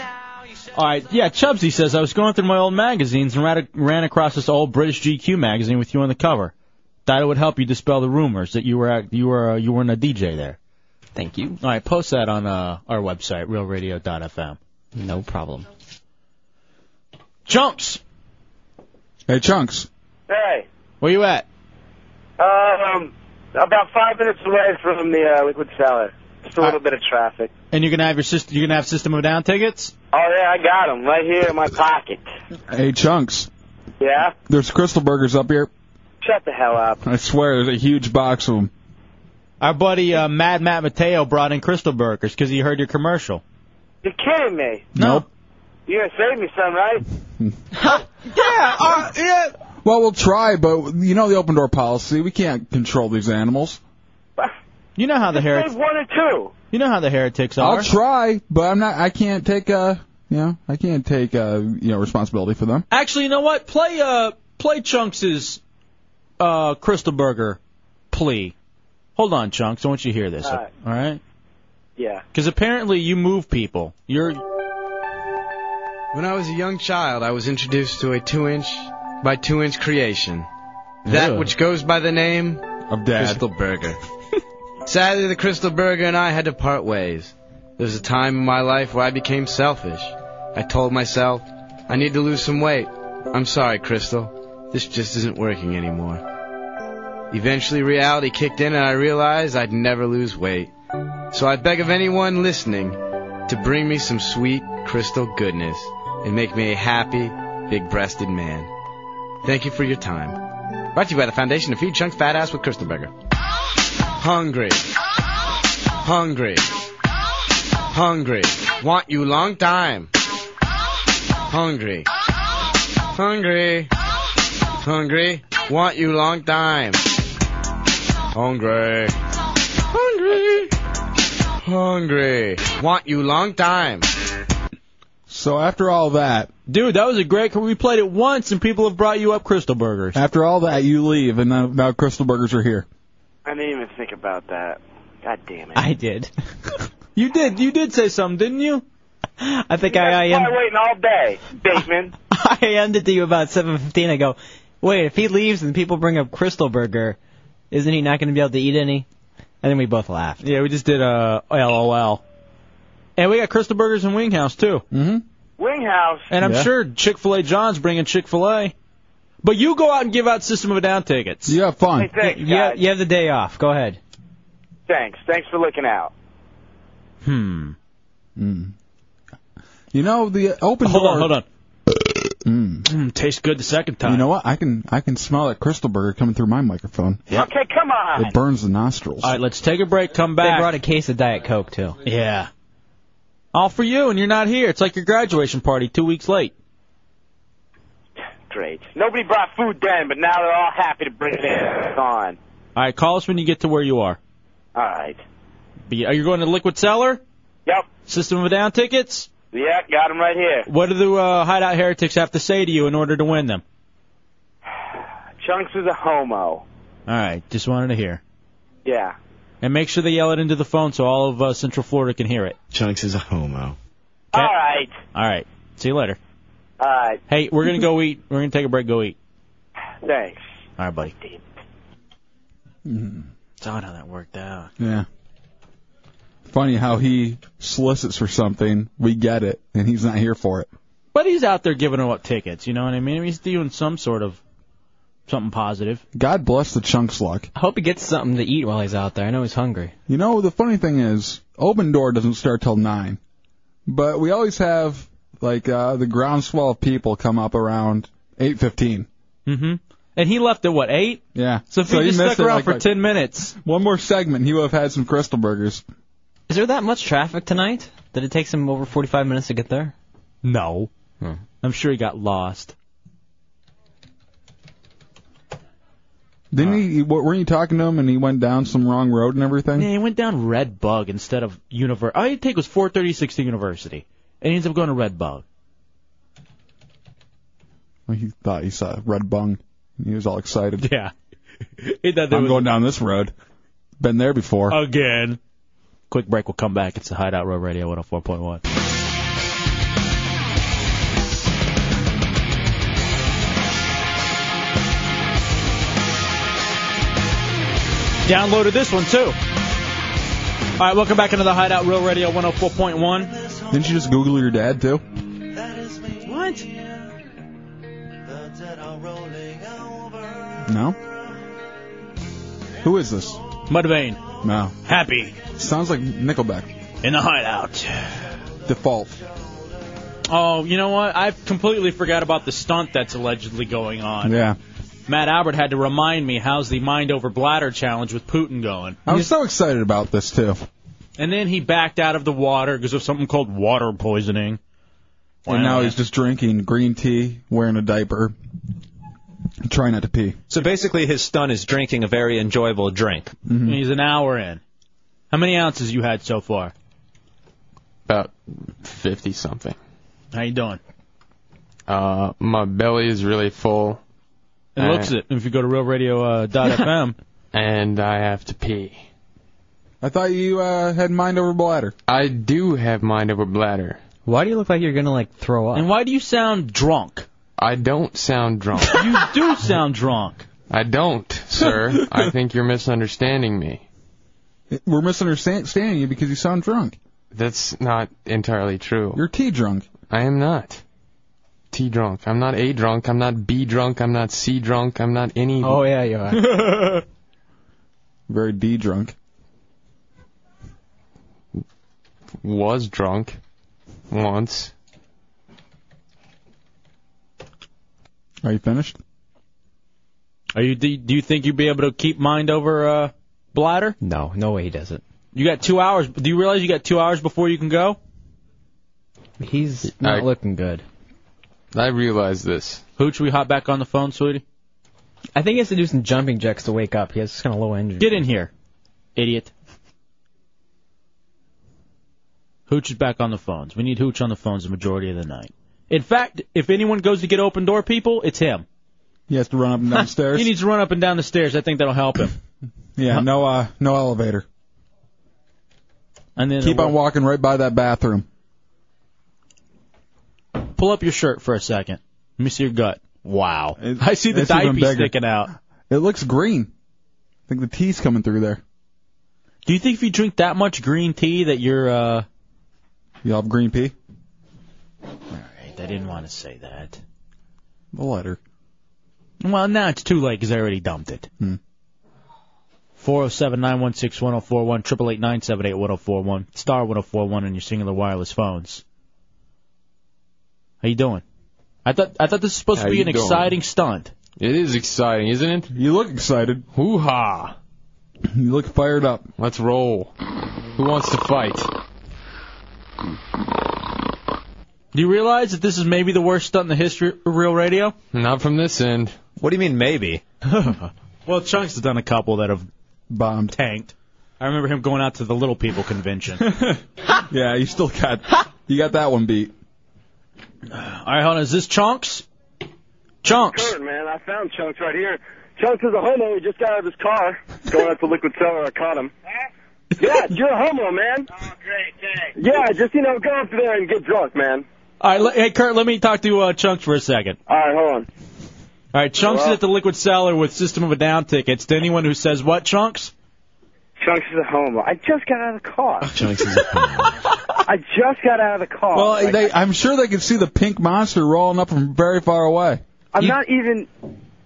All right, yeah, Chubsy says I was going through my old magazines and ran, ran across this old British GQ magazine with you on the cover. Thought it would help you dispel the rumors that you were at, you were uh, you weren't a DJ there. Thank you. All right, post that on uh, our website, realradio.fm. No problem. Chunks. Hey, Chunks. Hey, Where you at? um, about five minutes away from the uh, liquid cellar. Just a little bit of traffic. And you're gonna have your system. You're gonna have System of a Down tickets. Oh yeah, I got 'em right here in my pocket. Hey, Chunks. Yeah, There's crystal burgers up here. shut the hell up. I swear, there's a huge box of them. Our buddy uh, Mad Matt Mateo brought in Crystal Burgers because he heard your commercial. You're kidding me. Nope. You're gonna save me some, right? yeah, Well, we'll try, but you know the open door policy. We can't control these animals. You know how the Save heretics. one or two. You know how the heretics are. I'll try, but I'm not. I can't take uh You know, I can't take uh You know, responsibility for them. Actually, you know what? Play uh play Chunks's uh Crystal Burger plea Hold on, Chunks. I want you to hear this. All right. All right? Yeah. Because apparently you move people. You're When I was a young child, I was introduced to a two-inch by two-inch creation, that Ew. which goes by the name of Dad. Crystal Burger. Sadly, the Crystal Burger and I had to part ways. There was a time in my life where I became selfish. I told myself, I need to lose some weight. I'm sorry, Crystal. This just isn't working anymore. Eventually, reality kicked in and I realized I'd never lose weight. So I beg of anyone listening to bring me some sweet crystal goodness and make me a happy, big breasted man. Thank you for your time. Brought to you by the Foundation to Feed Chunks Fat Ass with Crystal Burger. Hungry. Hungry. Hungry. Want you long time. Hungry. Hungry. Hungry. Want you long time. Hungry. Hungry. Hungry. Want you long time. So after all that, dude, that was a great. We played it once, and people have brought you up Crystal Burgers. After all that, you leave, and now, now Crystal Burgers are here. I didn't even think about that. God damn it. I did. you did. You did say something, didn't you? I think I, I Why am. waiting all day, Bateman? I ended to you about 7:15. I go, wait, if he leaves and people bring up Crystal Burger, isn't he not going to be able to eat any? And then we both laughed. Yeah, we just did uh, a LOL. And we got Crystal Burgers and Winghouse too. Mm-hmm. Winghouse. And I'm Yeah. sure Chick Fil A John's bringing Chick Fil A. But you go out and give out System of a Down tickets. You have fun. Hey, thanks, You, guys. you have the day off. Go ahead. Thanks. Thanks for looking out. Hmm. Mm. You know the open Hold door. on, hold on. Mm. tastes good the second time. You know what? I can I can smell that Crystal Burger coming through my microphone. Okay, come on. It burns the nostrils. All right, let's take a break. Come back. They brought a case of Diet Coke too. Yeah. All for you, and you're not here. It's like your graduation party two weeks late. Great. Nobody brought food then, but now they're all happy to bring it in. It's on. All right, call us when you get to where you are. All right. Be- Are you going to Liquid Cellar? Yep. System of a Down tickets? Yeah, got him right here. What do the uh, Hideout Heretics have to say to you in order to win them? Chunks is a homo. All right, just wanted to hear. Yeah. And make sure they yell it into the phone so all of uh, Central Florida can hear it. Chunks is a homo. All right. All right. See you later. All right. Hey, we're gonna go eat. We're gonna take a break. Go eat. Thanks. All right, buddy. Mm. Saw how that worked out. Yeah. Funny how he solicits for something, we get it, and he's not here for it. But he's out there giving out tickets. You know what I mean? He's doing some sort of something positive. God bless the chunks luck. I hope he gets something to eat while he's out there. I know he's hungry. You know, the funny thing is, open door doesn't start till nine, but we always have like uh, the groundswell of people come up around eight fifteen. Mm-hmm. And he left at what eight? Yeah. So if he just missed stuck it, around like, for like, ten minutes, One more segment, he would have had some Crystal Burgers. Is there that much traffic tonight? Did it take him over 45 minutes to get there? Hmm. No. I'm sure he got lost. Didn't he? What, weren't you talking to him and he went down some wrong road and everything? Yeah, he went down Red Bug instead of University. All he take was 436 to University, and he ends up going to Red Bug. Well, He thought he saw red bung. and He was all excited. Yeah. He thought there I'm was- going down this road. Been there before. Again. Quick break. We'll come back. It's the Hideout Road Radio 104.1. Downloaded this one too. All right, welcome back into the Hideout Real Radio 104.1. Didn't you just Google your dad too? What? No. Who is this? Mudvayne. No. Happy Sounds like Nickelback. in the Hideout. Default. Oh, you know what? I completely forgot about the stunt that's allegedly going on. Yeah. Matt Albert had to remind me how's the mind over bladder challenge with Putin going. I was so excited about this too. And then he backed out of the water because of something called water poisoning. And now he's just drinking green tea, wearing a diaper, trying not to pee. So basically, his stunt is drinking a very enjoyable drink. Mm-hmm. He's an hour in. How many ounces you had so far? About 50 something. How you doing? Uh, my belly is really full. It looks it. If you go to realradio.fm, uh, dot FM, and I have to pee. I thought you uh, had mind over bladder. I do have mind over bladder. Why do you look like you're gonna like throw up? And why do you sound drunk? I don't sound drunk. you do sound drunk. I don't, sir. I think you're misunderstanding me. We're misunderstanding you because you sound drunk. That's not entirely true. You're tea drunk. I am not. Tea drunk. I'm not A drunk. I'm not B drunk. I'm not C drunk. I'm not any. Oh yeah, you are. Very D drunk. Was drunk once. Are you finished? Are you? Do do you think you'd be able to keep mind over uh, bladder? No, no way he does it. You got two hours. Do you realize you got two hours before you can go? He's not looking good. I realize this. Hooch, we hop back on the phone, sweetie. I think he has to do some jumping jacks to wake up. He has kind of low energy. Get in here, idiot. Hooch is back on the phones. We need Hooch on the phones the majority of the night. In fact, if anyone goes to get open door people, it's him. He has to run up and down the stairs. He needs to run up and down the stairs. I think that'll help him. Yeah, no, uh, no elevator. And then Keep on walking right by that bathroom. Pull up your shirt for a second. Let me see your gut. Wow. I see the it's even diaper bigger. sticking out. It looks green. I think the tea's coming through there. Do you think if you drink that much green tea that you're uh You'll have green pea? Alright, I didn't want to say that. The letter. Well, now it's too late 'cause I already dumped it. Hmm. 407-916-1041, 888-978-1041, star 1041 on your singular wireless phones. How you doing? I thought I thought this was supposed How to be you an doing? exciting stunt. It is exciting, isn't it? You look excited. Hoo ha! You look fired up. Let's roll. Who wants to fight? Do you realize that this is maybe the worst stunt in the history of real radio? Not from this end. What do you mean maybe? well, Chunks has done a couple that have bombed, tanked. I remember him going out to the little people convention. yeah, you still got you got that one beat. All right, hold on. Is this Chunks? Chunks. Kurt, man, I found Chunks right here. Chunks is a homo. He just got out of his car, going out to liquid cellar. I caught him. Yeah, you're a homo, man. Oh, great, thanks. Yeah, just you know, go up there and get drunk, man. All right, le- hey Kurt, let me talk to uh, Chunks for a second. All right, hold on. All right, Chunks Hello? is at the Liquid Cellar with System of a Down tickets. To anyone who says what, Chunks? Chunks is a homo. I just got out of the car. Chunks is a homo. I just got out of the car. Well, Like, they, I'm sure they can see the pink monster rolling up from very far away. I'm not even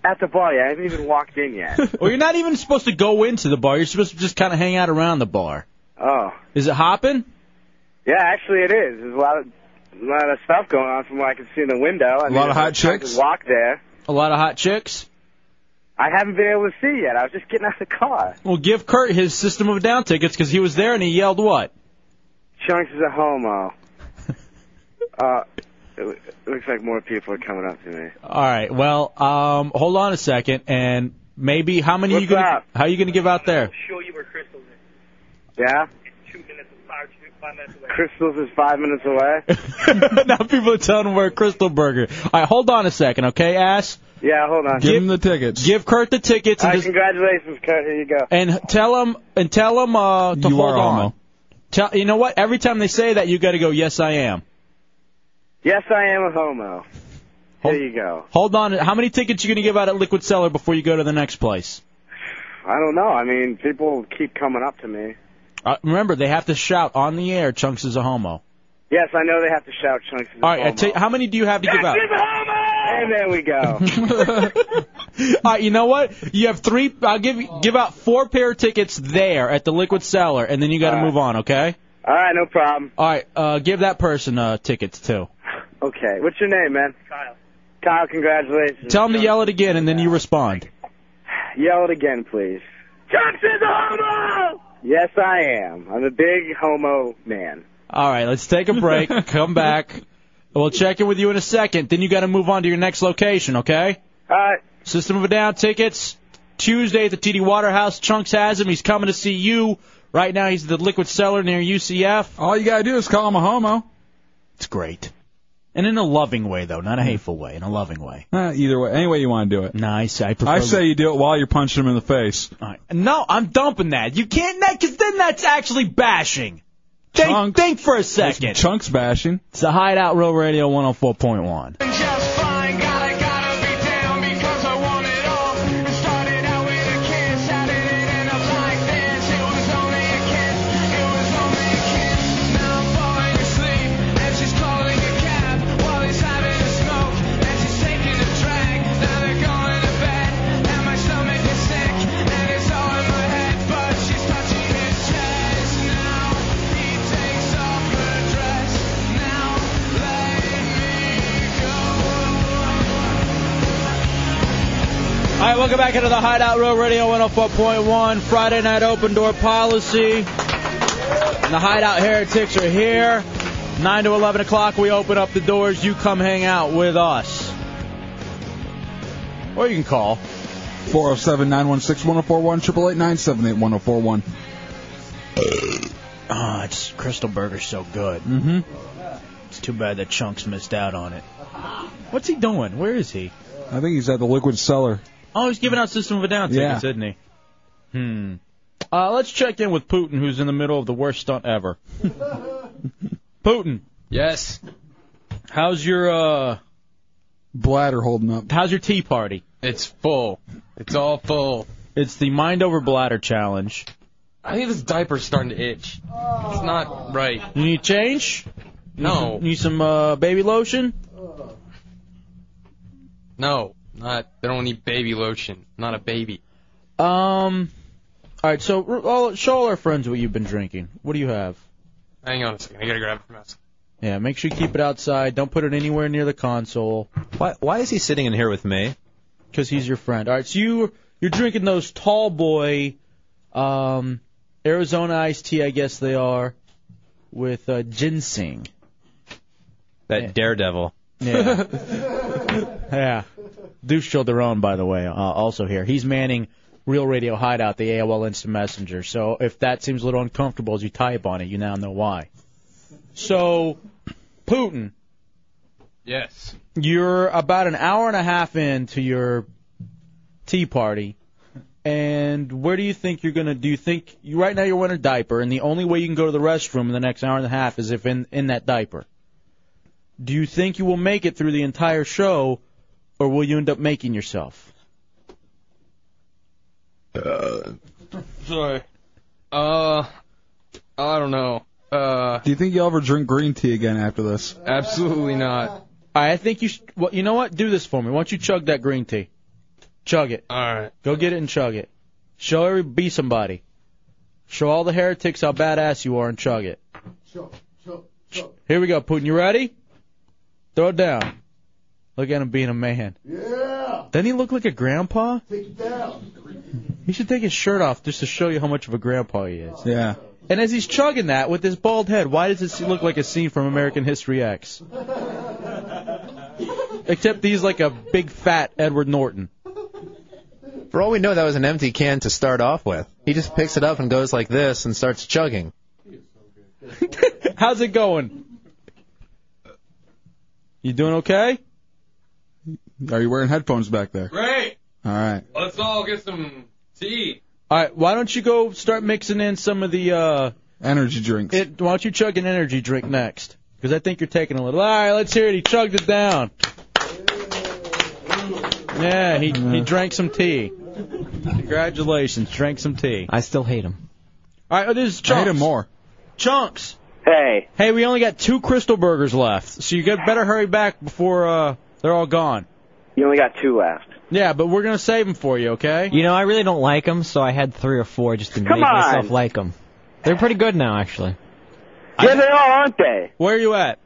at the bar yet. I haven't even walked in yet. well, you're not even supposed to go into the bar. You're supposed to just kind of hang out around the bar. oh, Is it hopping? yeah, actually it is. There's a lot of a lot of stuff going on from what I can see in the window. I A lot of hot I chicks? Walk there. A lot of hot chicks? I haven't been able to see yet. I was just getting out of the car. Well, give Kurt his System of a Down tickets because he was there and he yelled what? Chunks is a homo. uh, it loo- it looks like more people are coming up to me. All right. Well, um, hold on a second and maybe how many you gonna how you gonna give out there? Show you where Crystal is. Yeah? Two minutes, five, five minutes away. Crystal's is five minutes away. now people are telling him where Crystal Burger. All right, hold on a second, okay, ass? Yeah, hold on. Give him the tickets. Give Kurt the tickets All and right, just congratulations, Kurt. Here you go. and tell him and tell him uh, to You hold are on. homo. Tell you know what? Every time they say that, you got to go. Yes, I am. Yes, I am a homo. Here you go. Hold on. How many tickets you gonna give out at Liquid Cellar before you go to the next place? I don't know. I mean, people keep coming up to me. Uh, remember, they have to shout on the air. Chunks is a homo. Yes, I know they have to shout chunks. Of All right. I tell you, how many do you have to give out? And there we go. All right, you know what? You have three. I'll give you- give out four pair of tickets there at the Liquid Cellar, and then you got to move on. Okay. All right, no problem. All right. Uh, give that person uh, tickets too. Okay. What's your name, man? Kyle. Kyle, congratulations. Tell him to yell it again, and then you respond. Yell it again, please. Chunks is a homo! Yes, I am. I'm a big homo man. All right, let's take a break. Come back. We'll check in with you in a second. Then you got to move on to your next location, okay? All right. System of a Down tickets Tuesday at the TD Waterhouse. Chunks has him. He's coming to see you. Right now, he's at the Liquid Cellar near UCF. All you gotta do is call him a homo. It's great. And in a loving way, though, not a hateful way, in a loving way. Eh, either way, any way you want to do it. Nice. I prefer. I say you do it while you're punching him in the face. No, I'm dumping that. You can't, because then that's actually bashing. Think, think for a second. Chunks bashing. It's the Hideout Real Radio 104.1. All right, welcome back into the Hideout Row Radio 104.1 Friday Night Open Door Policy. And the Hideout Heretics are here. 9 to 11 o'clock, we open up the doors. You come hang out with us. Or you can call. 407 916 1041, 888 978 1041. Oh, it's Crystal Burger's so good. Mm-hmm. It's too bad that Chunks missed out on it. What's he doing? Where is he? I think he's at the Liquid Cellar. Oh, he's giving out System of a Down Yeah. tickets, isn't he? Hmm. Uh, let's check in with Putin, who's in the middle of the worst stunt ever. Putin. Yes. How's your uh bladder holding up? How's your tea party? It's full. It's all full. It's the mind over bladder challenge. I think this diaper's starting to itch. It's not right. You need change? Need No. some, need some uh, baby lotion? No, not. They don't need baby lotion. Not a baby. Um. All right, so r- all, show all our friends what you've been drinking. What do you have? Hang on a second. I gotta grab it from outside. Yeah, make sure you keep it outside. Don't put it anywhere near the console. Why? Why is he sitting in here with me? Because he's your friend. All right, so you you're drinking those tall boy, um, Arizona iced tea, I guess they are, with uh, ginseng. That daredevil. Yeah. yeah. Deuce chilled their own, by the way, uh, also here. He's manning Real Radio Hideout, the AOL Instant Messenger. So if that seems a little uncomfortable as you type on it, you now know why. So, Putin, Yes. you're about an hour and a half into your tea party. And where do you think you're gonna? Do you think you, right now you're wearing a diaper, and the only way you can go to the restroom in the next hour and a half is if in in that diaper? Do you think you will make it through the entire show, or will you end up making yourself? Sorry. Uh, I don't know. Uh, Do you think you'll ever drink green tea again after this? absolutely not. All right, I think you. Sh- well, you know what? Do this for me. Why don't you chug that green tea? Chug it. All right. Go get it and chug it. Show every be somebody. Show all the heretics how badass you are and chug it. Here we go, Putin. You ready? Throw it down. Look at him being a man. Yeah. Doesn't he look like a grandpa? Take it down. He should take his shirt off just to show you how much of a grandpa he is. Yeah. And as he's chugging that with his bald head, why does this look like a scene from American History X? Except he's like a big fat Edward Norton. For all we know, that was an empty can to start off with. He just picks it up and goes like this and starts chugging. How's it going? You doing okay? Are you wearing headphones back there? Great. All right. Let's all get some tea. All right, why don't you go start mixing in some of the uh energy drinks? It, why don't you chug an energy drink next? Because I think you're taking a little. All right, let's hear it. He chugged it down. Yeah, he he drank some tea. Congratulations, drank some tea. I still hate him. All right, oh, this is Chunks. hate him more. Chunks. Hey. Hey, we only got two Crystal Burgers left, so you got better hurry back before uh they're all gone. You only got two left. Yeah, but we're gonna save them for you, okay? You know, I really don't like them, so I had three or four just to Come make on. myself like them. They're pretty good now, actually. Yeah, they are, aren't they? Where are you at?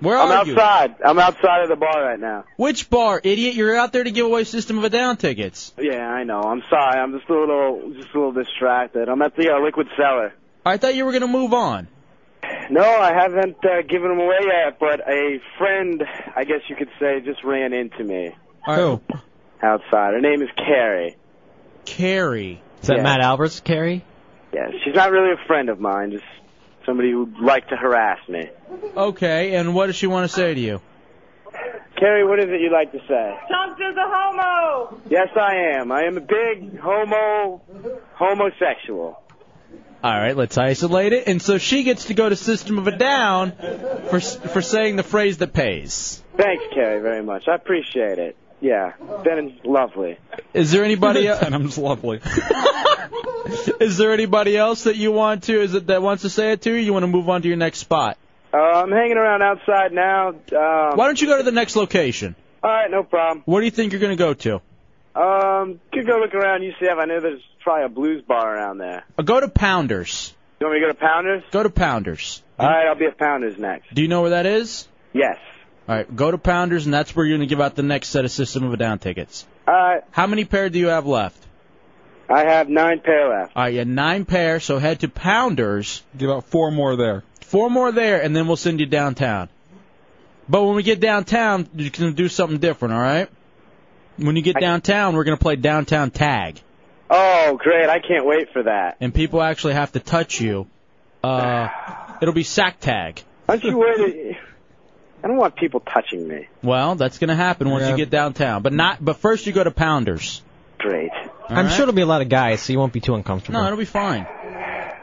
Where I'm are you? outside. I'm outside of the bar right now. Which bar, idiot? You're out there to give away System of a Down tickets. Yeah, I know. I'm sorry. I'm just a little, just a little distracted. I'm at the uh, liquid cellar. I thought you were gonna move on. No, I haven't uh, given them away yet, but a friend, I guess you could say, just ran into me Who? outside. Uh, Her name is Carrie. Carrie. Is that Yeah. Matt Albert's Carrie? Yeah, she's not really a friend of mine. Just somebody who liked to harass me. Okay, and what does she want to say to you? Carrie, what is it you like to say? Chunks is a homo. Yes, I am. I am a big homo, homosexual. All right, let's isolate it. And so she gets to go to System of a Down for for saying the phrase that pays. Thanks, Carrie, very much. I appreciate it. Yeah, Denon's lovely. Is there anybody? el- Denim's lovely. is there anybody else that you want to? Is it that wants to say it to you? You want to move on to your next spot? Uh, I'm hanging around outside now. Um, Why don't you go to the next location? All right, no problem. Where do you think you're going to go to? Um, could go look around UCF. I know there's probably a blues bar around there. Uh, go to Pounders. You want me to go to Pounders? Go to Pounders. All right, I'll be at Pounders next. Do you know where that is? Yes. All right, go to Pounders, and that's where you're going to give out the next set of System of a Down tickets. All right, How many pair do you have left? I have nine pair left. All right, you have nine pair, so head to Pounders. Give out four more there. Four more there, and then we'll send you downtown. But when we get downtown, you can do something different, all right? When you get downtown, we're going to play downtown tag, Oh, great! I can't wait for that. and people actually have to touch you. Uh, it'll be sack tag. Aren't you worried? I don't want people touching me. Well, that's going to happen once you get downtown, but not. But first, you go to Pounders. Great. I'm sure it'll be a lot of guys, so you won't be too uncomfortable. No, it'll be fine.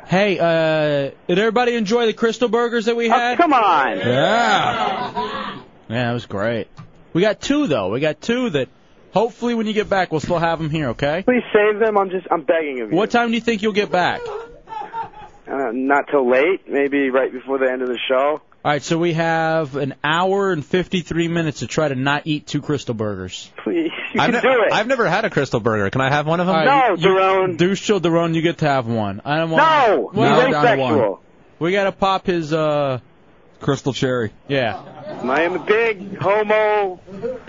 Hey, uh, did everybody enjoy the Crystal Burgers that we had? Oh, come on! Yeah. Yeah, that was great. We got two though. We got two that hopefully when you get back we'll still have them here. Okay. Please save them. I'm just I'm begging of you. What time do you think you'll get back? Uh, not till late, maybe right before the end of the show. All right, so we have an hour and 53 minutes to try to not eat two Crystal Burgers. Please, you I've can ne- do it. I've never had a Crystal Burger. Can I have one of them? All right, you- You, Deuce Chill Daron, you get to have one. I don't want. Well, No, he's we're down to asexual. one. We gotta pop his uh. Crystal cherry. Yeah. I am a big homo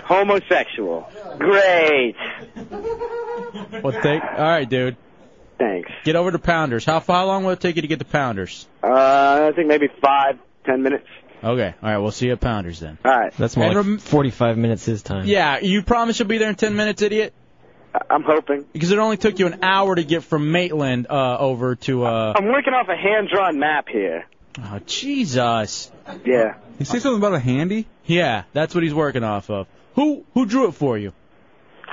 homosexual. Great. Well, thank. All right, dude. Thanks. Get over to Pounders. How how long will it take you to get to Pounders? Uh, I think maybe five, ten minutes. Okay. All right. We'll see you at Pounders then. All right. That's more And like 45 minutes his time. Yeah. You promise you'll be there in ten minutes, idiot. I'm hoping. Because it only took you an hour to get from Maitland uh, over to. uh I'm working off a hand-drawn map here. Oh, Jesus. Yeah. You say something about a handy? Yeah, that's what he's working off of. Who who drew it for you?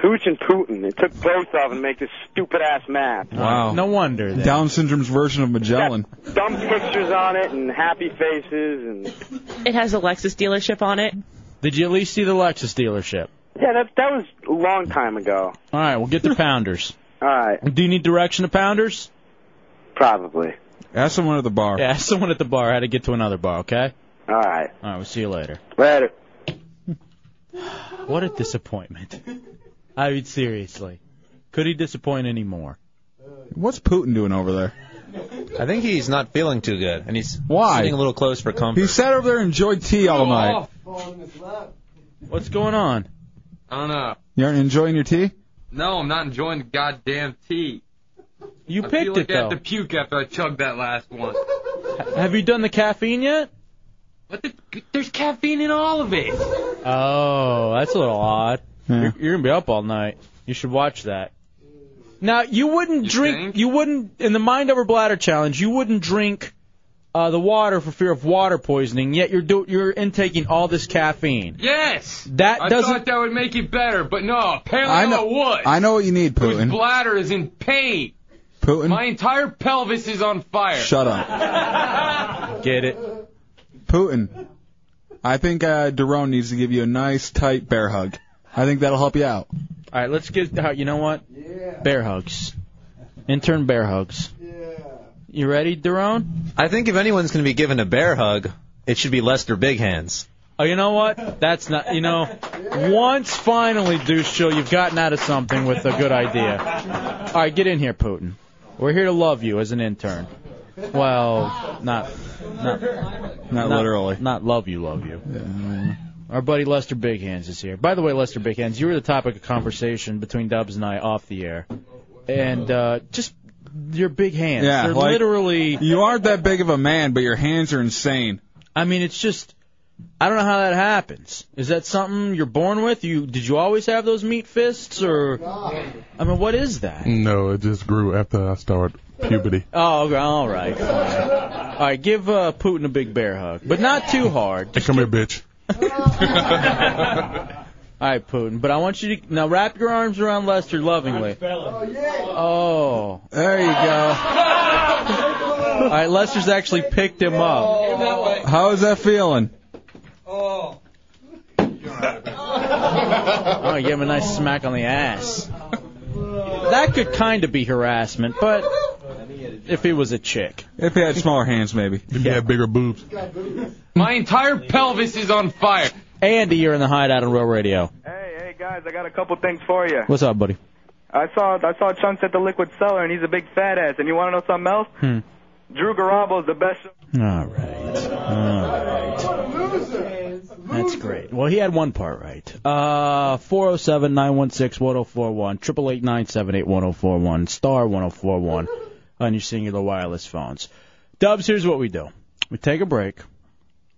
Hooch and Putin. It took both of them to make this stupid-ass map. Wow. No wonder. Then. Down syndrome's version of Magellan. Dumb pictures on it and happy faces and It has a Lexus dealership on it. Did you at least see the Lexus dealership? yeah, that that was a long time ago. All right, we'll get to Pounders. All right, Do you need direction to Pounders? probably. Ask someone at the bar. Yeah, ask someone at the bar how to get to another bar, okay? All right. All right, we'll see you later. Later. What a disappointment. I mean, seriously. Could he disappoint any more? What's Putin doing over there? I think he's not feeling too good, and he's Why? sitting a little close for comfort. He sat over there and enjoyed tea all night. What's going on? I don't know. You aren't enjoying your tea? No, I'm not enjoying the goddamn tea. You I picked feel like it, I though. have to puke after I chugged that last one. Have you done the caffeine yet? What the? There's caffeine in all of it. Oh, that's a little odd. You're, you're gonna be up all night. You should watch that. Now you wouldn't drink. You wouldn't in the mind over bladder challenge. You wouldn't drink uh, the water for fear of water poisoning. Yet you're do, you're intaking all this caffeine. Yes. That I doesn't- thought that would make it better, but no. Apparently I know. it would. I know what you need, Putin. Bladder is in pain. Putin. My entire pelvis is on fire. Shut up. Get it? Putin. I think uh, Daron needs to give you a nice tight bear hug. I think that'll help you out. All right, let's get. Uh, you know what? Yeah. Bear hugs. Intern bear hugs. Yeah. You ready, Daron? I think if anyone's going to be given a bear hug, it should be Lester Big Hands. Oh, you know what? That's not. You know, once finally, Deuce Chill, you've gotten out of something with a good idea. All right, get in here, Putin. We're here to love you as an intern. Well, not, not, not, literally. Not love you, love you. Our buddy Lester Big Hands is here. By the way, Lester Big Hands, you were the topic of conversation between Dubs and I off the air, and uh, just your big hands. Yeah, They're like- literally. You aren't that big of a man, but your hands are insane. I mean, it's just I don't know how that happens. Is that something you're born with? You did you always have those meat fists, or I mean, what is that? No, it just grew after I started puberty. Oh, okay, all right. fine. All right, give uh, Putin a big bear hug, but not too hard. Hey, come here, bitch. All right, Putin. But I want you to now wrap your arms around Lester lovingly. Oh, there you go. All right, Lester's actually picked him up. How is that feeling? Oh, you give him a nice smack on the ass. That could kind of be harassment, but if he was a chick. If he had smaller hands, maybe. If he had bigger boobs. My entire pelvis is on fire. Andy, you're in the hideout on Real Radio. Hey guys, I got a couple things for you. What's up, buddy? I saw I saw Chunks at the Liquid Cellar, and he's a big fat ass. And you want to know something else? Hmm. Drew Garabo's the best. All right. All right. That's great. Well, he had one part right. Uh, 407 916 1041, 888 978 1041, star 1041 on your singular wireless phones. Dubs, here's what we do we take a break,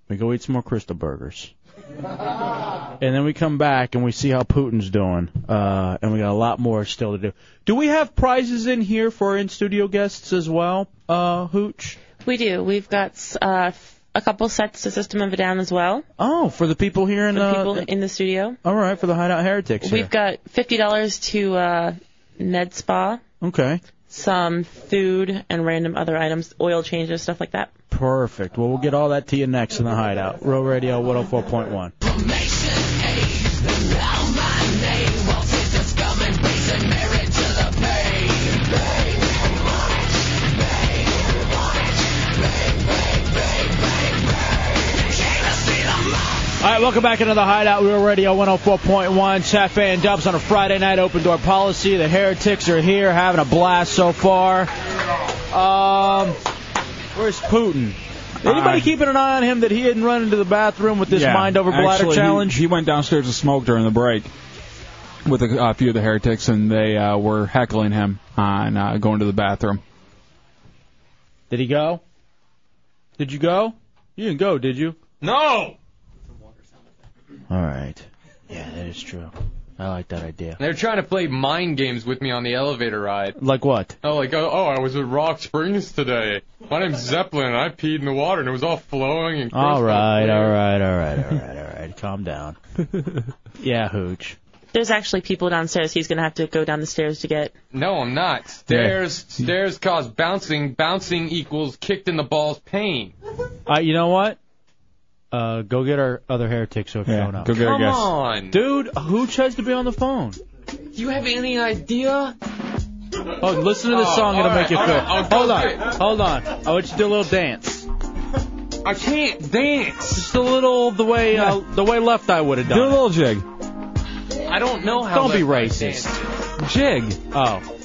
we go eat some more Crystal Burgers, and then we come back and we see how Putin's doing. Uh, and we got a lot more still to do. Do we have prizes in here for our in studio guests as well, uh, Hooch? We do. We've got uh, a couple sets to System of a Down as well. Oh, for the people here in for the uh, people in the studio. all right, for the Hideout Heretics. here. We've got fifty dollars to uh, Med Spa, okay. some food, and random other items, oil changes, stuff like that. Perfect. Well, we'll get all that to you next in the Hideout. Real Radio 104.1. All right, welcome back into the Hideout Real Radio 104.1. Saf and Dubs on a Friday night. Open door policy. The heretics are here, having a blast so far. Um, where's Putin? Anybody Uh, keeping an eye on him that he didn't run into the bathroom with this Yeah. mind over bladder Actually, he- challenge? He, went downstairs to smoke during the break with a, a few of the heretics, and they uh, were heckling him on uh, going to the bathroom. Did he go? Did you go? You didn't go, did you? No. All right. Yeah, that is true. I like that idea. They're trying to play mind games with me on the elevator ride. Like what? Oh, like oh, oh, I was at Rock Springs today. My name's Zeppelin, and I peed in the water, and it was all flowing and. All crystal right, clear. all right, all right, all right, all right. Calm down. Yeah, Hooch. There's actually people downstairs. He's gonna have to go down the stairs to get. No, I'm not. Stairs, stairs cause bouncing. Bouncing equals kicked in the balls pain. Uh, you know what? Uh, go get our other heretics who have Yeah, shown up. go get our Come guests. on. dude. Hooch has to be on the phone. Do you have any idea? Oh, listen to this Oh, song. It'll all make you right, feel. all right, I'll go hold on, get it. hold on. I want you to do a little dance. I can't dance. Just a little the way uh, the way left eye would have done. Do a little jig. I don't know how. Don't be left-handed racist. Jig. Oh.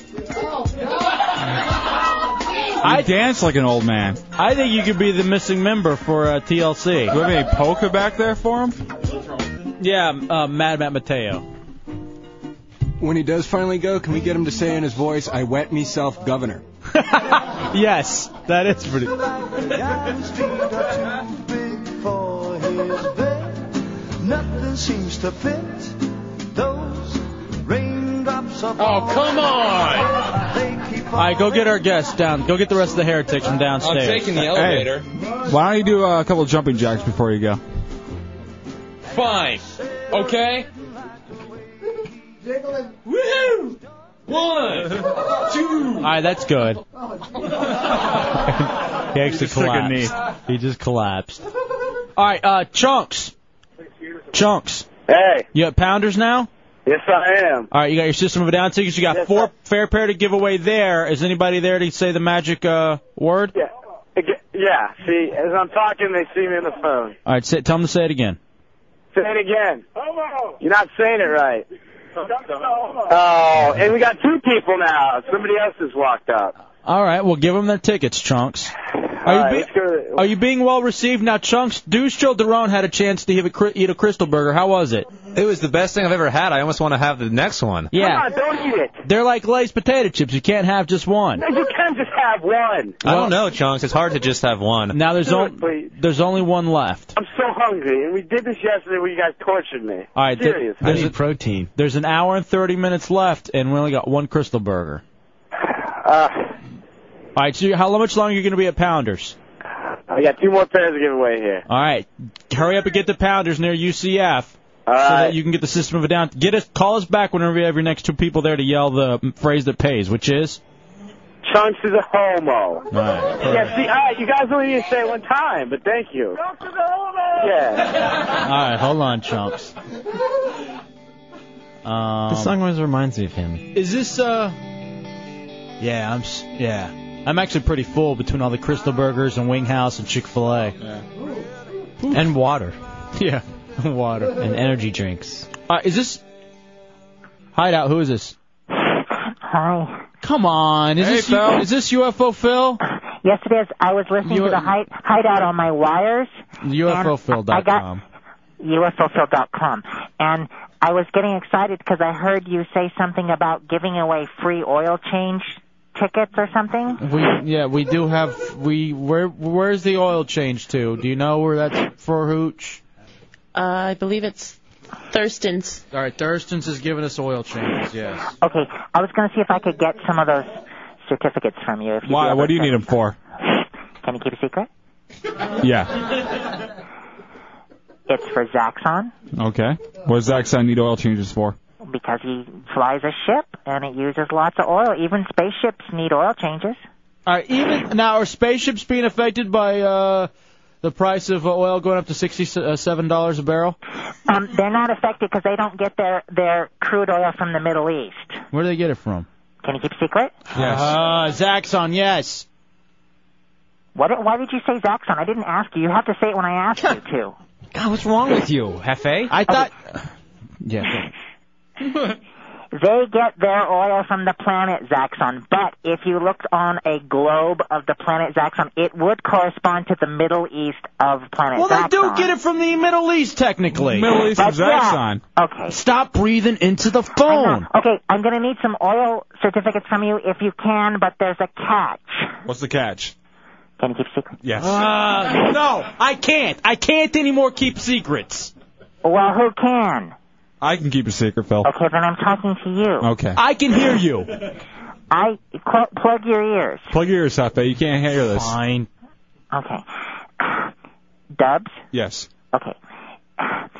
I dance like an old man. I think you could be the missing member for uh, TLC. Do we have any polka back there for him? Yeah, uh, Mad Matt Mateo. When he does finally go, can we get him to say in his voice, "I wet myself, governor"? yes, that is pretty. Nothing seems to fit those raindrops Oh, come on! All right, go get our guests down. Go get the rest of the heretics from downstairs. I'm taking the elevator. Why don't you do uh, a couple of jumping jacks before you go? Fine. Okay. Woohoo! One, two. All right, that's good. he actually just took a collapsed. He just collapsed. All right, uh, chunks. Chunks. Hey. You got pounders now? Yes, I am. All right, you got your system of a down tickets. You got four fair pair to give away there. Is anybody there to say the magic uh, word? Yeah. Yeah, see, as I'm talking, they see me on the phone. All right, say, tell them to say it again. Say it again. You're not saying it right. Oh, and we got two people now. Somebody else has walked up. All right, well, give them their tickets, Chunks. Are you, right, be- let's go to- are you being well received now, Chunks? Deuce Joe Derone had a chance to have a cri- eat a Crystal Burger. How was it? It was the best thing I've ever had. I almost want to have the next one. Yeah. don't eat it. They're like Lay's potato chips. You can't have just one. No, you can't just have one. I don't know, Chunks. It's hard to just have one. Now there's only Seriously. there's only one left. I'm so hungry, and we did this yesterday where you guys tortured me. All right, there- Serious. there's protein. There's an hour and 30 minutes left, and we only got one Crystal Burger. Uh, All right, so you- how much longer are you going to be at Pounders? I got two more pairs to give away here. All right, hurry up and get to Pounders near UCF. All so right. that you can get the system of a down. Get us, call us back whenever you have your next two people there to yell the phrase that pays, which is. Chunks is a homo. All right. Yeah, see, all right, you guys only need to say it one time, but thank you. Yeah. All right, hold on, chumps. the Um, song always reminds me of him. Is this uh? Yeah, I'm s yeah. I'm actually pretty full between all the Crystal Burgers and Wing House and Chick Fil A. And water. Yeah, water and energy drinks. Uh, is this hideout? Who is this? Hi. Come on, is Hey, this Phil. is this UFO Phil? Yes, it is. I was listening You- to the hide, hideout on my wires, I got- UFOphil.com. UFOphil.com, and I was getting excited because I heard you say something about giving away free oil change tickets or something. We yeah we do have we where where's the oil change to? Do you know where that's for hooch? Uh, I believe it's Thurston's. All right, Thurston's is giving us oil changes. Yes. Okay, I was going to see if I could get some of those certificates from you. If you Why? ever What do you send- need them for? Can you keep a secret? Yeah. It's for Zaxxon Okay. What does Zaxxon need oil changes for? because he flies a ship and it uses lots of oil. Even spaceships need oil changes. All right, Uh, even now are spaceships being affected by uh the price of oil going up to sixty seven dollars a barrel? Um, they're not affected because they don't get their their crude oil from the Middle East. Where do they get it from? Can you keep a secret? Yes. Uh, Zaxxon, yes. What, why did you say Zaxxon? I didn't ask you. You have to say it when I ask you to. God, what's wrong with you, Hefe? I thought. Yeah. They get their oil from the planet Zaxxon, but if you looked on a globe of the planet Zaxxon, it would correspond to the Middle East of planet Well, they Zaxxon. do get it from the Middle East, technically. Middle East is But, yeah. Zaxxon. Okay. Stop breathing into the phone. Okay, I'm going to need some oil certificates from you if you can, but there's a catch. What's the catch? Can you keep a secret? Yes. Uh, no, I can't. I can't anymore keep secrets. Well, who can? I can keep a secret, Phil. Okay, then I'm talking to you. Okay. I can hear you. I cl- plug your ears. Plug your ears up, You can't hear this. Fine. Okay. Dubs. Yes. Okay.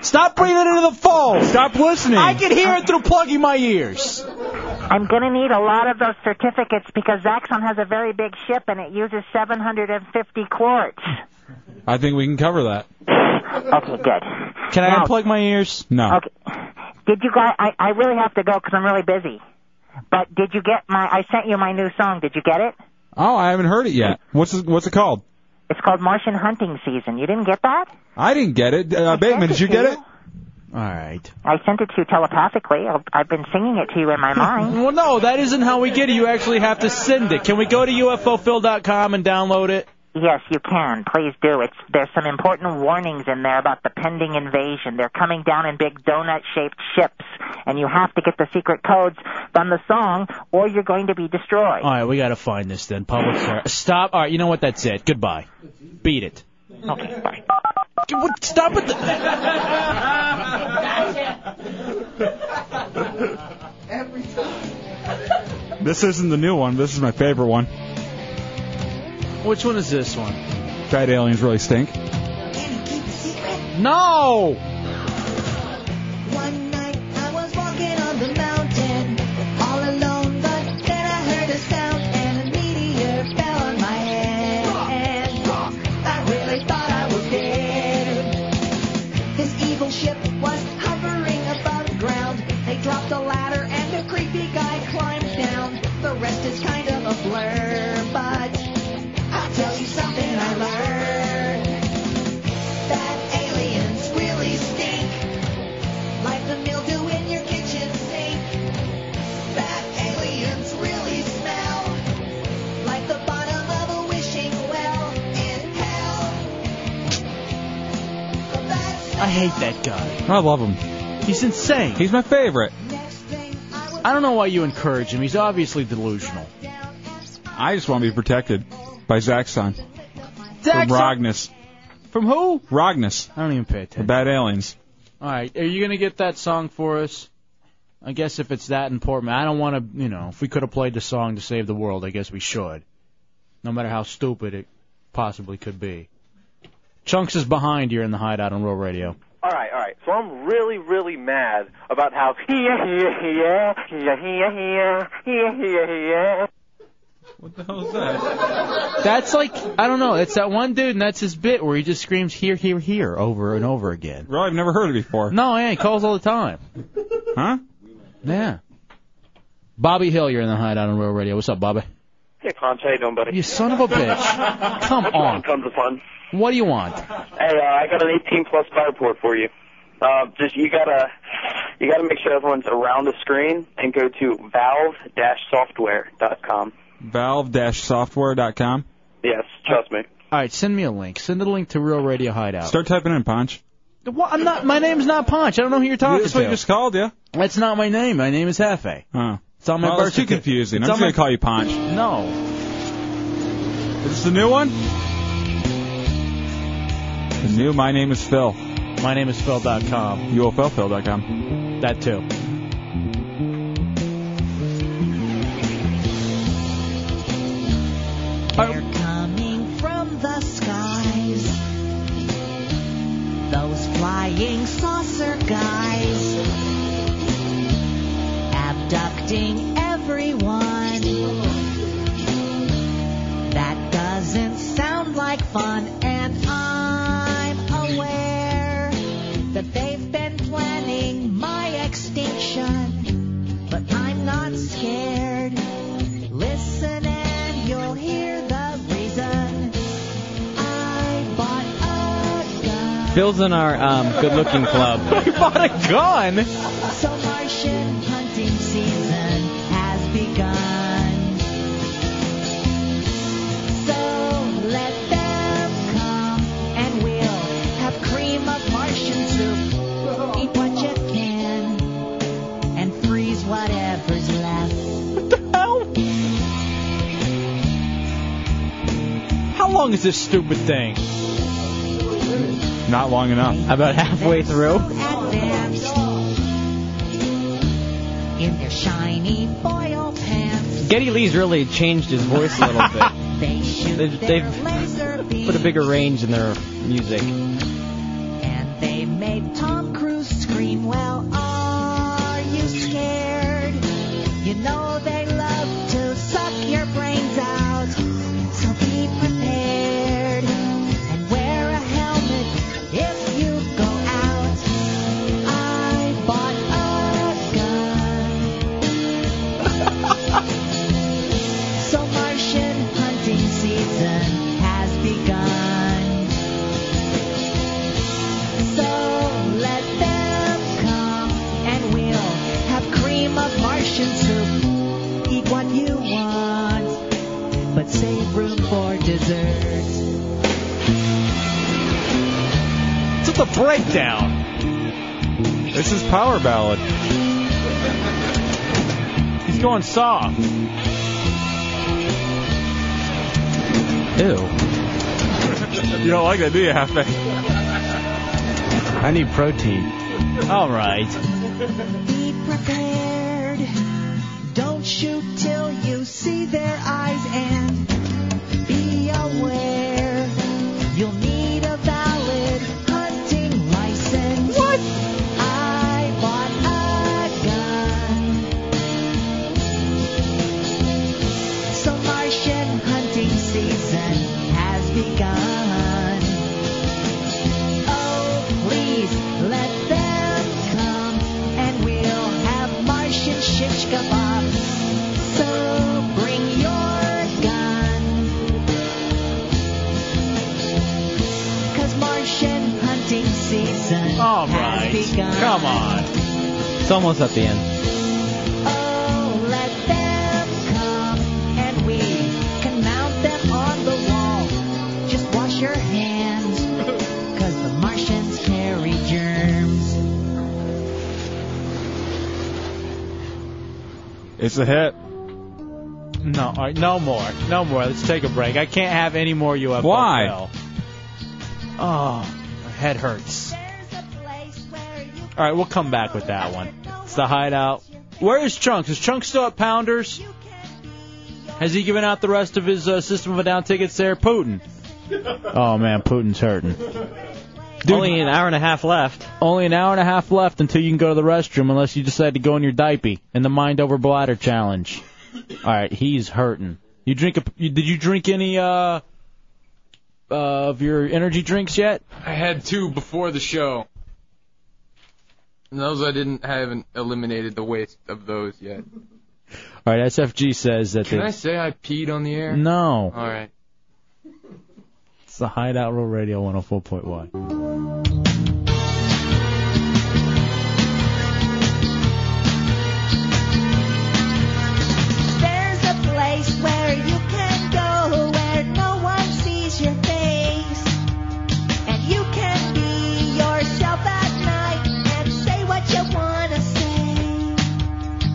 Stop breathing into the Oh, phone. Stop listening. I can hear it through plugging my ears. I'm going to need a lot of those certificates because Zaxxon has a very big ship and it uses 750 quarts. I think we can cover that. Okay, good. Can Now- I unplug my ears? No. Okay. Did you guys? I, I really have to go because I'm really busy. But did you get my? I sent you my new song. Did you get it? Oh, I haven't heard it yet. What's it, what's it called? It's called Martian Hunting Season. You didn't get that? I didn't get it. Uh, Bateman, did you get it? All right. I sent it to you telepathically. I've- I've been singing it to you in my mind. Well, no, that isn't how we get it. You actually have to send it. Can we go to UFOphil.com and download it? Yes, you can. Please do. It's there's some important warnings in there about the pending invasion. They're coming down in big donut-shaped ships, and you have to get the secret codes from the song, or you're going to be destroyed. All right, we got to find this then. Public service. Stop. All right, you know what? That's it. Goodbye. Beat it. Okay, bye. Stop it. This isn't the new one. This is my favorite one. Which one is this one? Fat aliens really stink. No! One night I was walking on the mountain, all alone, but then I heard a sound and a meteor fell on my head. I really thought I was dead. This evil ship was hovering above ground. They dropped a ladder and a creepy guy climbed down. The rest is kind of a blur, but I'll tell you something I learned. That aliens really stink. Like the mildew in your kitchen sink. Fat aliens really smell. Like hate that guy. I love him. He's insane. He's my favorite. I don't know why you encourage him. He's obviously delusional. I just want to be protected by Zaxxon. Zaxxon? From Rognus. From who? Rognus. I don't even pay attention. The bad aliens. All right, are you gonna get that song for us? I guess if it's that important, I don't want to. You know, if we could have played the song to save the world, I guess we should. No matter how stupid it possibly could be. Chunks is behind here in the hideout on Roll Radio. All right, all right. So I'm really, really mad about how yeah, yeah, yeah, yeah, yeah, yeah, yeah, yeah, yeah. What the hell is that? That's like I don't know. It's that one dude, and that's his bit where he just screams here, here, here over and over again. Bro, I've never heard it before. No, yeah, he calls all the time. Huh? Yeah. Bobby Hill, you're in the hideout on Real Radio. What's up, Bobby? Hey, Ponce, how you doing, buddy? You son of a bitch. Come on. Comes upon. What do you want? Hey, uh, I got an 18 plus fire port for you. Uh, just you gotta, you gotta make sure everyone's around the screen and go to valve-software.com. Valve-software.com. Yes, trust me. All right, send me a link. Send a link to Real Radio Hideout. Start typing in Punch. What? I'm not. My name's not Punch. I don't know who you're talking That's to. what you just called, yeah? That's not my name. My name is Hefe. Huh. It's on my Well, birth it's too certificate. confusing. It's I'm on just my- gonna call you Punch. No. Is this the new one? The new My Name is Phil. My name is Phil.com. UFLPhil.com. That too. They're coming from the skies. Those flying saucer guys. Abducting everyone. That doesn't sound like fun, and I'm aware that they've been planning my extinction. But I'm not scared. Listen and you'll hear the reason I bought a gun. Phil's in our um, good-looking club. I bought a gun. So Martian hunting season has begun. So let them come and we'll have cream of Martian soup. Eat what you can and freeze whatever's left. How long is this stupid thing? Not long enough. About halfway through. Advanced in their shiny foil pants. Getty Lee's really changed his voice a little bit. They shoot They've- their they've laser beams. Put a bigger range in their music. They made Tom Cruise scream, Well, are you scared? You know they love to suck your brains out. So be prepared and wear a helmet if you go out. I bought a gun. so Martian hunting season has begun. So let them come and we'll have cream of Martian soup. Eat what you want, but save room for dessert. It's at the breakdown. This is Power Ballad. He's going soft. Ew. You don't like that, do you, Hefe? I need protein. All right. Be prepared. Don't shoot till you see their eyes and be aware. You'll need a valid hunting license. What? I bought a gun. So Martian hunting season has begun. Oh, please let them come and we'll have Martian shish kebab. So bring your gun. Cause Martian hunting season All has right. begun. Come on. It's almost at the end. Oh, let them come and we can mount them on the wall. Just wash your hands, cause the Martians carry germs. It's a hit. No, all right, no more, no more. Let's take a break. I can't have any more UFO. Why? Phil. Oh, my head hurts. All right, we'll come back with that one. It's the hideout. Where is Chunks? Is Chunks still at Pounders? Has he given out the rest of his uh, System of a Down tickets there? Putin. Oh man, Putin's hurting. Only an hour and a half left. Only an hour and a half left until you can go to the restroom, unless you decide to go in your diaper in the mind over bladder challenge. All right, he's hurting. You drink a? you- Did you drink any uh, uh of your energy drinks yet? I had two before the show. And those I didn't I haven't eliminated the waste of those yet. All right, SFG says that. Can they- I say I peed on the air? No. All right. It's the Hideout Roll Radio 104.1. There's a place where you can go where no one sees your face. And you can be yourself at night and say what you want to say.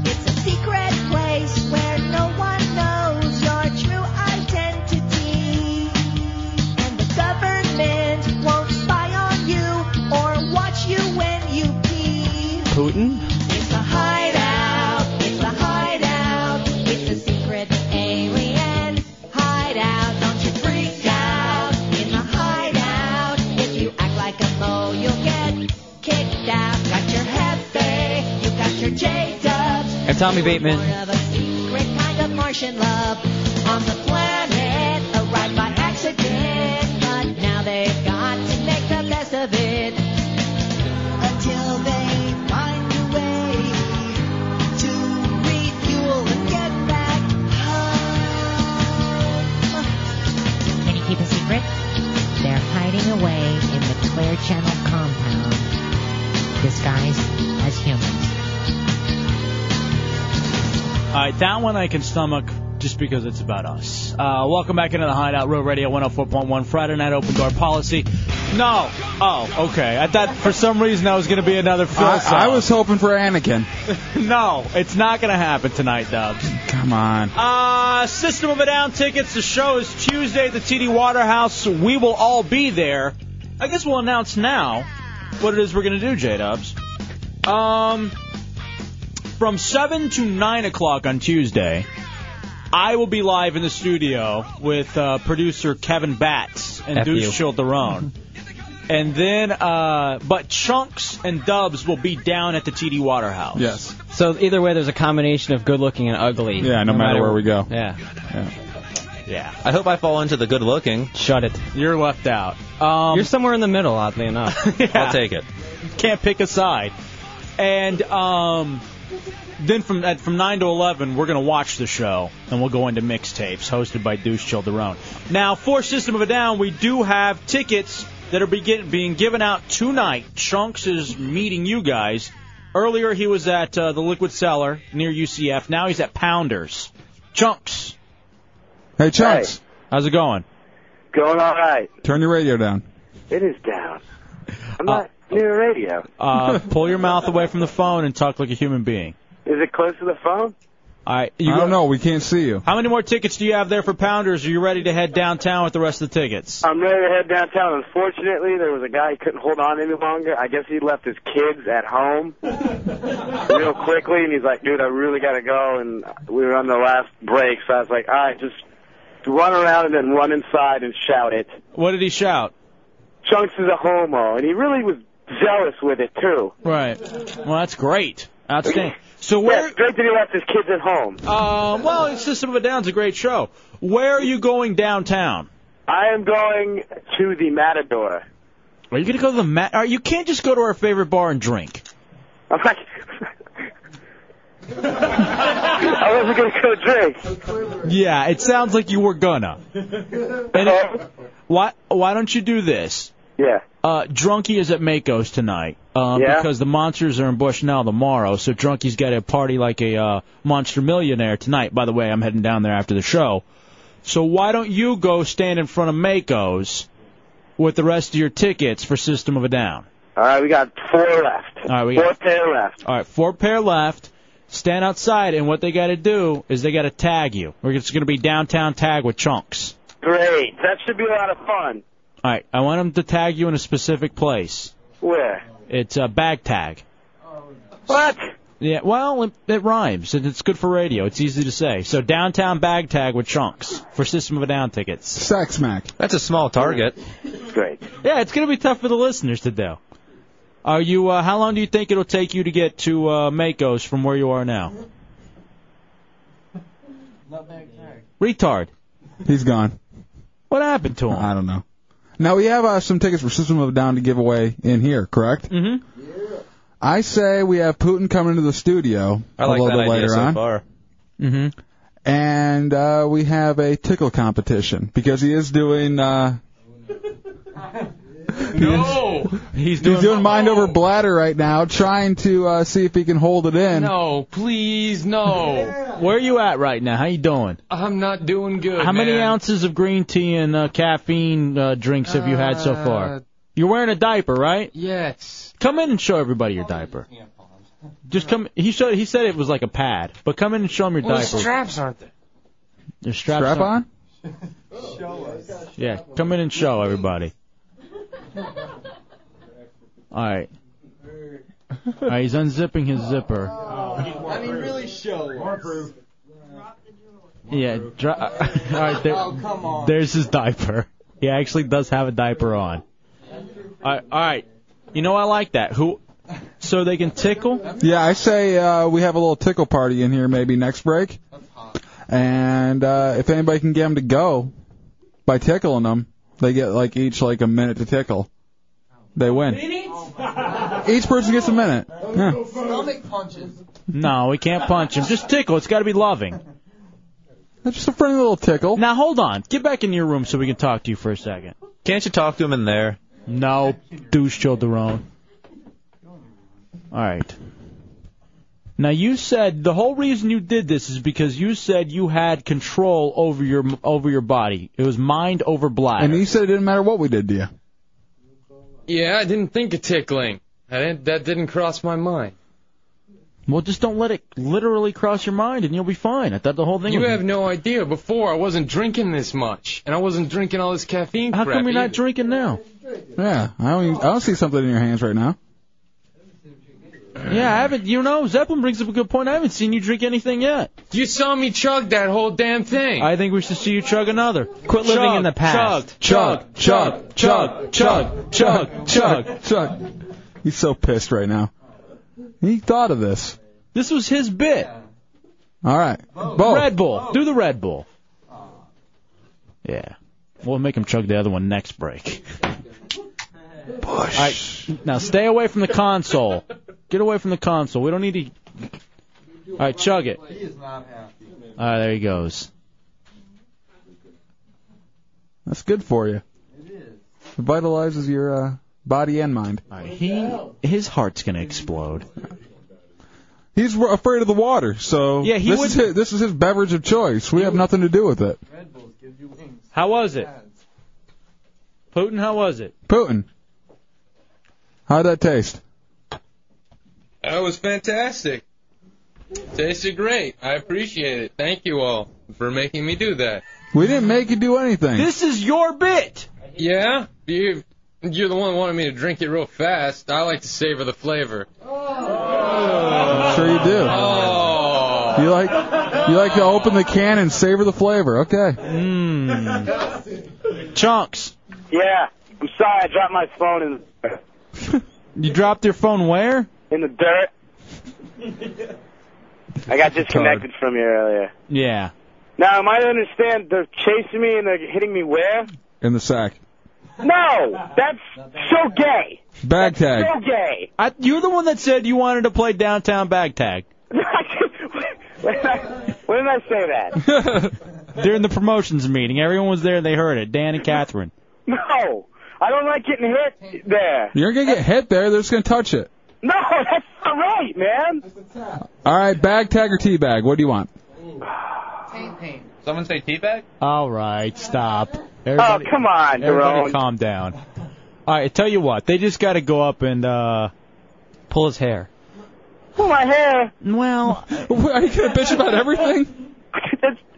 It's a secret place where no one knows your true identity. And the government won't spy on you or watch you when you pee. Putin? It's a hideout. It's a hideout. It's a secret alien hideout. Don't you freak out in the hideout. If you act like a mo, you'll get kicked out. Got your Hefe, you got your J Dubs. And Tommy Bateman. Of a secret kind of Martian love on the planet, arrived by accident. But now they've got to make the best of it until they find a way to refuel and get back home. Can you keep a secret? They're hiding away in the Clear Channel compound, disguised as humans. All right, that one I can stomach just because it's about us. Uh, welcome back into the Hideout Road Radio 104.1 Friday Night Open Door Policy. No. Oh, okay. I thought for some reason that was going to be another Phil song. I, I was hoping for Anakin. no, it's not going to happen tonight, Dubs. Come on. Uh, System of a Down tickets. The show is Tuesday at the TD Waterhouse. We will all be there. I guess we'll announce now what it is we're going to do, J Dubs. Um, from 7 to 9 o'clock on Tuesday, I will be live in the studio with uh, producer Kevin Batts and F Deuce you. Childerone. And then, uh, but Chunks and Dubs will be down at the TD Waterhouse. Yes. So either way, there's a combination of good looking and ugly. Yeah, no, matter, where we go. Yeah. Yeah. I hope I fall into the good looking. Shut it. You're left out. Um, You're somewhere in the middle, oddly enough. I'll take it. can't pick a side. And um, then from at, from nine to eleven, we're gonna watch the show, and we'll go into mixtapes hosted by Deuce Childerone. Now, for System of a Down, we do have tickets that are begin, being given out tonight. Chunks is meeting you guys. Earlier, he was at uh, the Liquid Cellar near UCF. Now he's at Pounders. Chunks, Hey, Chunks, how's it going? Going all right. turn your radio down. It is down. I'm not near a radio. Uh, pull your mouth away from the phone and talk like a human being. Is it close to the phone? All right, you I don't know. We can't see you. How many more tickets do you have there for Pounders? Are you ready to head downtown with the rest of the tickets? I'm ready to head downtown. Unfortunately, there was a guy who couldn't hold on any longer. I guess he left his kids at home real quickly, and he's like, dude, I really got to go. And we were on the last break, so I was like, all right, just run around and then run inside and shout it. What did he shout? Chunks is a homo, and he really was zealous with it, too. Right. Well, that's great. Outstanding. So where? Yeah, great that he left his kids at home. Um, well, it's System of a Down's a great show. Where are you going downtown? I am going to the Matador. Are you going to go to the Mat? Or you can't just go to our favorite bar and drink. I'm like, I wasn't going to go drink. Yeah, it sounds like you were gonna. And it- why? Why don't you do this? Um, Yeah. Uh, Drunky is at Mako's tonight um, Yeah. because the monsters are in Bushnell tomorrow. So Drunky's got a party like a uh, monster millionaire tonight. By the way, I'm heading down there after the show. So why don't you go stand in front of Mako's with the rest of your tickets for System of a Down? All right, we got four left. All right, we four got pair left. all right four pair left. Stand outside, and what they got to do is they got to tag you. We're just going to be downtown tag with chunks. Great. That should be a lot of fun. All right, I want them to tag you in a specific place. Where? It's a bag tag. What? Yeah, well, it, it rhymes, and it's good for radio. It's easy to say. So downtown bag tag with chunks for System of a Down tickets. Sack smack. That's a small target. Great. Yeah, it's going to be tough for the listeners to do. Are you? Uh, how long do you think it'll take you to get to uh, Mako's from where you are now? Retard. He's gone. What happened to him? I don't know. Now we have uh, some tickets for System of a Down to give away in here, correct? Mm-hmm. I say we have Putin coming to the studio I like a little that idea bit later so on, far. Mm-hmm. and uh, we have a tickle competition because he is doing. Uh, No. He's doing, mind over bladder right now, trying to uh, see if he can hold it in. No, please, no. Where are you at right now? How you doing? I'm not doing good. How many man. ounces of green tea and uh, caffeine uh, drinks have you had so Uh, far? You're wearing a diaper, right? Yes. Come in and show everybody your diaper. Just come. He showed. He said it was like a pad, but come in and show him your Well, the diaper. straps aren't there. Your straps Strap on? Yeah, come in and show everybody. All right. All right, he's unzipping his zipper. I mean, really show us. Yeah. Dry, all right. There, Oh, come on. There's his diaper. He actually does have a diaper on. All right. All right. You know I like that. Who? So they can tickle. Yeah, I say uh, we have a little tickle party in here maybe next break. And uh, if anybody can get them to go by tickling them, they get like each like a minute to tickle. They win. Each person gets a minute. Yeah. Stomach punches. No, we can't punch him. Just tickle. It's got to be loving. That's just a friendly little tickle. Now hold on. Get back in your room so we can talk to you for a second. Can't you talk to him in there? No, douche Childerone. All right. Now you said the whole reason you did this is because you said you had control over your over your body. It was mind over bladder. And you said it didn't matter what we did to you. Yeah, I didn't think of tickling. I didn't. That didn't cross my mind. Well, just don't let it literally cross your mind, and you'll be fine. I thought the whole thing. You was, have no idea. Before I wasn't drinking this much, and I wasn't drinking all this caffeine. How crap come you're not either. drinking now? Yeah, I don't. Even, I don't see something in your hands right now. Yeah, I haven't. You know, Zeppelin brings up a good point. I haven't seen you drink anything yet. You saw me chug that whole damn thing. I think we should see you chug another. Quit living chug, in the past. Chug, chug, chug, chug, chug, chug, chug. Chuck. He's so pissed right now. He thought of this. This was his bit. All right. Red Bull. Do the Red Bull. Yeah. We'll make him chug the other one next break. All right. Now stay away from the console. Get away from the console. We don't need to. All right, chug it. He is not happy. All right, there he goes. That's good for you. Vitalizes your uh, body and mind. He his heart's gonna explode. He's w- afraid of the water, so Yeah, he this, would- is his, this is his beverage of choice. We have nothing to do with it. How was it? Putin, how was it? Putin, how'd that taste? That was fantastic. Tasted great. I appreciate it. Thank you all for making me do that. We didn't make you do anything. This is your bit. Yeah? You, you're the one who wanted me to drink it real fast. I like to savor the flavor. sure you do. Oh. You like you like to open the can and savor the flavor. Okay. Mmm. Chunks, Yeah. I'm sorry, I dropped my phone in you dropped your phone where? in the dirt. I got disconnected from you earlier. Yeah. Now, am I to understand they're chasing me and they're hitting me where? In the sack. No! That's so gay! Bag tag. So gay! I, you're the one that said you wanted to play downtown bag tag when, did I, when did I say that? during the promotions meeting. Everyone was there; they heard it. Dan and Catherine. No! I don't like getting hit there. You're gonna get hit there. They're just gonna touch it. No, that's not right, man! All right, bag tag or tea bag? What do you want? Someone say teabag? Oh, All right, stop. Oh, Uh, Everybody, come on, everybody, Jerome. calm down. All right, tell you what, they just got to go up and uh Pull his hair. Well, my hair. Well, are you gonna bitch about everything?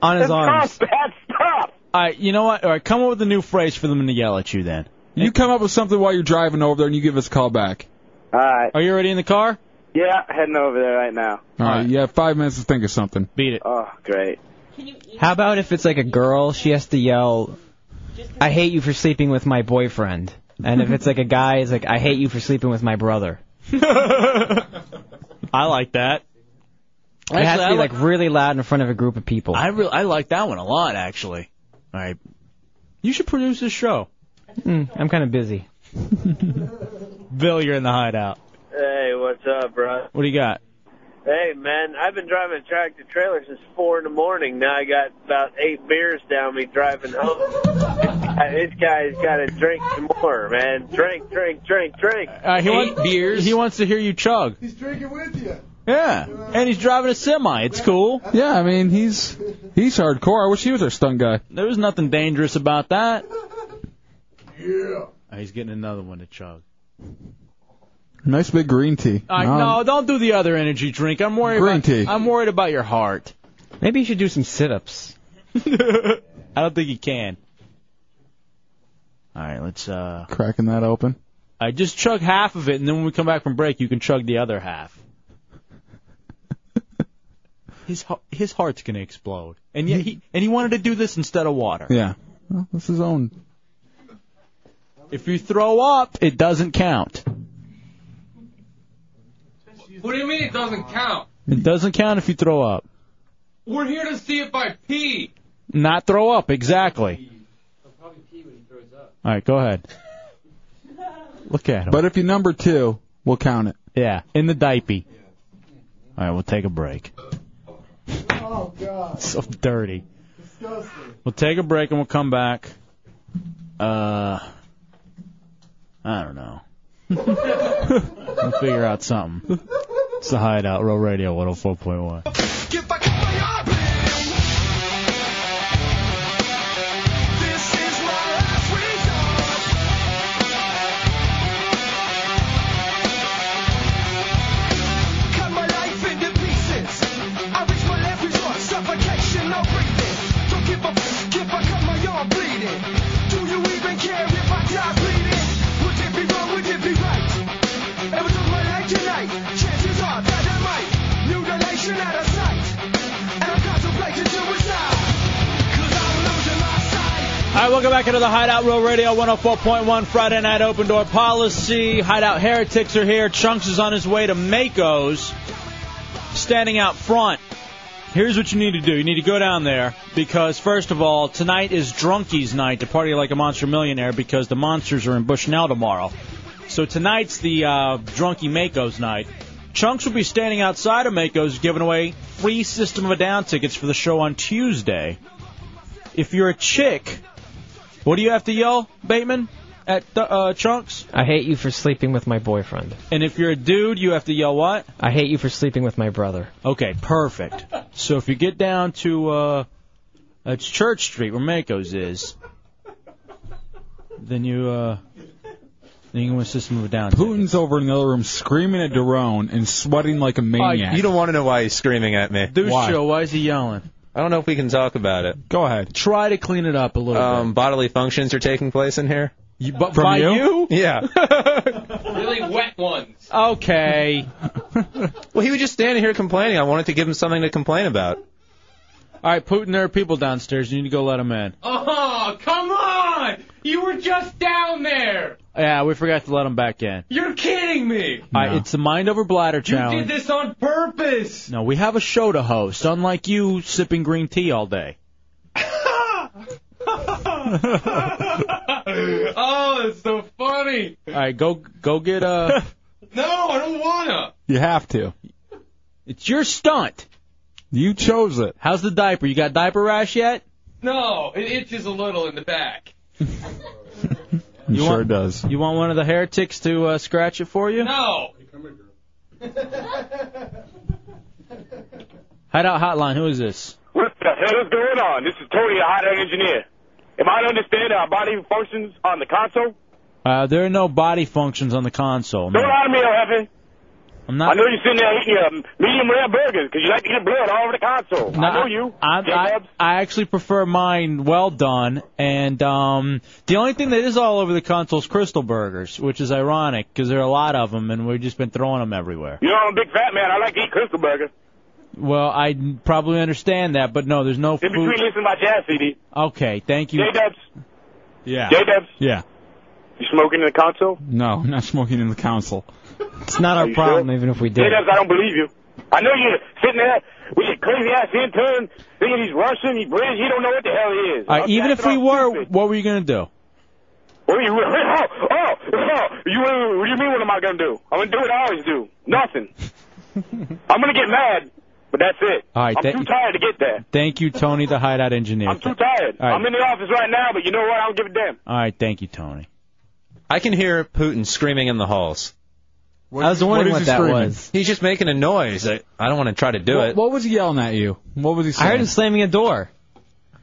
On his arms. Bad stuff. All right, you know what? All right, come up with a new phrase for them to yell at you then. You come up with something while you're driving over there, and you give us a call back. All right. Are you already in the car? Yeah, heading over there right now. All right. You have five minutes to think of something. Beat it. Oh, great. How about if it's like a girl, she has to yell, "I hate you for sleeping with my boyfriend," and if it's like a guy, it's like, "I hate you for sleeping with my brother." I like that. it has Actually, to I be like- like really loud in front of a group of people. I really I like that one a lot actually. All right. You should produce this show. Mm, I'm kind of busy. Bill, you're in the hideout. Hey, what's up, bro? What do you got? Hey, man, I've been driving a tractor trailer since four in the morning. Now I got about eight beers down me driving home. Uh, this guy's got to drink some more, man. Drink, drink, drink, drink. Uh, he wants, beers. He wants to hear you chug. He's drinking with you. Yeah. And he's driving a semi. It's cool. Yeah, I mean he's he's hardcore. I wish he was our stunt guy. There was nothing dangerous about that. Yeah. Oh, He's getting another one to chug. Nice big green tea. All right, Um, no, don't do the other energy drink. I'm worried Green about tea. I'm worried about your heart. Maybe you should do some sit-ups. I don't think you can. All right, let's uh Cracking that open. I just chug half of it, and then when we come back from break, you can chug the other half. his hea- his heart's gonna explode, and yet he and he wanted to do this instead of water. Yeah. Well, that's his own. If you throw up, it doesn't count. What do you mean it doesn't count? It doesn't count if you throw up. We're here to see if I pee. Not throw up, exactly. All right, go ahead. Look at him. But if you number two, we'll count it. Yeah, in the diaper. All right, we'll take a break. Oh God. So dirty. Disgusting. We'll take a break and we'll come back. Uh, I don't know. we'll figure out something. It's the Hideout, Real Radio 104.1. Cut my life into pieces. I reach my left resort, suffocation, no breathing. Don't give a f- if I cut my arm bleeding. Do you even care if I die bleeding? Would it be wrong? Would it be right? Ever took my life tonight? Chances are that I might. Mutilation out of sight. And I'm contemplating suicide. Cause I'm losing my sight. All right, welcome back into the Hideout Real Radio 104.1 Friday Night Open Door Policy. Hideout Heretics are here. Chunks is on his way to Mako's, standing out front. Here's what you need to do. You need to go down there because, first of all, tonight is Drunkies Night to party like a monster millionaire because the monsters are in Bushnell tomorrow. So tonight's the uh, Drunky Mako's night. Chunks will be standing outside of Mako's giving away free System of a Down tickets for the show on Tuesday. If you're a chick, what do you have to yell, Bateman, at uh, Chunks? I hate you for sleeping with my boyfriend. And if you're a dude, you have to yell what? I hate you for sleeping with my brother. Okay, perfect. So if you get down to uh, it's Church Street where Mako's is, then you uh, then you can win System of a Down. Putin's over in the other room screaming at Daron and sweating like Oh, a maniac. you don't want to know why he's screaming at me. Dude, Why? show, why is he yelling? I don't know if we can talk about it. Go ahead. Try to clean it up a little Um, bodily functions are taking place in here. You, but From by you? Yeah. Really wet ones. Okay. well, he was just standing here complaining. I wanted to give him something to complain about. All right, Putin, there are people downstairs. You need to go let them in. Oh, come on! You were just down there. Yeah, we forgot to let them back in. You're kidding me. All right, it's the Mind Over Bladder Challenge. You did this on purpose. No, we have a show to host, unlike you sipping green tea all day. oh, it's so funny. All right, go go get uh No, I don't wanna. You have to. It's your stunt. You chose it. How's the diaper? You got diaper rash yet? No, it itches a little in the back. He You sure want- does. You want one of the heretics to uh, scratch it for you? No. Hideout Hotline, who is this? What the hell is going on? This is Tony, a hot air engineer. Am I to understand how body functions on the console? Uh, there are no body functions on the console. Don't No. lie to me, oh heaven. I'm not. I know you're sitting there eating your um, medium rare burgers because you like to get blood all over the console. I know you. I, I, I actually prefer mine well done, and um, the only thing that is all over the console is Crystal Burgers, which is ironic because there are a lot of them, and we've just been throwing them everywhere. You know, I'm a big fat man. I like to eat Crystal Burgers. Well, I probably understand that, but no, there's no In between food. listening to my jazz CD, Okay, thank you. J Dubs, Yeah. J Dubs, Yeah. you smoking in the console? No, I'm not smoking in the council. It's not our problem, even if we J did. Dubs, I don't believe you. I know you're sitting there with your crazy ass intern thinking he's Russian, he's British, he don't know what the hell he is. All right, even if we were, what were you gonna do? What do you, oh, oh, oh, you, what do you mean what am I going to do? I'm going to do what I always do. Nothing. I'm going to get mad, but that's it. All right, I'm that- too tired to get there. Thank you, Tony, the hideout engineer. I'm too tired. All right. I'm in the office right now, but you know what? I don't give a damn. All right, thank you, Tony. I can hear Putin screaming in the halls. I was wondering what what is he that screaming? was. He's just making a noise. I, I don't want to try to do what, it. what was he yelling at you? What was he saying? I heard him slamming a door.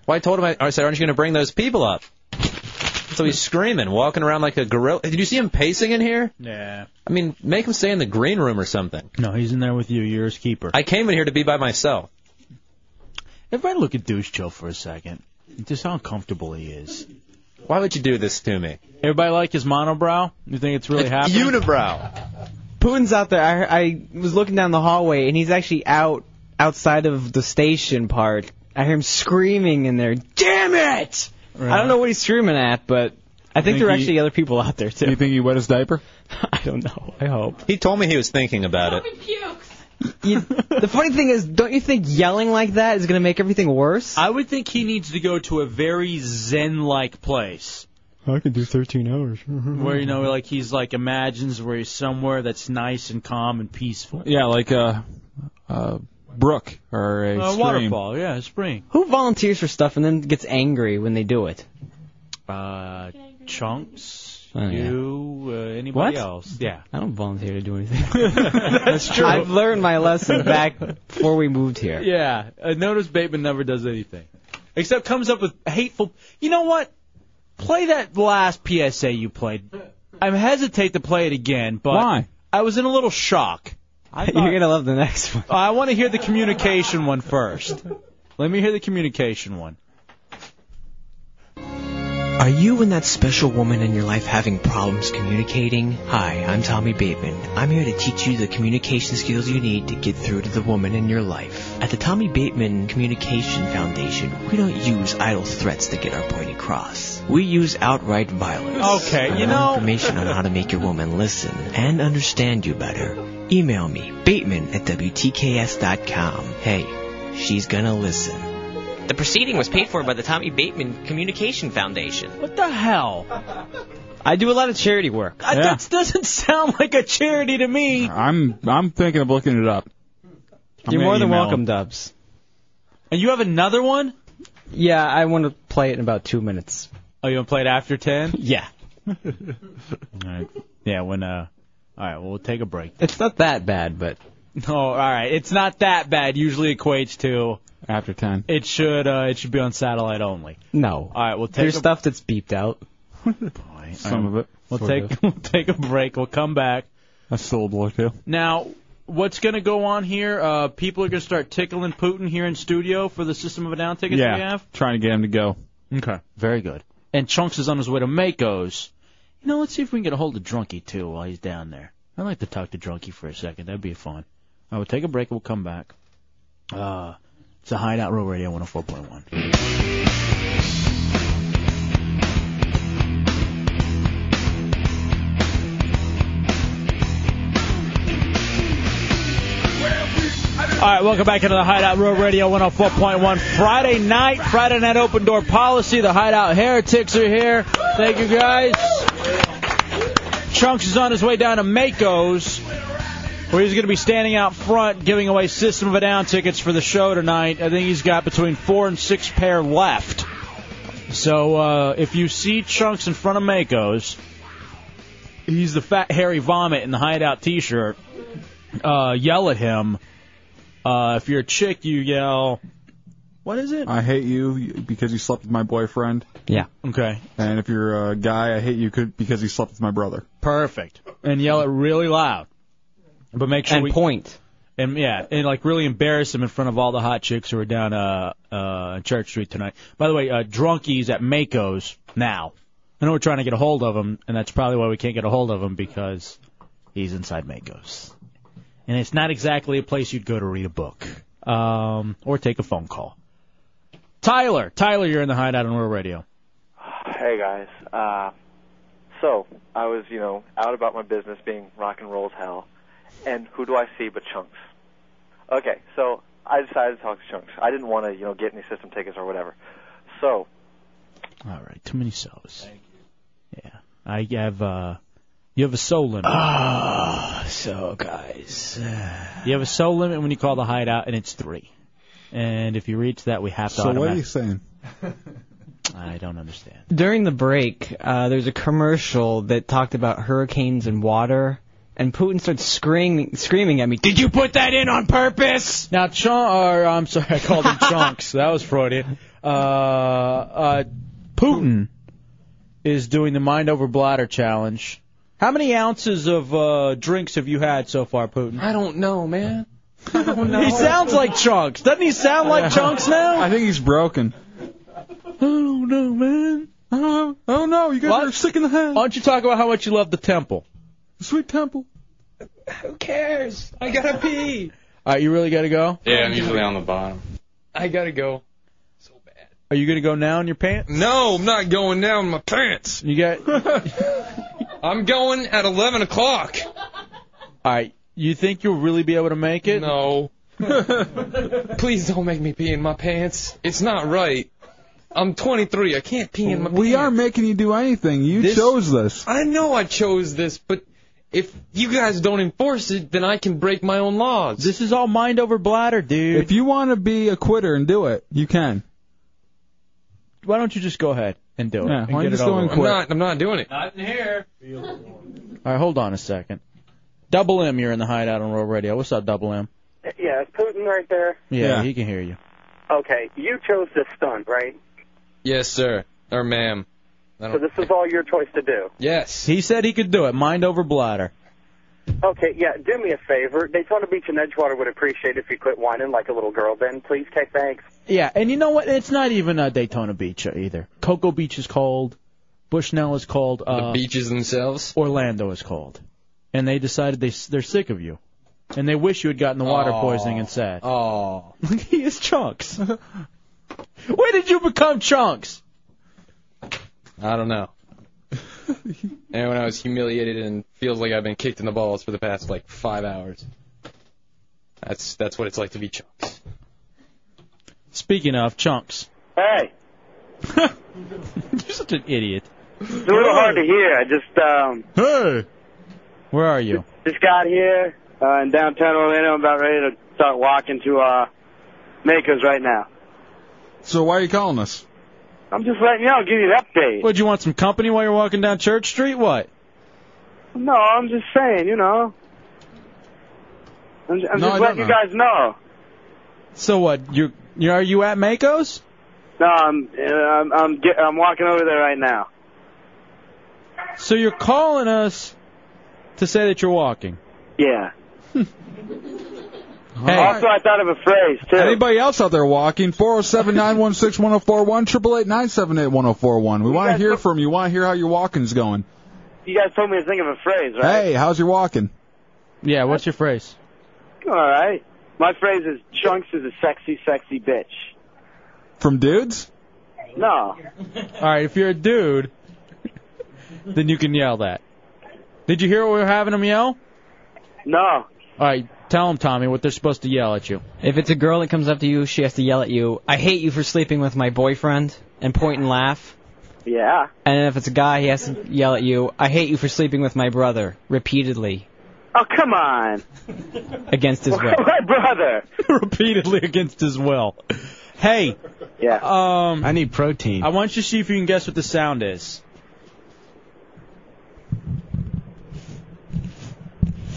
Well, I told him, I, I said, aren't you going to bring those people up? So he's screaming, walking around like a gorilla. Did you see him pacing in here? Yeah. I mean, make him stay in the green room or something. No, he's in there with you. You're his keeper. I came in here to be by myself. If I look at Douche Chill for a second, just how uncomfortable he is. Why would you do this to me? Everybody like his monobrow? You think it's really happening? Unibrow. Putin's out there. I, I was looking down the hallway, and he's actually out outside of the station part. I hear him screaming in there. Damn it! I don't know what he's screaming at, but I think, Think there are he- actually other people out there too. You think he wet his diaper? I don't know. I hope. He told me he was thinking about it. You, the funny thing is, don't you think yelling like that is going to make everything worse? I would think he needs to go to a very zen-like place I can do 13 hours. where you know, like he's like imagines where he's somewhere that's nice and calm and peaceful. Yeah, like uh, a, a brook Uh, or a A stream. uh, waterfall, yeah, a spring. Who volunteers for stuff and then gets angry when they do it? Uh, chunks, Oh, yeah. you, uh, anybody What? else? Yeah. I don't volunteer to do anything. that's true. I've learned my lesson back before we moved here. Yeah, uh, notice Bateman never does anything except comes up with hateful. You know what? Play that last PSA you played. I'm hesitate to play it again, but Why? I was in a little shock. I thought- You're gonna love the next one. I want to hear the communication one first. Let me hear the communication one. Are you and that special woman in your life having problems communicating? Hi, I'm Tommy Bateman. I'm here to teach you the communication skills you need to get through to the woman in your life. At the Tommy Bateman Communication Foundation, we don't use idle threats to get our point across. We use outright violence. Okay, For you more know- information on how to make your woman listen and understand you better, email me, bateman at WTKS.com. Hey, she's gonna listen. The proceeding was paid for by the Tommy Bateman Communication Foundation. What the hell? I do a lot of charity work. I- That doesn't sound like a charity to me. I'm I'm thinking of looking it up. I'm You're gonna more than email welcome, him. Dubs. And you have another one? Yeah, I want to play it in about two minutes. Oh, you want to play it after ten? Yeah. All right. Yeah, when uh. All right, well, we'll take a break. It's not that bad, but No, all right. It's not that bad. Usually equates to after ten. It should uh, it should be on satellite only. no. All right, we'll take There's a, stuff that's beeped out. Some of it. We'll Sort take of. we'll take a break. We'll come back. That's still a blow too. Now, what's going to go on here? Uh, people are going to start tickling Putin here in studio for the System of a Down tickets we Yeah, have. trying to get him to go. Okay, very good. And Chunks is on his way to Mako's. You know, let's see if we can get a hold of Drunky too while he's down there. I'd like to talk to Drunky for a second. That'd be fun. I will take a break. We'll come back. Uh, it's a Hideout Row Radio 104.1. All right, welcome back into the Hideout Road Radio 104.1 Friday night, Friday night open door policy. The Hideout Heretics are here. Thank you guys. Chunks is on his way down to Mako's, where he's going to be standing out front giving away System of a Down tickets for the show tonight. I think he's got between four and six pair left. So uh, if you see Chunks in front of Mako's, he's the fat hairy vomit in the Hideout T-shirt. Uh, yell at him. Uh, if you're a chick, you yell. What is it? I hate you because you slept with my boyfriend. Yeah. Okay. And if you're a guy, I hate you could- because you slept with my brother. Perfect. And yell it really loud. But make sure And we point. And yeah, and like really embarrass him in front of all the hot chicks who are down uh uh Church Street tonight. By the way, uh, drunkies at Mako's now. I know we're trying to get a hold of him, and that's probably why we can't get a hold of him because he's inside Mako's, and it's not exactly a place you'd go to read a book um or take a phone call. Tyler, Tyler, you're in the hideout on Real Radio. Hey guys. Uh, so I was, you know, out about my business being rock and roll as hell, and who do I see but Chunks? Okay, so I decided to talk to Chunks. I didn't want to, you know, get any system tickets or whatever. So All right, too many so's. Thank you. Yeah, I have. uh You have a so limit. Ah, so guys. You have a so limit when you call the hideout, and it's three. And if you reach that, we have to. So what are you saying? I don't understand. During the break, uh, there's a commercial that talked about hurricanes and water, and Putin starts screaming, screaming at me. Did you put that in on purpose? Now, Chon, or I'm sorry, I called him Chunks. That was Freudian. Uh, uh, Putin is doing the Mind Over Bladder challenge. How many ounces of uh, drinks have you had so far, Putin? I don't know, man. He sounds like Chunks. Doesn't he sound like Chunks now? I think he's broken. Oh no, man. Oh, oh no, you guys What? are sick in the head. Why don't you talk about how much you love the temple? Sweet temple. Who cares? I gotta pee. All right, you really got to go? Yeah, I'm usually on the bottom. I gotta go. Are you going to go now in your pants? No, I'm not going down in my pants. You got. I'm going at 11 o'clock. All right, you think you'll really be able to make it? No. Please don't make me pee in my pants. It's not right. I'm 23. I can't pee in my We pants. aren't making you do anything. You chose this. I know I chose this, but if you guys don't enforce it, then I can break my own laws. This is all mind over bladder, dude. If you want to be a quitter and do it, you can. Why don't you just go ahead and do it? Yeah, and why don't get you just it go over and with? quit? I'm not doing it. Not in here. All right, hold on a second. Double M, you're in the hideout on Roll Radio. What's up, Double M? Yeah, it's Putin right there. Yeah, Yeah. he can hear you. Okay, you chose this stunt, right? Yes, sir. Or ma'am. I So don't... this was all your choice to do. Yes. He said he could do it. Mind over bladder. Okay, yeah, do me a favor. Daytona Beach and Edgewater would appreciate if you quit whining like a little girl, Ben. Please, okay, thanks. Yeah, and you know what? It's not even uh, Daytona Beach either. Cocoa Beach is cold. Bushnell is cold. Uh, beaches themselves. Orlando is cold, and they decided they s- they're sick of you, and they wish you had gotten the water Aw. poisoning instead. Oh. he is chunks. Where did you become chunks? I don't know. and when I was humiliated and feels like I've been kicked in the balls for the past like five hours. That's that's what it's like to be chunks. Speaking of chunks, Hey, you're such an idiot. it's a little hard to hear. I just um Hey, where are you? just got here uh, in downtown Orlando. I'm about ready to start walking to uh Makers right now. So why are you calling us? I'm just letting you know, give you an update. Would you want some company while you're walking down Church Street? What? No, I'm just saying, you know. I'm, I'm No, I just letting don't you guys know. So what? Uh, You you are you at Mako's? No, I'm uh, I'm I'm, get, I'm walking over there right now. So you're calling us to say that you're walking? Yeah. Hey. Also, I thought of a phrase too. Anybody else out there walking? 407 916 1041, 888 978 1041. We want to hear from you. want to hear how your walking's going. You guys told me to think of a phrase, right? Hey, how's your walking? Yeah, what's your phrase? All right. My phrase is Chunks is a sexy, sexy bitch. From dudes? No. All right, if you're a dude, then you can yell that. Did you hear what we were having them yell? No. All right, tell them, Tommy, what they're supposed to yell at you. If it's a girl that comes up to you, she has to yell at you, I hate you for sleeping with my boyfriend, and point and laugh. Yeah. And if it's a guy, he has to yell at you, I hate you for sleeping with my brother, repeatedly, Oh, come on. against his will. my brother. Repeatedly against his will. Hey. Yeah. Um. I need protein. I want you to see if you can guess what the sound is.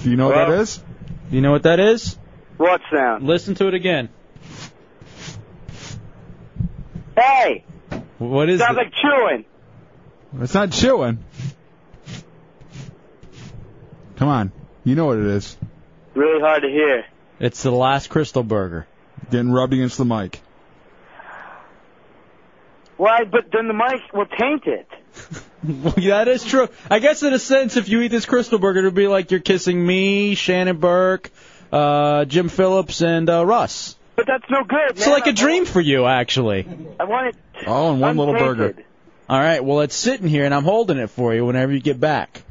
Do you know what that is? Do you know what that is? What sound? Listen to it again. Hey. What is Sounds like chewing. It's not chewing. Come on. You know what it is. Really hard to hear. It's the last Crystal Burger. Getting rubbed against the mic. Why? But then the mic will taint it. that is true. I guess in a sense, if you eat this Crystal Burger, it'd be like you're kissing me, Shannon Burke, uh, Jim Phillips, and uh, Russ. But that's no good. It's like a dream for you, actually. I want it. Oh, and one little Untainted. burger. All right. Well, it's sitting here, and I'm holding it for you whenever you get back.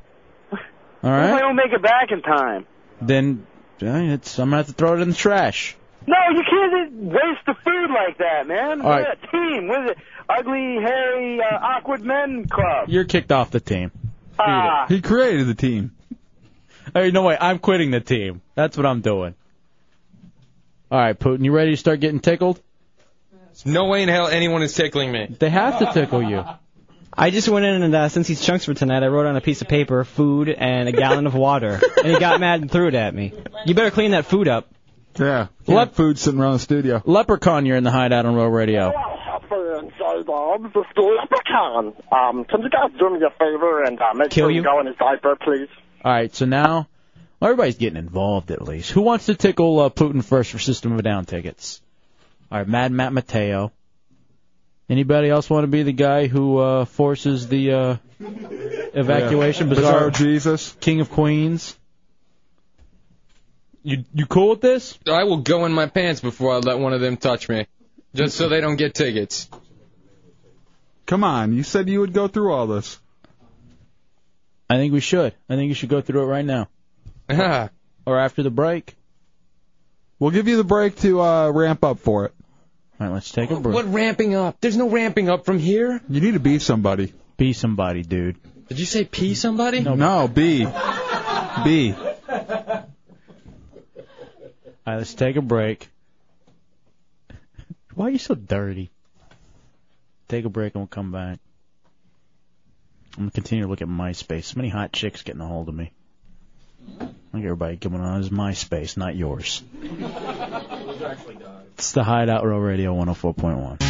All What If I right. don't make it back in time. Then uh, it's, I'm gonna have to throw it in the trash. No, you can't waste the food like that, man. All We're right. a team. We're the ugly, hairy, uh, awkward men club. You're kicked off the team. Ah. He created the team. Hey, no way. I'm quitting the team. That's what I'm doing. All right, Putin, you ready to start getting tickled? No way in hell anyone is tickling me. They have to tickle you. I just went in and uh, since he's chunks for tonight, I wrote on a piece of paper food and a gallon of water, and he got mad and threw it at me. You better clean that food up. Yeah. Lep- food sitting around the studio. Leprechaun, you're in the hideout on Row Radio. and so Bob, this is the leprechaun. Um, can you guys do me a favor and uh, make Kill sure you? you go in his diaper, please? All right, so now well, everybody's getting involved at least. Who wants to tickle uh, Putin first for System of a Down tickets? All right, Mad Matt Mateo. Anybody else want to be the guy who uh, forces the uh, evacuation? Yeah. Bizarre, Bizarro Jesus. King of Queens. You you cool with this? I will go in my pants before I let one of them touch me, just so they don't get tickets. Come on, you said you would go through all this. I think we should. I think you should go through it right now. or after the break. We'll give you the break to uh, ramp up for it. All right, let's take a break. What ramping up? There's no ramping up from here. You need to be somebody. Be somebody, dude. Did you say pee somebody? No, no be. be. All right, let's take a break. Why are you so dirty? Take a break and we'll come back. I'm gonna continue to look at MySpace. So many hot chicks getting a hold of me. Look at everybody coming on. It's MySpace, not yours. It's the Hideout Row Radio 104.1.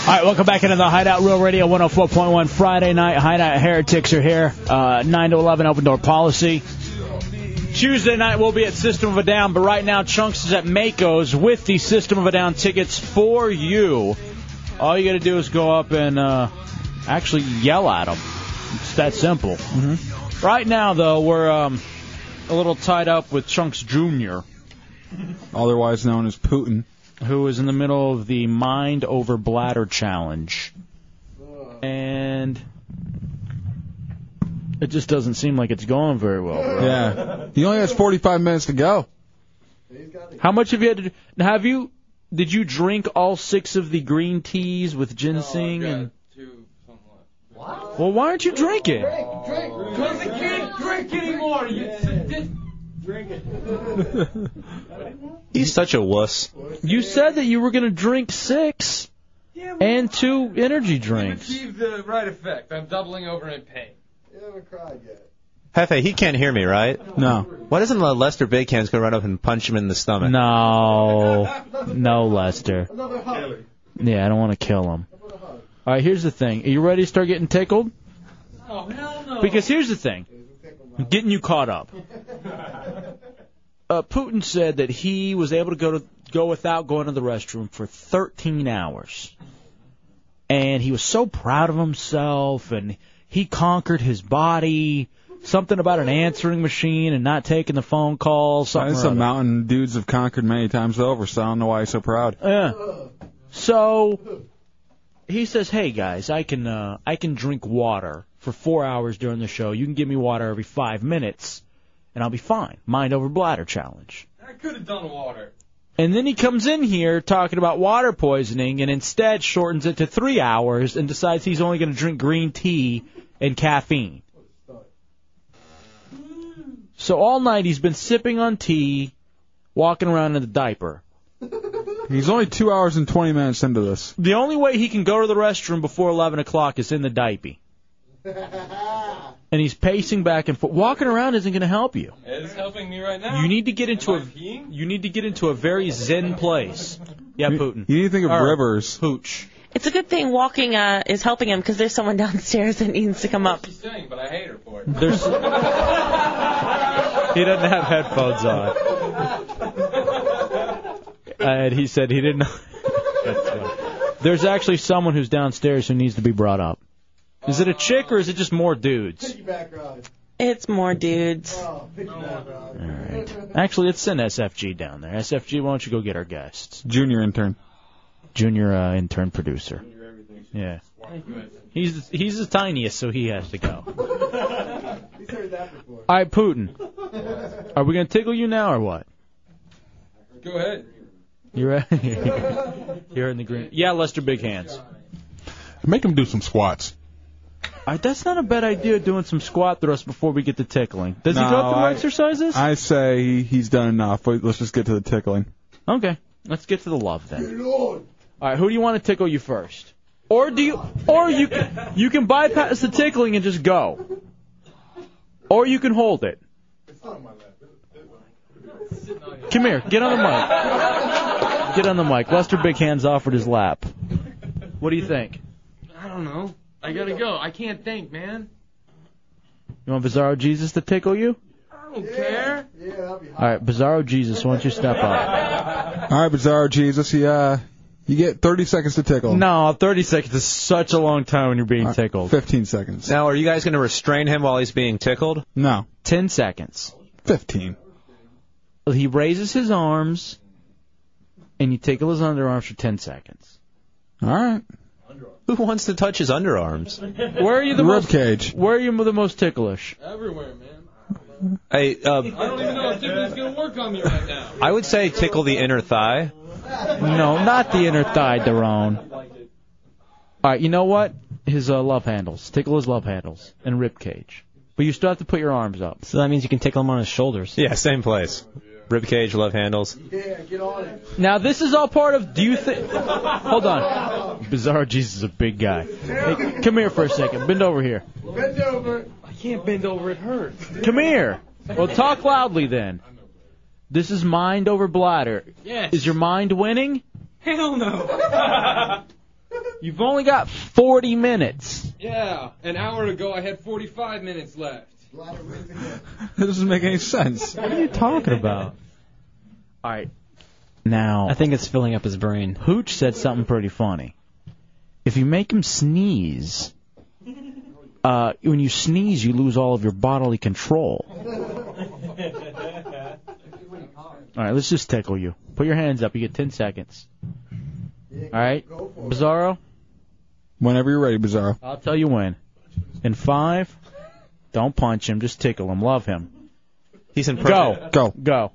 All right, welcome back into the Hideout Real Radio 104.1 Friday night. Hideout Heretics are here. Uh, 9 to 11 open door policy. Tuesday night we'll be at System of a Down, but right now Chunks is at Mako's with the System of a Down tickets for you. All you got to do is go up and uh, actually yell at them. It's that simple. Mm-hmm. Right now, though, we're um, a little tied up with Chunks Jr., Otherwise known as Putin. who is in the middle of the Mind Over Bladder Challenge. And it just doesn't seem like it's going very well. Bro. Yeah. He only has 45 minutes to go. How much have you had to? Have you? Did you drink all six of the green teas with ginseng and? Well, why aren't you drinking? Because I can't drink anymore. You drink it. He's such a wuss. You said that you were going to drink six and two energy drinks. Achieve the right effect. I'm doubling over in pain. You haven't cried yet. Hefe, he can't hear me, right? No. Why doesn't Le- Lester Big Hands go run up and punch him in the stomach? No, no, Lester. Another hug. Yeah, I don't want to kill him. All right, here's the thing. Are you ready to start getting tickled? Oh, hell no. Because here's the thing. I'm getting you caught up. Uh, Putin said that he was able to go to go without going to the restroom for 13 hours, and he was so proud of himself, and he conquered his body. Something about an answering machine and not taking the phone call. Something. That's or a other. mountain dudes have conquered many times over, so I don't know why he's so proud. Yeah. Uh, So he says, "Hey guys, I can uh, I can drink water for four hours during the show. You can give me water every five minutes, and I'll be fine. Mind over bladder challenge." I could have done water. And then he comes in here talking about water poisoning, and instead shortens it to three hours, and decides he's only going to drink green tea and caffeine. So all night he's been sipping on tea, walking around in a diaper. He's only two hours and 20 minutes into this. The only way he can go to the restroom before 11 o'clock is in the diaper. and he's pacing back and forth. Walking around isn't going to help you. It's helping me right now. You need to get into a you need to get into a very zen place. Yeah, Putin. You need to think of Or rivers. Hooch. It's a good thing walking uh, is helping him because there's someone downstairs that needs to come up. Saying, but I hate her for it. There's He doesn't have headphones on. and he said he didn't know. There's actually someone who's downstairs who needs to be brought up. Is it a chick or is it just more dudes? It's more dudes. Actually, let's send SFG down there. SFG, why don't you go get our guests? Junior intern. Junior uh, intern producer. Yeah. He's he's the tiniest, so he has to go. All right, Putin. Are we gonna tickle you now or what? Go ahead. You ready? You're in the green. Yeah, Lester, big hands. Make him do some squats. All right, that's not a bad idea. Doing some squat thrusts before we get to tickling. Does he go No, through I- exercises? I say he- he's done enough. Wait, Let's just get to the tickling. Okay, let's get to the love then. All right, who do you want to tickle you first? Or do you, or you can, you can bypass the tickling and just go. Or you can hold it. Come here, get on the mic. Get on the mic. Lester Big Hands offered his lap. What do you think? I don't know. I gotta go. I can't think, man. You want Bizarro Jesus to tickle you? I don't care. Yeah, that'll be All right, Bizarro Jesus, why don't you step up? All right, Bizarro Jesus. Yeah, you get 30 seconds to tickle. No, 30 seconds is such a long time when you're being tickled. 15 seconds. Now, are you guys going to restrain him while he's being tickled? No. 10 seconds. 15. He raises his arms, and you tickle his underarms for 10 seconds. All right. Who wants to touch his underarms? Where are you the Rib most cage. Where are you the most ticklish? Everywhere, man. Hey, I uh, don't even know if Tiffany's gonna work on me right now. I would say tickle the inner thigh. No, not the inner thigh, Daron. All right, you know what? His uh, love handles. Tickle his love handles and rib cage. But you still have to put your arms up. So that means you can tickle him on his shoulders. Yeah, same place. Rib cage, love handles. Now this is all part of. Do you think? Hold on. Bizarro Jesus is a big guy. Hey, come here for a second. Bend over here. Bend over. I can't bend over. It hurts. Come here. Well, talk loudly then. This is mind over bladder. Yes. Is your mind winning? Hell no. You've only got 40 minutes. Yeah, an hour ago I had 45 minutes left. That doesn't make any sense. What are you talking about? All right. Now. I think it's filling up his brain. Hooch said something pretty funny. If you make him sneeze, uh, when you sneeze, you lose all of your bodily control. All right, let's just tickle you. Put your hands up. You get 10 seconds. All right, Bizarro. Whenever you're ready, Bizarro. I'll tell you when. In five, don't punch him. Just tickle him. Love him. He's in Go. prison. Go. Go.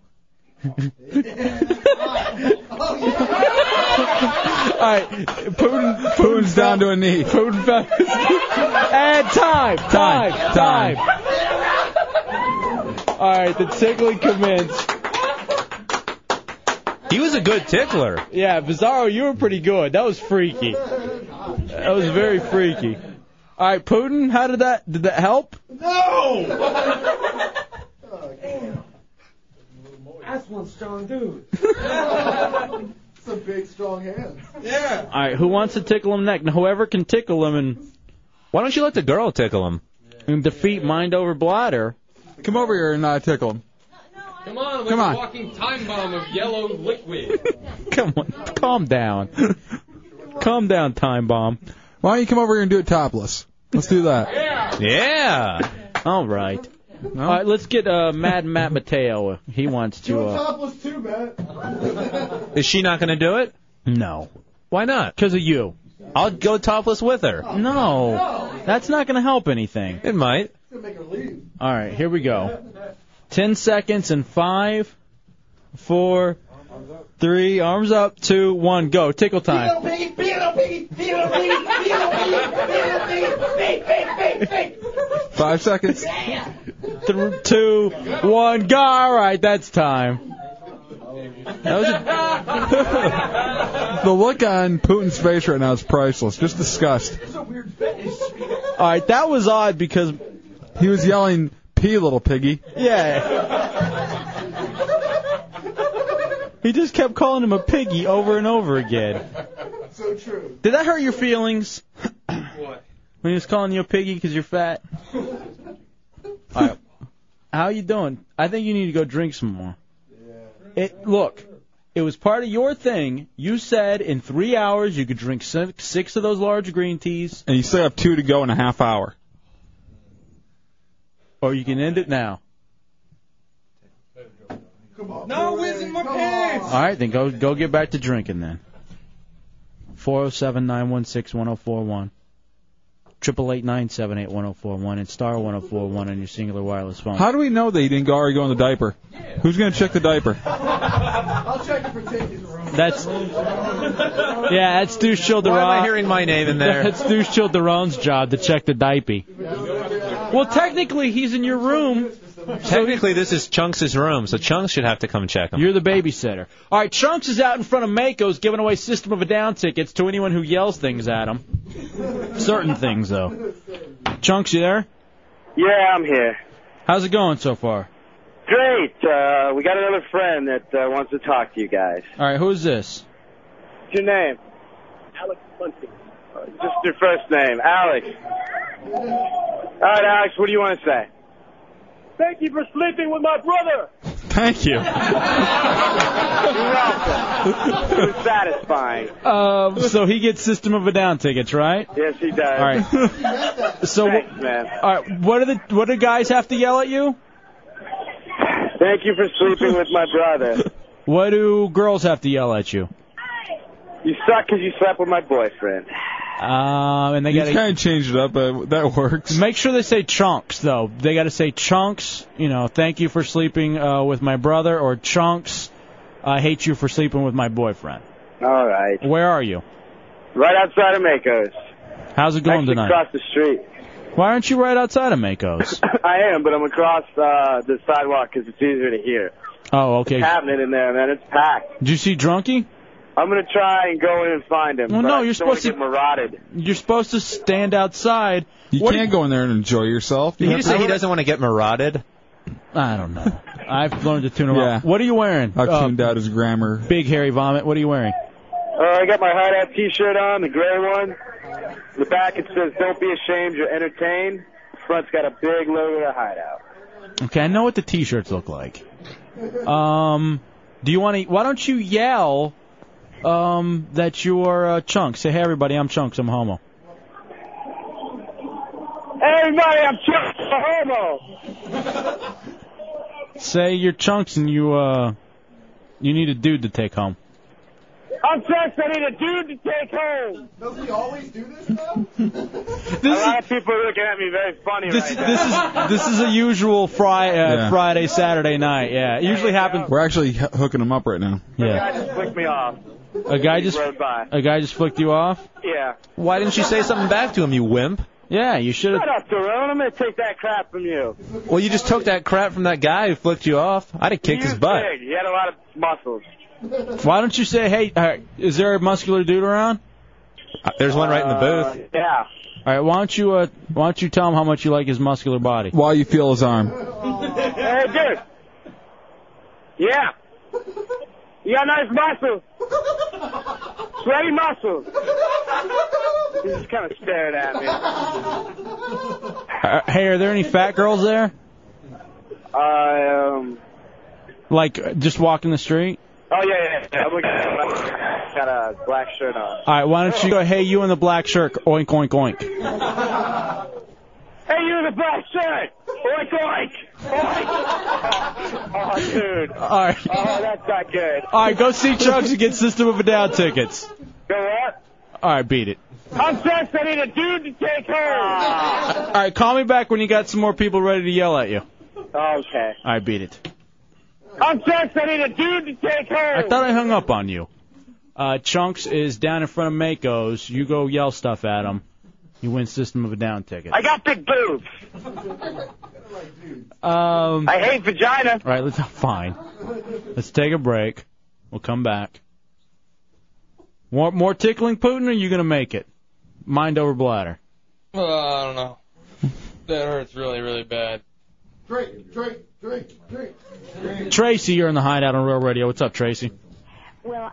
All right, Putin. Putin's down to a knee. Putin found. and time, time, time. All right, the tickling commenced. He was a good tickler. Yeah, Bizarro, you were pretty good. That was freaky. That was very freaky. All right, Putin, how did that? Did that help? No. That's one strong dude. it's a big, strong hand. Yeah. All right, who wants to tickle him next? Now, whoever can tickle him and Why don't you let the girl tickle him? and defeat mind over bladder. Come over here and uh, tickle him. Come on, like Come on. a walking time bomb of yellow liquid. Come on, calm down. calm down, time bomb. Why don't you come over here and do it topless? Let's do that. Yeah. All right. All right, let's get uh, Mad Matt Mateo. He wants to. Uh, Topless too, Matt. Is she not going to do it? No. Why not? Because of you. I'll go topless with her. no, that's not going to help anything. It might. All right, here we go. Ten seconds and five, four, three, arms up, two, one, go. Tickle time. Five seconds. Th- two, one, go. All right, that's time. That was The look on Putin's face right now is priceless. Just disgust. All right, that was odd because He was yelling, "Pee, little piggy." Yeah. He just kept calling him a piggy over and over again. So true. Did that hurt your feelings? When he was calling you a piggy 'cause you're fat? How you doing? I think you need to go drink some more. It look, it was part of your thing. You said in three hours you could drink six, six of those large green teas, And you still have two to go in a half hour. or you can end it now. No whiz in my pants. All right, then go go get back to drinking then. Four zero seven nine one six one oh zero four one. Triple eight nine seven eight one zero four one and star one zero four one on your singular wireless phone. How do we know that he didn't go already go in the diaper? Who's gonna check the diaper? I'll check it for taking That's yeah, that's Deuce Childeron. Why am I hearing my name in there? That's Deuce Childeron's job to check the diaper. Well, technically he's in your room. Technically, this is Chunks' room, so Chunks should have to come check him. You're the babysitter. All right, Trunks is out in front of Mako's giving away System of a Down tickets to anyone who yells things at him. Certain things though. Chunks, you there? Yeah, I'm here. How's it going so far? Great. Uh, we got another friend that uh, wants to talk to you guys. All right, who's this? What's your name? Uh, Alex Bunting. Just your first name, Alex. All right, Alex, what do you want to say? Thank you for sleeping with my brother. Thank you. It was satisfying. Um, so he gets System of a Down tickets, right? Yes, he does. All right. so, Thanks, man. all right, what do the what do guys have to yell at you? Thank you for sleeping with my brother. What do girls have to yell at you? You suck 'cause you slept with my boyfriend. Um, and they You got kind of changed it up, but that works. Make sure they say chunks though. They got to say chunks. You know, thank you for sleeping uh, with my brother, or chunks. I hate you for sleeping with my boyfriend. All right. Where are you? Right outside of Mako's. How's it going Actually, tonight? across the street. Why aren't you right outside of Mako's? I am, but I'm across uh, the sidewalk 'cause it's easier to hear. Oh, okay. It's happening in there, man. It's packed. Did you see Drunky? I'm gonna try and go in and find him. Well, but no, I you're just don't wanna supposed to- get marauded. You're supposed to stand outside. You can't go in there and enjoy yourself. Did he just say he doesn't want to get marauded? I don't know. I've learned to tune him out. What are you wearing? Uh, I've tuned out his grammar. Big hairy vomit. What are you wearing? Uh, I got my hard hat T-shirt on, the gray one. In the back it says, "Don't be ashamed, you're entertained." The front's got a big logo to hide out. Okay, I know what the T-shirts look like. Um, do you want to? Why don't you yell um, that you are uh, Chunks? Say, hey everybody, I'm Chunks. I'm homo. Everybody, I'm Chuck the homo. Say you're Chunks and you uh, you need a dude to take home. I'm Chuck. I need a dude to take home. Does he always do this though? a lot of people are looking at me very funny This right this now. is this is a usual fri- uh, Yeah. Friday Saturday night. Yeah, it usually happens. We're actually h- hooking him up right now. Yeah, guy just flicked me off. a guy just rode by. a guy just flicked you off. Yeah. Why didn't you say something back to him, you wimp? Yeah, you should Shut up, Darone. I'm gonna take that crap from you. Well, you just took that crap from that guy who flicked you off. I'd have kicked He his was butt. Big. He had a lot of muscles. Why don't you say, hey, uh, is there a muscular dude around? Uh, There's one right in the booth. Yeah. All right, why don't you uh, why don't you tell him how much you like his muscular body? While you feel his arm. Hey, dude. Yeah. You got nice muscles. Sweaty muscles. He's just kind of staring at me. Uh, hey, are there any fat girls there? I, um, Like uh, just walking the street? oh, yeah, yeah, yeah. I'm looking at him. Got a black shirt on. All right, why don't you go? Hey, you in the black shirt? Oink oink oink. Hey, you in the black shirt. Oh, Oink, oink. Oink. Oh, dude. All right. Oh, that's not good. All right, go see Chugs and get System of a Down tickets. Go what? All right, beat it. I'm stressed. I need a dude to take home. Ah. All right, call me back when you got some more people ready to yell at you. Okay. All right, beat it. I'm stressed. I need a dude to take home. I thought I hung up on you. Uh, Chunks is down in front of Mako's. You go yell stuff at him. You win System of a Down ticket. I got big boobs. Um, I hate vagina. All right, let's fine. Let's take a break. We'll come back. Want more tickling Putin, or are you gonna make it? Mind over bladder. Uh, I don't know. That hurts really, really bad. Drink, drink, drink, drink. Tracy, you're in the hideout on Real Radio. What's up, Tracy? Well,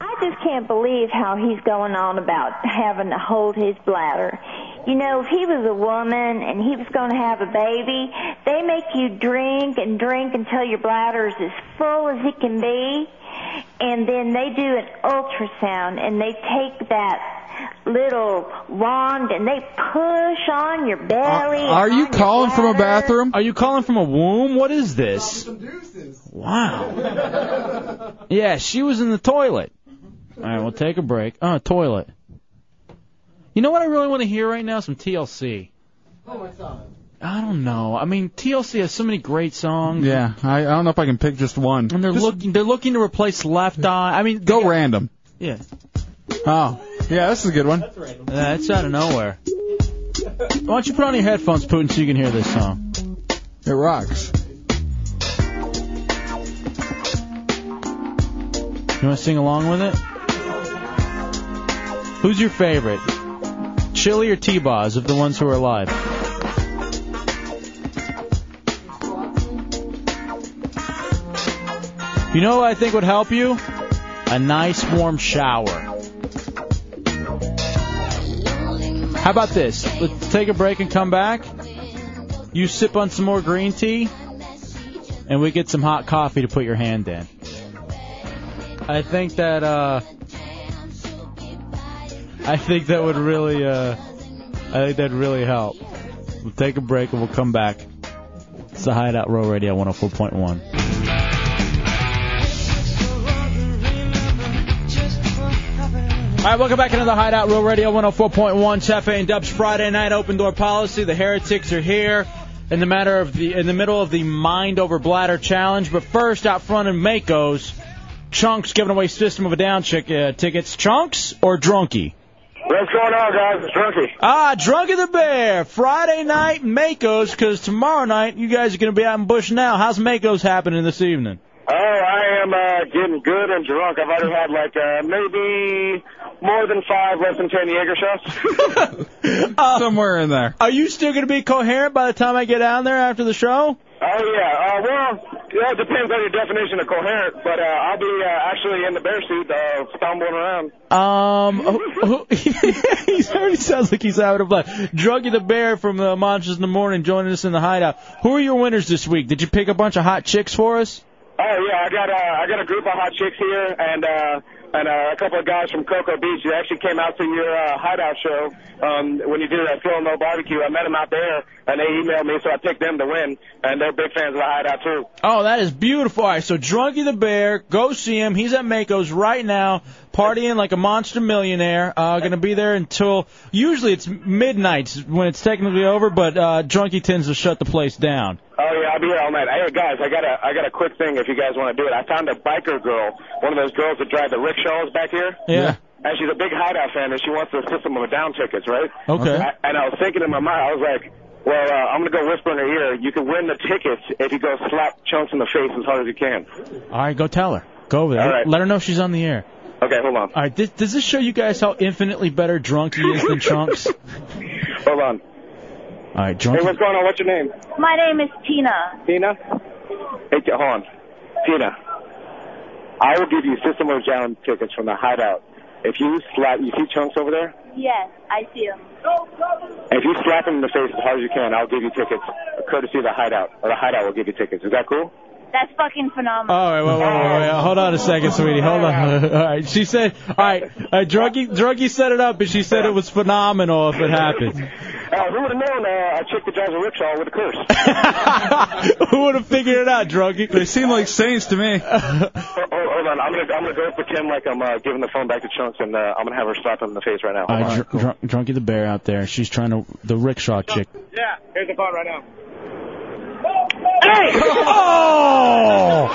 I just can't believe how he's going on about having to hold his bladder. You know, if he was a woman and he was going to have a baby, they make you drink and drink until your bladder is as full as it can be, and then they do an ultrasound and they take that little wand and they push on your belly. Are you calling from a bathroom? Are you calling from a womb? What is this? Wow. Yeah, she was in the toilet. All right, we'll take a break. Uh, toilet. You know what I really want to hear right now? Some TLC. Oh my god. I don't know. I mean, TLC has so many great songs. Yeah, I, I don't know if I can pick just one. And they're looking. They're looking to replace Left Eye. I mean, go random. Yeah. Oh, yeah, this is a good one. That's out of nowhere. Why don't you put on your headphones, Putin, so you can hear this song? It rocks. You want to sing along with it? Who's your favorite? Chili or T-Boz of the ones who are alive? You know what I think would help you? A nice warm shower. How about this? Let's take a break and come back. You sip on some more green tea, and we get some hot coffee to put your hand in. I think that uh, I think that would really uh, I think that'd really help. We'll take a break and we'll come back. It's the Hideout Row Radio 104.1. All right, welcome back into the Hideout Real Radio 104.1, Chefe and Dubs Friday night open door policy. The heretics are here in the matter of the in the middle of the mind over bladder challenge. But first, out front in Mako's, Chunks giving away System of a Down chick, uh, tickets. Chunks or Drunky? What's going on, guys? It's Drunky. Ah, Drunky the Bear Friday night in Mako's because tomorrow night you guys are going to be out in Bush now. How's Mako's happening this evening? Oh, I am uh, getting good and drunk. I've already had like uh, maybe more than five, less than ten Jaeger shots. Somewhere in there. Are you still going to be coherent by the time I get down there after the show? Oh yeah. Uh, well, yeah, it depends on your definition of coherent, but uh, I'll be uh, actually in the bear suit, uh, stumbling around. Um, who, who, he already sounds like he's out of blood. Druggy the Bear from the Monsters in the Morning joining us in the hideout. Who are your winners this week? Did you pick a bunch of hot chicks for us? Oh yeah, I got uh, I got a group of hot chicks here, and uh, and uh, a couple of guys from Cocoa Beach. They actually came out to your uh, hideout show um, when you did that Phil No Barbecue. I met them out there, and they emailed me, so I picked them to win. And they're big fans of the hideout too. Oh, that is beautiful. All right, so Drunky the Bear, go see him. He's at Mako's right now, partying like a monster millionaire. Uh, gonna be there until usually it's midnight when it's technically over, but uh, Drunky tends to shut the place down. Oh yeah, I'll be here all night. Hey guys, I got a I got a quick thing if you guys want to do it. I found a biker girl, one of those girls that drive the rickshaws back here. Yeah. And she's a big hideout fan, and she wants the system of a down tickets, right? Okay. I, and I was thinking in my mind, I was like, well, uh, I'm gonna go whisper in her ear. You can win the tickets if you go slap chunks in the face as hard as you can. All right, go tell her. Go over there. All right. Let her know she's on the air. Okay, hold on. All right, this, does this show you guys how infinitely better drunk he is than Chunks? All Hold on. right, Hey, Drunky. what's going on? What's your name? My name is Tina. Tina? Hey, hold on. Tina, I will give you system of a down tickets from the hideout if you slap. You see chunks over there? Yes, I see him. If you slap him in the face as hard as you can, I'll give you tickets courtesy of the hideout, or the hideout will give you tickets. Is that cool? That's fucking phenomenal. All right, wait, wait, wait, wait, wait. Hold on a second, sweetie. Hold on. All right, she said, all right, uh, Drunky, Drunky set it up, and she said it was phenomenal if it happened. Uh, who would have known uh, a chick that drives a rickshaw with a curse? Who would have figured it out, Drunky? They seem like saints to me. Oh, oh, hold on, I'm gonna I'm gonna go pretend like I'm uh, giving the phone back to Chunks, and uh, I'm gonna have her slap him in the face right now. All right, Dr- Dr- Drunky the bear out there. She's trying to the rickshaw chick. Yeah, here's the phone right now. Hey! Oh!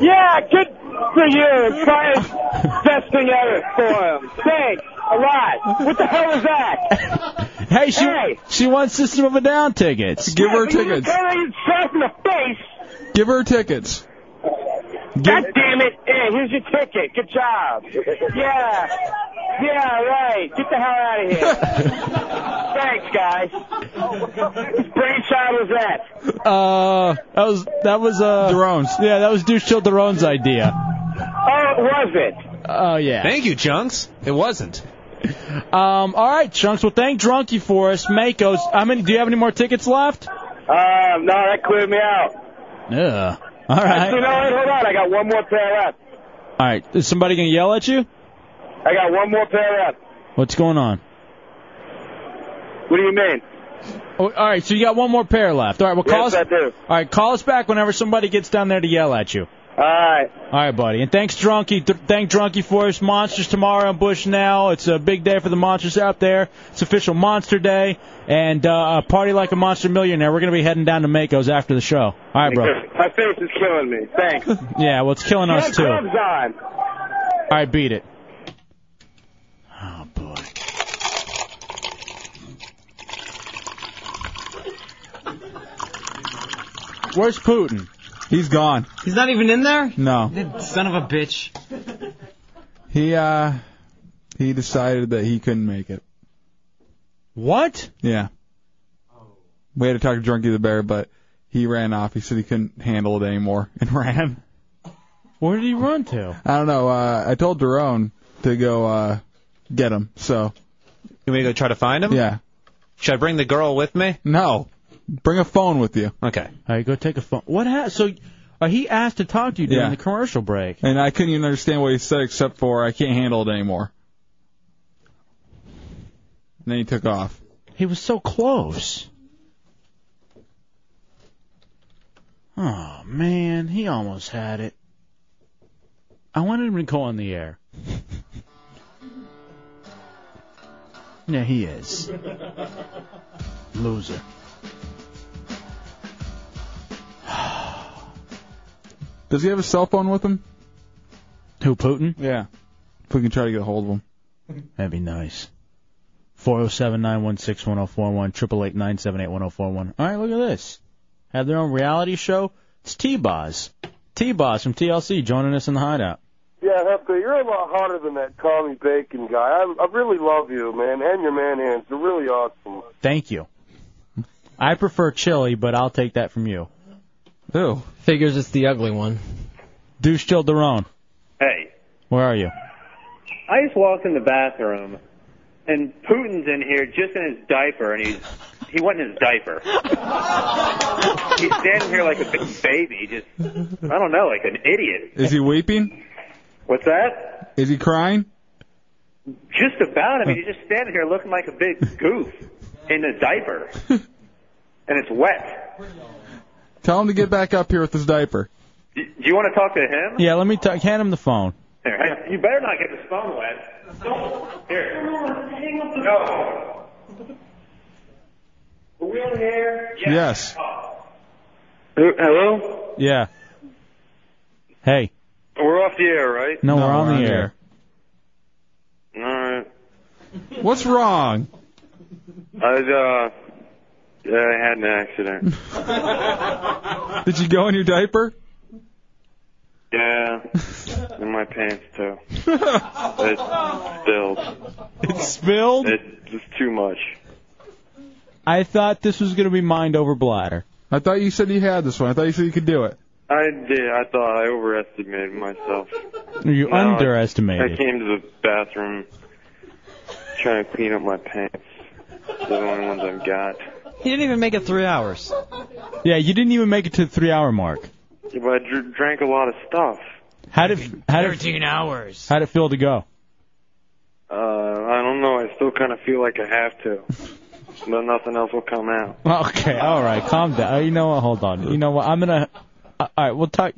Yeah, good for you. Try and best thing ever for him. Thanks a lot. What the hell is that? Hey, she she wants System of a Down tickets. Give her tickets. Slap in the face. Give her tickets. God damn it. Hey, here's your ticket. Good job. Yeah. Yeah, right. Get the hell out of here. Thanks, guys. Whose brainchild was that? Uh, that was that was uh. Darone's. Yeah, that was Douche Chill Darone's idea. Oh, it wasn't. Oh yeah. Thank you, Chunks. It wasn't. Um, all right, Chunks. Well, thank Drunky for us. Mako's. I mean, do you have any more tickets left? Uh, no, that cleared me out. Yeah. All right. Actually, no, wait, hold on. I got one more pair up. All right. Is somebody gonna yell at you? I got one more pair up. What's going on? What do you mean? Oh, all right. So you got one more pair left. All right. Well, call yes, us. I do. All right. Call us back whenever somebody gets down there to yell at you. All right. All right, buddy. And thanks, Drunky. Th- thank Drunky for us. Monsters tomorrow on Bush Now. It's a big day for the monsters out there. It's official Monster Day. And uh, party like a monster millionaire. We're going to be heading down to Mako's after the show. All right, bro. My face is killing me. Thanks. Yeah, well, it's killing us, Get too. gloves on. All right, beat it. Oh, boy. Where's Putin? He's gone. He's not even in there? No. Son of a bitch. He uh he decided that he couldn't make it. What? Yeah. We had to talk to Drunky the Bear, but he ran off. He said he couldn't handle it anymore and ran. Where did he run to? I don't know. Uh, I told Daron to go uh, get him. So You want me to go try to find him? Yeah. Should I bring the girl with me? No. Bring a phone with you. Okay. All right, go take a phone. What happened? So uh, he asked to talk to you during Yeah. the commercial break. And I couldn't even understand what he said except for I can't handle it anymore. And then he took off. He was so close. Oh man, he almost had it. I wanted him to go on the air. yeah, he is. Loser. Does he have a cell phone with him? Who, Putin? Yeah. If we can try to get a hold of him. That'd be nice. 407 916 1041, 888 978 1041. All right, look at this. Have their own reality show. It's T Boz. T Boz from TLC joining us in the hideout. Yeah, Hefka, you're a lot hotter than that Tommy Bacon guy. I, I really love you, man, and your man hands. They're really awesome. Thank you. I prefer chili, but I'll take that from you. Ew. Figures it's the ugly one. Douche Chill Daron, Hey, where are you? I just walked in the bathroom, and Putin's in here just in his diaper, and he's he wasn't his diaper. he's standing here like a big baby, just I don't know, like an idiot. Is he weeping? What's that? Is he crying? Just about. I mean, he's just standing here looking like a big goof in a diaper, and it's wet. Tell him to get back up here with his diaper. Do do you want to talk to him? Yeah, let me t- hand him the phone. Here, hang- you better not get this phone wet. Don't. Here. No. Are we on air? Yes. Hello? Yeah. Hey. We're off the air, right? No, we're on the air. All right. What's wrong? I uh, I had an accident. Did you go in your diaper? yeah, in my pants too. It spilled. It spilled. It was too much. I thought this was going to be mind over bladder. I thought you said you had this one. I thought you said you could do it. I did. I thought I overestimated myself. You No, I- I underestimated. came to the bathroom trying to clean up my pants. They're the only ones I've got. He didn't even make it three hours. Yeah, you didn't even make it to the three hour mark. Yeah, but I dr- drank a lot of stuff. How did how did hours. how did it feel to go? Uh, I don't know. I still kind of feel like I have to, but nothing else will come out. Okay, all right, calm down. Uh, You know what? Hold on. You know what? I'm gonna. uh, All right, we'll talk.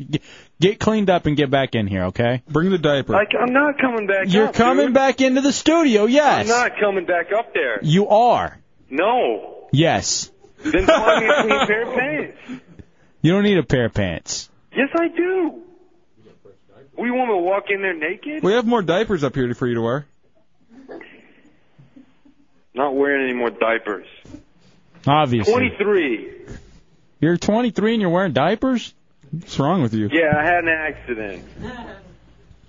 Get cleaned up and get back in here, okay? Bring the diaper. Like I'm not coming back. You're up, coming dude. back into the studio, yes. I'm not coming back up there. You are. No. Yes. Then buy me a clean pair of pants. You don't need a pair of pants. Yes, I do. We want me to walk in there naked? We have more diapers up here for you to wear. Not wearing any more diapers. Obviously. 23. You're 23 and you're wearing diapers? What's wrong with you? Yeah, I had an accident.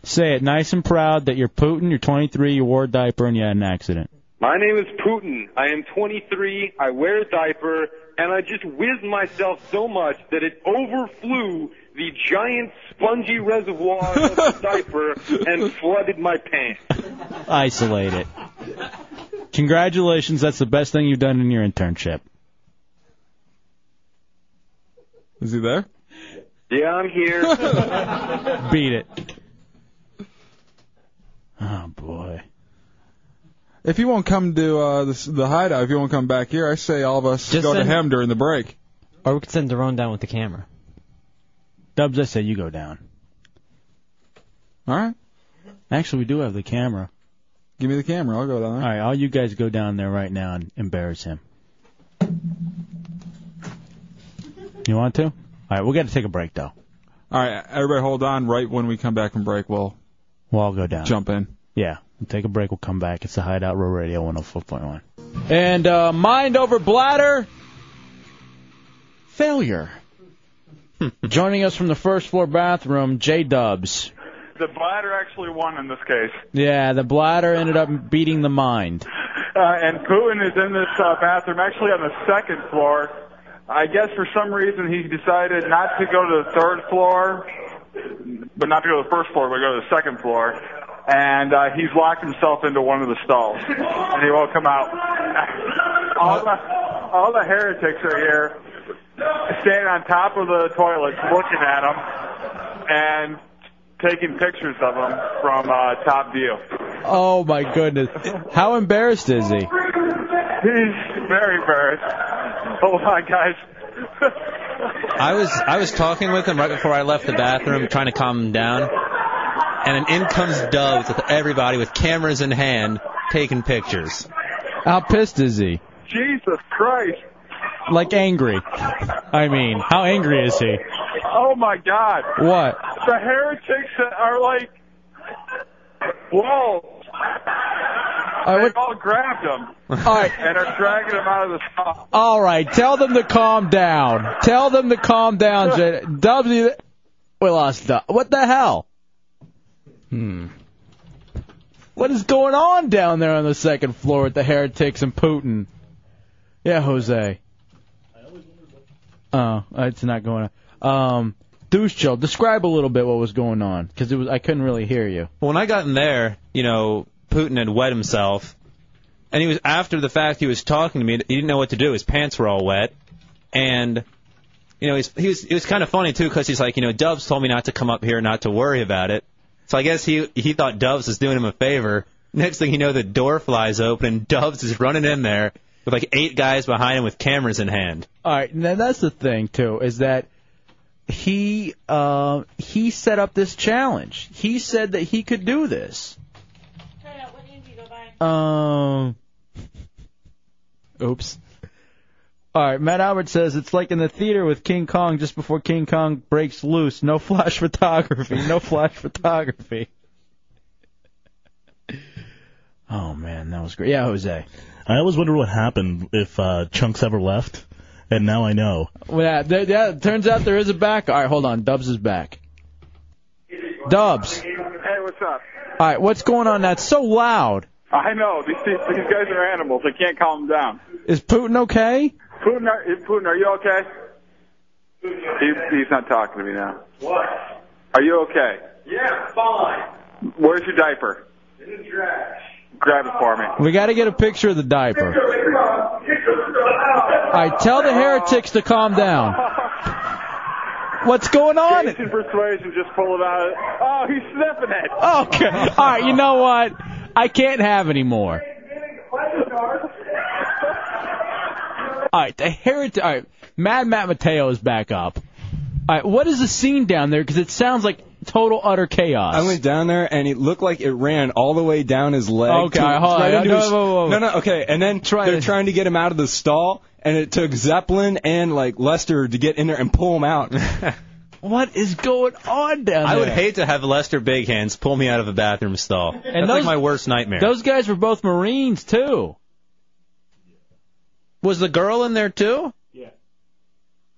Say it nice and proud that you're Putin, you're 23, you wore a diaper, and you had an accident. My name is Putin. I am 23. I wear a diaper, and I just whizzed myself so much that it overflew the giant spongy reservoir of the diaper and flooded my pants. Isolate it. Congratulations, that's the best thing you've done in your internship. Is he there? Yeah, I'm here. Beat it. Oh boy. If you won't come to uh, the, the hideout, if you won't come back here, I say all of us Just go to send- him during the break. Or we could send Daron down with the camera. Dubs, I say you go down. All right. Actually, we do have the camera. Give me the camera. I'll go down there. All right, all you guys go down there right now and embarrass him. You want to? All right, we got to take a break though. All right, everybody, hold on. Right when we come back from break, we'll we'll all go down. Jump in. Yeah, we'll take a break. We'll come back. It's the Hideout Row Radio 104.1. And uh, mind over bladder failure. Joining us from the first floor bathroom, J Dubs. The bladder actually won in this case. Yeah, the bladder ended up beating the mind. Uh, and Putin is in this uh, bathroom, actually on the second floor. I guess for some reason he decided not to go to the third floor, but not to go to the first floor, but go to the second floor. And uh, he's locked himself into one of the stalls, and he won't come out. all, the, all the heretics are here, standing on top of the toilets, looking at him, and taking pictures of him from uh, top view. Oh my goodness! How embarrassed is he? He's very embarrassed. Oh, Hold on, guys. I was I was talking with him right before I left the bathroom, trying to calm him down, and in comes Dubs with everybody with cameras in hand taking pictures. How pissed is he? Jesus Christ. Like angry. I mean, how angry is he? Oh my God. What? The heretics are like, whoa. They've all grabbed him and are dragging him out of the stall. All right, tell them to calm down. Tell them to calm down, J. Dubs. you- We lost Dubs. What the hell? Hmm. What is going on down there on the second floor with the heretics and Putin? Yeah, Jose. Oh, it's not going on. Um, Deuce Joe, describe a little bit what was going on because it was I couldn't really hear you. When I got in there, you know, Putin had wet himself, and he was after the fact he was talking to me. He didn't know what to do. His pants were all wet, and you know, he's, he was it was kind of funny too because he's like, you know, Doves told me not to come up here, not to worry about it. So I guess he he thought Doves was doing him a favor. Next thing you know, the door flies open and Doves is running in there with like eight guys behind him with cameras in hand. All right, now that's the thing too is that he uh, he set up this challenge. He said that he could do this. Um. Oops. All right, Matt Albert says it's like in the theater with King Kong just before King Kong breaks loose. No flash photography. No flash photography. Oh man, that was great. Yeah, Jose. I always wonder what happened if uh, Chunks ever left, and now I know. Well, yeah, there, yeah, it turns out there is a back. All right, hold on. Dubs is back. Dubs. Hey, what's up? All right, what's going on? That's so loud. I know. These, these, these guys are animals. I can't calm them down. Is Putin okay? Putin, are, eh, Putin, are you okay? He, he's not talking to me now. What? Are you okay? Yeah, fine. Where's your diaper? It's trash. Grab it for me. We got to get a picture of the diaper. All right, tell the heretics to calm down. What's going on? Jason Persuasion just pulled it out. Oh, he's sniffing it. Okay. All right, you know what? I can't have any more. All right, the heretic. All right, Mad Matt Mateo is back up. All right, what is the scene down there? Because it sounds like total utter chaos. I went down there and it looked like it ran all the way down his leg. Okay, to- hold on. right into No, his- whoa, whoa, whoa. no, no, okay. And then they're trying to get him out of the stall, and it took Zeppelin and like Lester to get in there and pull him out. What is going on down I would there? hate to have Lester Big Hands pull me out of a bathroom stall. That's those- like my worst nightmare. Those guys were both Marines too. Was the girl in there too? Yeah.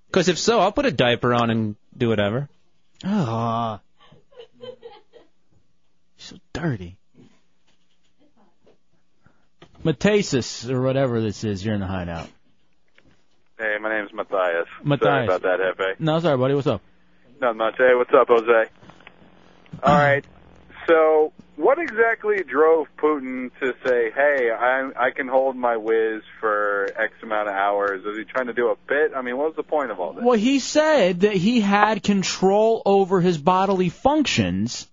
Because if so, I'll put a diaper on and do whatever. Ah, so dirty. Matasis or whatever this is, you're in the hideout. Hey, my name's Matthias. Matthias. Sorry about that, Hefe. No, sorry, buddy. What's up? Not much. Hey, what's up, Jose? All right. So, what exactly drove Putin to say, "Hey, I I can hold my whiz for X amount of hours"? Is he trying to do a bit? I mean, what was the point of all this? Well, he said that he had control over his bodily functions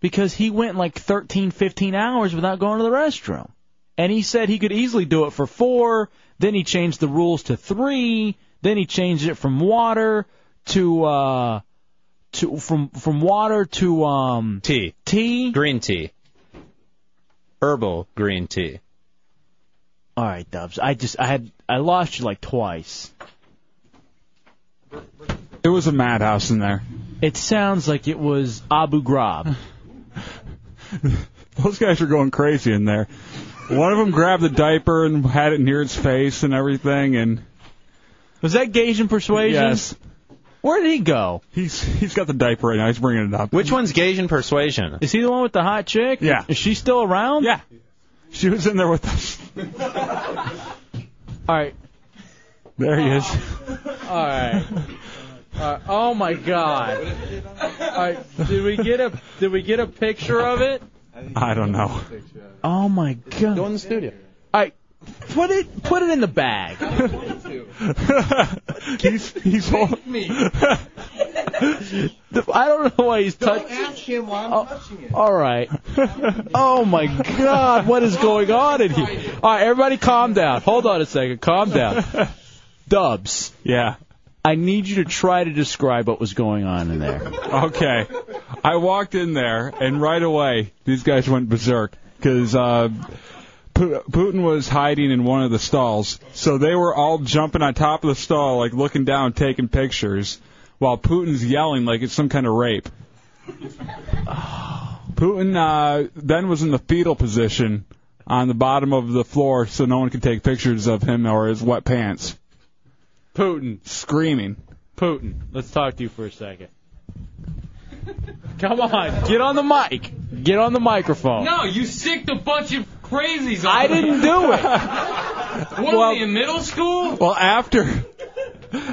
because he went like 13, 15 hours without going to the restroom. And he said he could easily do it for four. Then he changed the rules to three. Then he changed it from water to uh, to from from water to um tea. Tea. Green tea. Herbal green tea. All right, Dubs. I just I had I lost you like twice. It was a madhouse in there. It sounds like it was Abu Ghraib. Those guys were going crazy in there. One of them grabbed the diaper and had it near its face and everything. And was that Gasian persuasion? Yes. Where did he go? He's he's got the diaper right now. He's bringing it up. Which one's Gasian persuasion? Is he the one with the hot chick? Yeah. Is she still around? Yeah. She was in there with us. All right. There he Oh. is. All right. Uh, oh my God! All right, did we get a did we get a picture of it? I don't know. Oh my God! Go in the studio. All right, put it put it in the bag. he's he's holding me. I don't know why he's Don't touching. ask him why I'm touching it. All right. Oh my God! What is going on in here? All right, everybody, calm down. Hold on a second. Calm down. Dubs. Yeah. I need you to try to describe what was going on in there. Okay. I walked in there, and right away, these guys went berserk because uh, Pu- Putin was hiding in one of the stalls. So they were all jumping on top of the stall, like looking down, taking pictures, while Putin's yelling like it's some kind of rape. Putin uh, then was in the fetal position on the bottom of the floor so no one could take pictures of him or his wet pants. Putin. Screaming. Putin, let's talk to you for a second. Come on, get on the mic. Get on the microphone. No, you sicked a bunch of crazies. On I didn't do it. What Well- are we in middle school? Well, after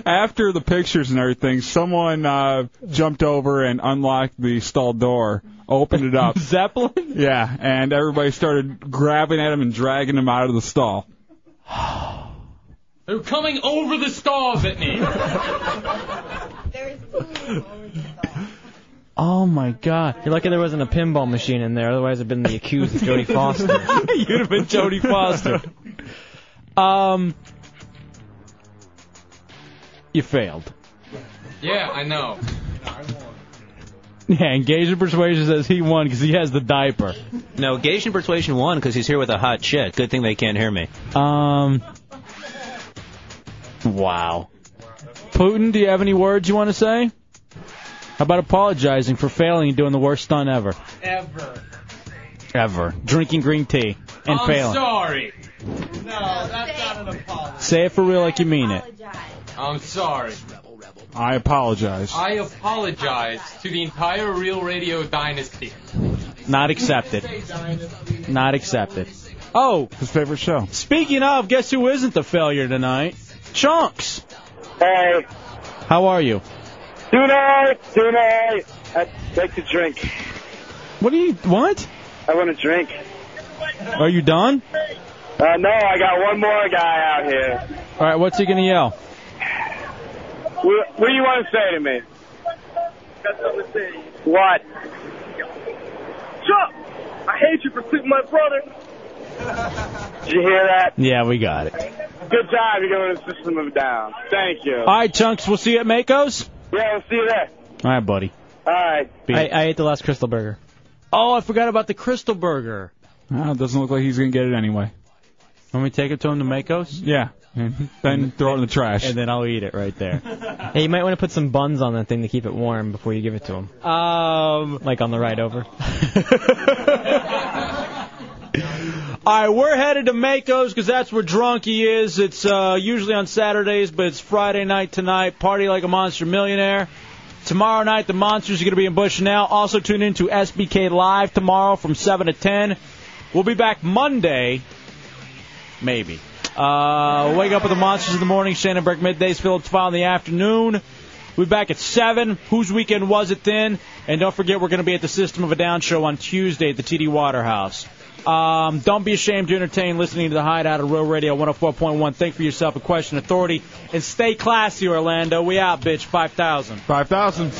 after the pictures and everything, someone uh, jumped over and unlocked the stall door, opened it up. Zeppelin? Yeah, and everybody started grabbing at him and dragging him out of the stall. They're coming over the stalls at me. Oh my God! You're lucky there wasn't a pinball machine in there, otherwise I'd been the accused of Jodie Foster. You'd have been Jodie Foster. Um, you failed. yeah, I know. Yeah, and Gage of Persuasion says he won because he has the diaper. No, Gasian persuasion won because he's here with a hot chick. Good thing they can't hear me. Um, wow. Putin, do you have any words you want to say? How about apologizing for failing and doing the worst stunt ever? Ever. Ever. Drinking green tea and Oh, I'm failing. sorry. No, that's not an apology. Say it for real like you mean it. I'm sorry. I apologize. I apologize to the entire Real Radio dynasty. Not accepted. Not accepted. Oh, his favorite show. Speaking of, guess who isn't the failure tonight? Chunks. Hey, How are you? tonight, tonight, I'd like to drink. What do you what? I want to drink. Are you done? Uh, no, I got one more guy out here. All right, what's he gonna yell? What, what do you want to say to me? What? Chuck, I hate you for sleeping my brother. Did you hear that? Yeah, we got it. Good job. You're going to the system of a down. Thank you. All right, Chunks. We'll see you at Mako's. Yeah, we'll see you there. All right, buddy. All right. I, I ate the last Crystal Burger. Oh, I forgot about the Crystal Burger. Ah, it doesn't look like he's gonna get it anyway. When we take it to him to Mako's? Yeah. And then throw it in the trash. And then I'll eat it right there. Hey, you might want to put some buns on that thing to keep it warm before you give it to him. Um. Like on the ride over. All right, we're headed to Mako's because that's where Drunky is. It's uh, usually on Saturdays, but it's Friday night tonight. Party like a monster millionaire. Tomorrow night, the monsters are going to be in Bush now. Also, tune in to SBK Live tomorrow from 7 to 10. We'll be back Monday Maybe. Uh, wake up with the monsters in the morning. Shannon Burke middays. Phillips file in the afternoon. We'll be back at seven. Whose weekend was it then? And don't forget, we're going to be at the System of a Down show on Tuesday at the TD Waterhouse. Um, don't be ashamed to entertain listening to the Hideout of Real Radio 104.1. Think for yourself, a question authority, and stay classy, Orlando. We out, bitch. Five thousand. Five thousand.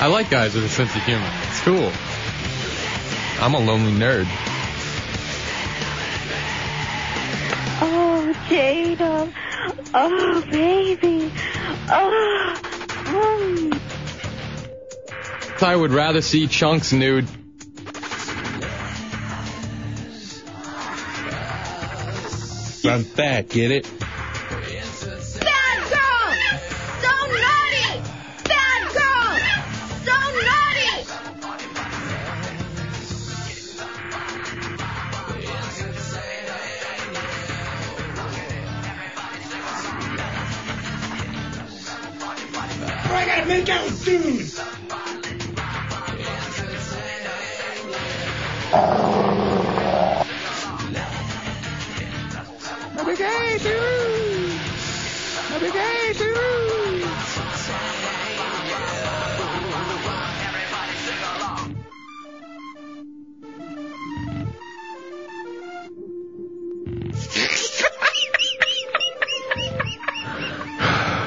I like guys with a sense of humor. It's cool. I'm a lonely nerd. Oh, Jada. Oh, baby. Oh. mm. I would rather see Chunks nude. I'm fat, get it? Bad girl! So naughty! Bad girl! So naughty! I gotta make out with dudes.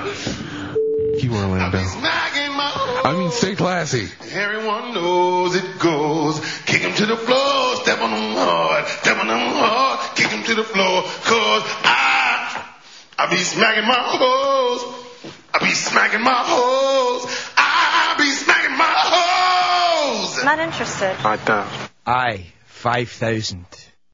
You Orlando. Smacking my I mean, stay classy. Everyone knows it goes. Kick him to the floor, step on him hard, step on him hard, kick him to the floor, cause I, I be smacking my hoes. I be smacking my hoes. I be smacking my hoes. Not interested. I, 5,000.